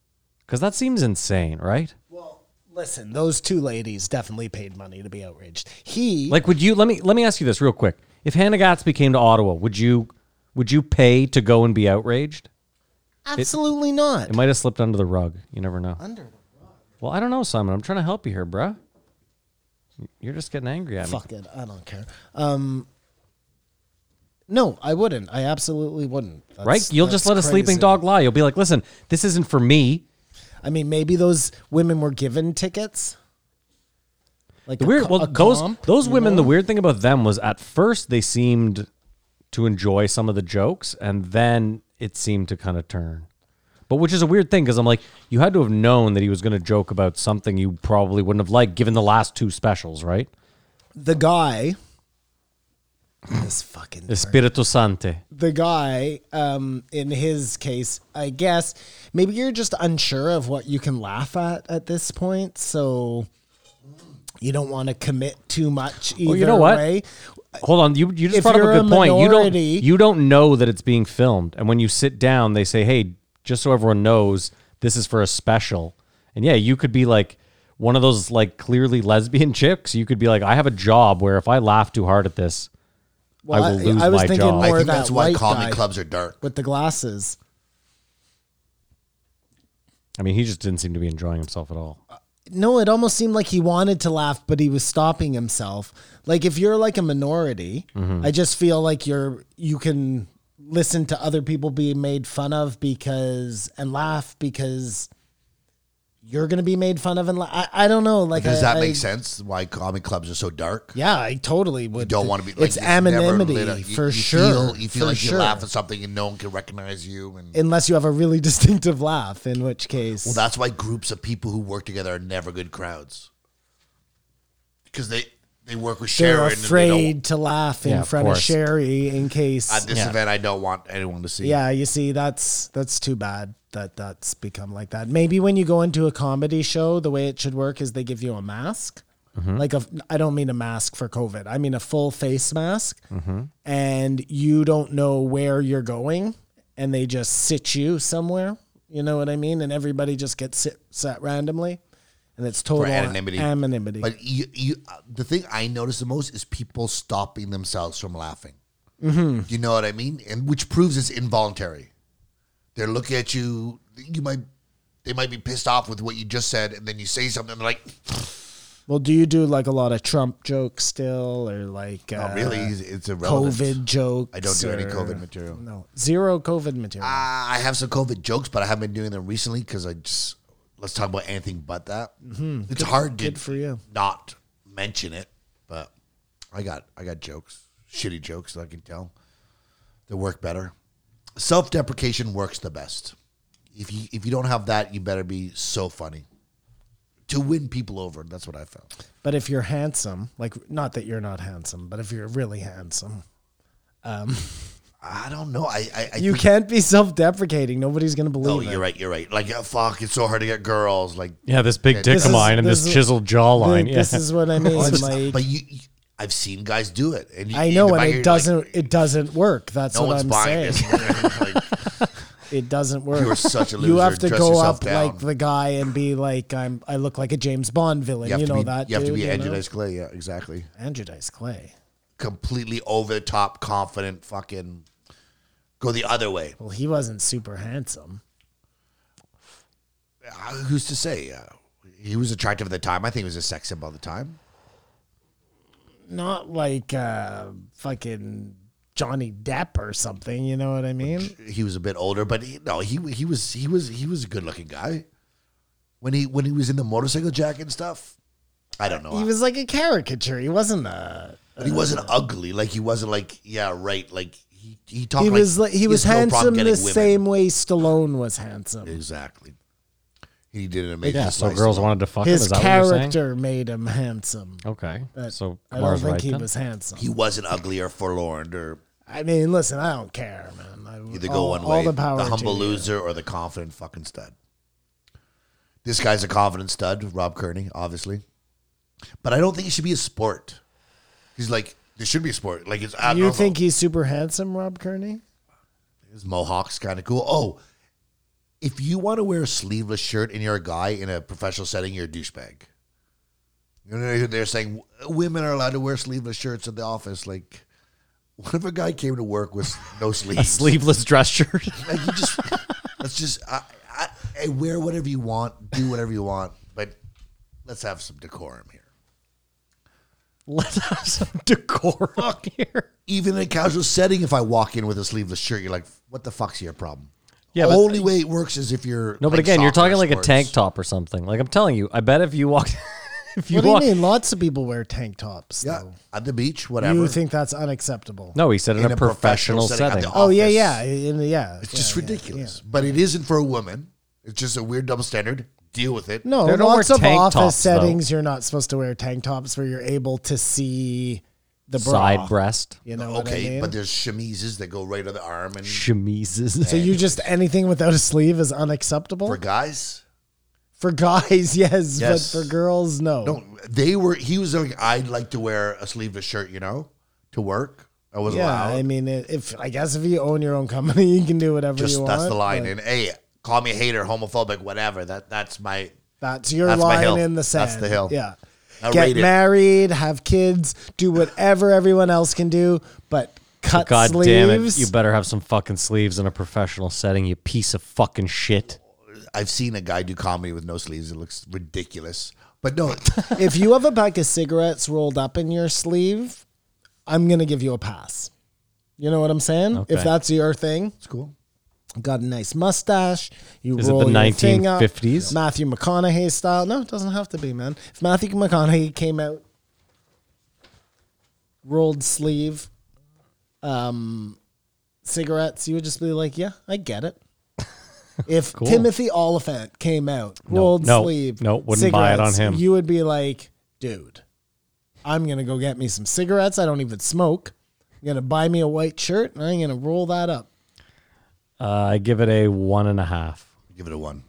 Because that seems insane, right?
Well, listen, those two ladies definitely paid money to be outraged. He
Like, would you let me let me ask you this real quick? If Hannah Gatsby came to Ottawa, would you would you pay to go and be outraged?
absolutely not.
It might have slipped under the rug. You never know.
Under
Well, I don't know, Simon. I'm trying to help you here, bruh. You're just getting angry at me.
fuck it, I don't care. Um, no, I wouldn't. I absolutely wouldn't. That's-
Right? You'll just
that's
let a sleeping
crazy.
dog lie. You'll be like, listen, this isn't for me.
I mean, maybe those women were given tickets. Like
The
a
weird
co-
well
a
those
comp,
those
you
women,
know?
the weird thing about them was at first they seemed to enjoy some of the jokes, and then it seemed to kind of turn. But which is a weird thing because I'm like, you had to have known that he was going to joke about something you probably wouldn't have liked, given the last two specials, right?
The guy. This fucking.
Espirito Sante.
the guy um, in his case i guess maybe you're just unsure of what you can laugh at at this point so you don't want to commit too much either
you know what?
way
Hold on, you you just
If
brought up
you're
a
a
good point. You don't
minority-
you don't know that it's being filmed, and when you sit down, they say, "Hey, just so everyone knows, this is for a special." And yeah, you could be like one of those like clearly lesbian chicks. You could be like, "I have a job where if I laugh too hard at this, I will lose my job."
I
more that
think that's why
white
comedy
guy
clubs are dark.
with the glasses
I mean, he just didn't seem to be enjoying himself at all.
no it almost seemed like he wanted to laugh but he was stopping himself like if you're like a minority i just feel like you're you can listen to other people be made fun of because and laugh because you're gonna be made fun of and la- I, I don't know like
Does
I-
that
I-
make sense? Why comedy clubs are so dark?
yeah i totally would
don't want to be. Like,
it's
never lit
anonymity
up. You-
for
you
sure
Feel, you feel
for
like
sure.
you laugh at something and no one can recognize you, and
unless you have a really distinctive laugh in which case
well, that's why groups of people who work together are never good crowds because they they work with
they're
Sharon. and they
afraid
don't,
to laugh in
Yeah, of
front of
course.
sherry in case
at this event, I don't want anyone to see.
Yeah, you see, that's that's too bad that that's become like that. Maybe when you go into a comedy show, the way it should work is they give you a mask,
Mm-hmm.
like a. I don't mean a mask for COVID. I mean a full face mask,
Mm-hmm.
and you don't know where you're going, and they just sit you somewhere. You know what I mean? And everybody just gets sit, sat randomly, and it's total
for anonymity.
anonymity.
But you, you, uh, the thing I notice the most is people stopping themselves from laughing.
Mm-hmm.
Do You know what I mean? And which proves it's involuntary. They're looking at you. You might, they might be pissed off with what you just said, and then you say something and they're like,
well, do you do like a lot of Trump jokes still, or like uh,
"Not "Oh, really. It's- It's irrelevant."
COVID jokes?
I don't do any
or-
COVID material.
No, zero COVID material.
Uh, I have some COVID jokes, but I haven't been doing them recently because I just let's talk about anything but that. It's hard to
Mm-hmm. good for you.
not mention it, but I got I got jokes, shitty jokes. I can tell they work better. Self deprecation works the best. If you if you don't have that, you better be so funny to win people over. That's what I found.
but if you're handsome, like not that you're not handsome, but if you're really handsome,
I don't know. I I, I
you
think-
can't be self-deprecating. Nobody's gonna believe
Oh,
it.
you're right. You're right. Like, oh, fuck, it's so hard to get girls. Like,
Yeah, this big dick
this
of
is-
mine and
this
this
is-
chiseled jawline.
This
yeah.
is what I mean. like,
but you, you- I've seen guys do it. And you,
I
in
know,
the
and
back of
it
your-
doesn't.
like,
it doesn't work. That's
no
what
one's
I'm
buying
saying.
this. Like,
It doesn't work.
you are such a loser.
You have to
Dress
go
yourself
up
down.
like the guy and be like, "I'm. I look like a James Bond villain."
You
You,
have to
know
be,
that.
You have
dude,
to be
know?
Andrew Dice Clay. Yeah, exactly.
Andrew Dice Clay.
Completely over the top, confident, fucking go the other way.
Well, he wasn't super handsome.
Uh, Who's to say? Uh, he was attractive at the time. I think he was a sex symbol at the time.
Not like uh, fucking Johnny Depp or something. You know what I mean?
He was a bit older, but he, no, he he was he was he was a good looking guy. When he when he was in the motorcycle jacket and stuff, I don't know.
He was like a caricature. He wasn't a.
But he wasn't ugly. Like he wasn't like yeah right. Like he he talked.
He was like he was
has no problem
handsome the
getting women.
same way Stallone was handsome.
Exactly. He did an amazing.
yeah, so
slice
girls
of-
wanted to fuck him.
His
Is that what you're saying?
character made him handsome.
Okay,
But
so
I don't
Laura's
think
right
he
then.
was handsome.
He wasn't ugly or forlorn or
I mean, listen, I don't care, man. I,
either go
all,
one way.
all the power.
humble
to you.
loser or the confident fucking stud. This guy's a confident stud, Rob Kearney, obviously. But I don't think it should be a sport. He's like this should be a sport. Like it's
You
abnormal.
think he's super handsome, Rob Kearney?
His mohawk's kind of cool. Oh, if you want to wear a sleeveless shirt and you're a guy in a professional setting, you're a douchebag. You know, they're saying women are allowed to wear sleeveless shirts at the office. Like, what if a guy came to work with no sleeves?
a sleeveless dress shirt.
Like, you just, let's just, I, I, hey, wear whatever you want, do whatever you want, but let's have some decorum here.
Let's have some decorum here.
Even in a casual setting, if I walk in with a sleeveless shirt, you're like, what the fuck's your problem?
Yeah, but-
only way it works is if you're
No, but
playing
again, you're
soccer or
talking like a
sports.
tank top or something. Like I'm telling you, I bet if you walked if you
What do you
want.
mean? Lots of people wear tank tops.
Yeah,
though.
at the beach, whatever.
You think that's unacceptable?
No, he said in,
In
a,
a
professional,
professional
setting.
setting, at the
Oh yeah,
office.
yeah, in the- yeah.
it's just ridiculous, but it isn't for a woman. It's just a weird double standard. Deal with it.
No,
They don't wear
lots of
tank
office
tops, though.
settings you're not supposed to wear tank tops where you're able to see the bra.
Side breast,
You know what I
okay,
mean?
but there's chemises that go right on the arm, and
chemises.
so you just anything without a sleeve is unacceptable
for
for,
guys,
guys, yes,
Yes.
but for girls, no.
no, they were. He was like, I'd like to wear a sleeveless shirt, you know, to work. I was
yeah,
allowed.
I mean, it, if I guess if you own your own company, you can do whatever
just
you want.
that's the line.
but
And hey, call me a hater, homophobic, whatever. That that's my
That's your
That's my
line
hill.
in the
That's
sand.
the hill.
Yeah.
I
Get
rate it.
married, have kids, do whatever everyone else can do, but cut
God
sleeves.
damn it! You better have some fucking sleeves in a professional setting. You piece of fucking shit.
I've seen a guy do comedy with no sleeves. It looks ridiculous. But no,
if you have a pack of cigarettes rolled up in your sleeve, I'm gonna give you a pass. You know what I'm saying?
Okay.
If that's your thing,
it's cool.
got a nice mustache. You
Is it
roll
the
your thing up,
1950s?
Matthew McConaughey style. No, it doesn't have to be, man. If Matthew McConaughey came out rolled sleeve, um, cigarettes, you would just be like, yeah, I get it. If
Cool.
Timothy Oliphant came out rolled
no,
sleeve,
no, wouldn't buy it on
cigarettes,
him.
You would be like, dude, I'm gonna go get me some cigarettes. I don't even smoke. I'm gonna buy me a white shirt and I'm gonna roll that up.
Uh, I give it a one and a half.
Give it a one.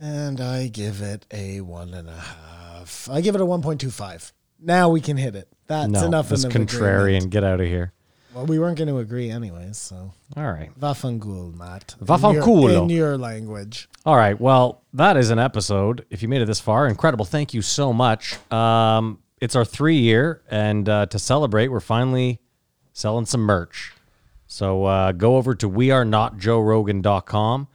And I give it a one and a half. I give it a one point two five. Now we can hit it. That's
no,
enough of
That's
an
contrarian.
agreement.
Get out of here.
Well, we weren't going to agree anyways, so
All right.
vafangool, Matt. In
Vafangool.
your- in your language.
All right. Well, that is an episode. If you made it this far, incredible. Thank you so much. Um, it's our three year, and uh, to celebrate, we're finally selling some merch. So uh, go over to wearenotjoerogan.com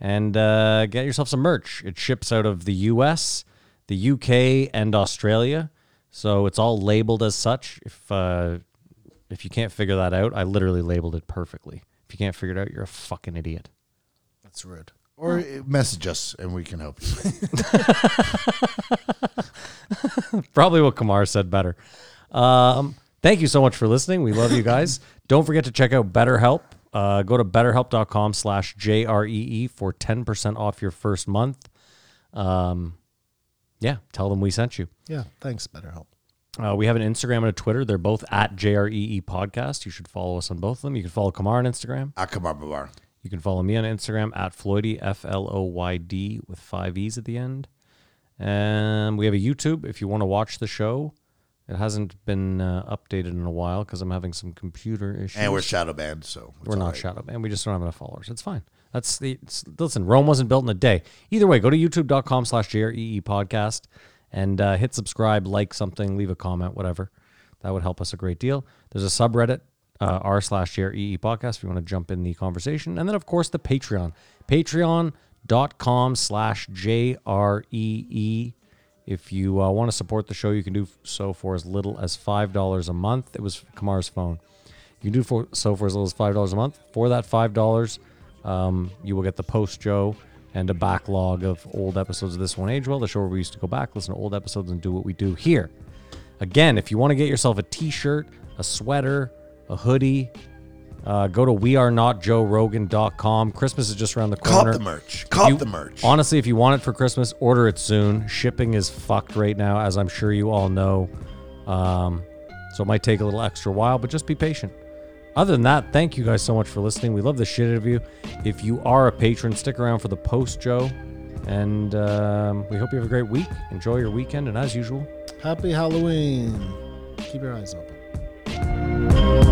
and uh, get yourself some merch. It ships out of the US, the UK, and Australia. So it's all labeled as such. If uh, if you can't figure that out, I literally labeled it perfectly. If you can't figure it out, you're a fucking idiot.
That's rude. Or uh, message us and we can help you.
probably what Kamar said better. Um, thank you so much for listening. We love you guys. Don't forget to check out BetterHelp. Uh, go to betterhelp.com slash J-R-E-E E for 10% off your first month. Um, yeah, tell them we sent you.
Yeah, thanks, BetterHelp.
Uh, we have an Instagram and a Twitter. They're both at JREE E Podcast. You should follow us on both of them. You can follow Kamar on Instagram.
Akamar Babar.
You can follow me on Instagram at Floydy, F L O Y D, with five E's at the end. And we have a YouTube if you want to watch the show. It hasn't been uh, updated in a while because I'm having some computer issues.
And we're shadow banned, so it's
We're
all
not
right.
shut up, and we just don't have enough followers. It's fine. That's the it's, listen. Rome wasn't built in a day. Either way, go to YouTube.com/slash JREE E podcast and uh, hit subscribe, like something, leave a comment, whatever. That would help us a great deal. There's a subreddit uh, r/slash JREE podcast if you want to jump in the conversation, and then of course the Patreon, Patreon.com/slash JREE. If you uh, want to support the show, you can do so for as little as five dollars a month. It was Kamar's phone. You can do for, so for as little as five dollars a month. For that five dollars, um, you will get the post Joe and a backlog of old episodes of this one age well, the show where we used to go back, listen to old episodes, and do what we do here. Again, if you want to get yourself a T-shirt, a sweater, a hoodie. Uh, go to wearenotjoerogan.com. Christmas is just around the
Cop
corner.
the merch. Cop
You-
the merch.
Honestly, if you want it for Christmas, order it soon. Shipping is fucked right now, as I'm sure you all know. Um, so it might take a little extra while, but just be patient. Other than that, thank you guys so much for listening. We love the shit out of you. If you are a patron, stick around for the post, Joe. And um, we hope you have a great week. Enjoy your weekend. And as usual,
Happy Halloween. Keep your eyes open.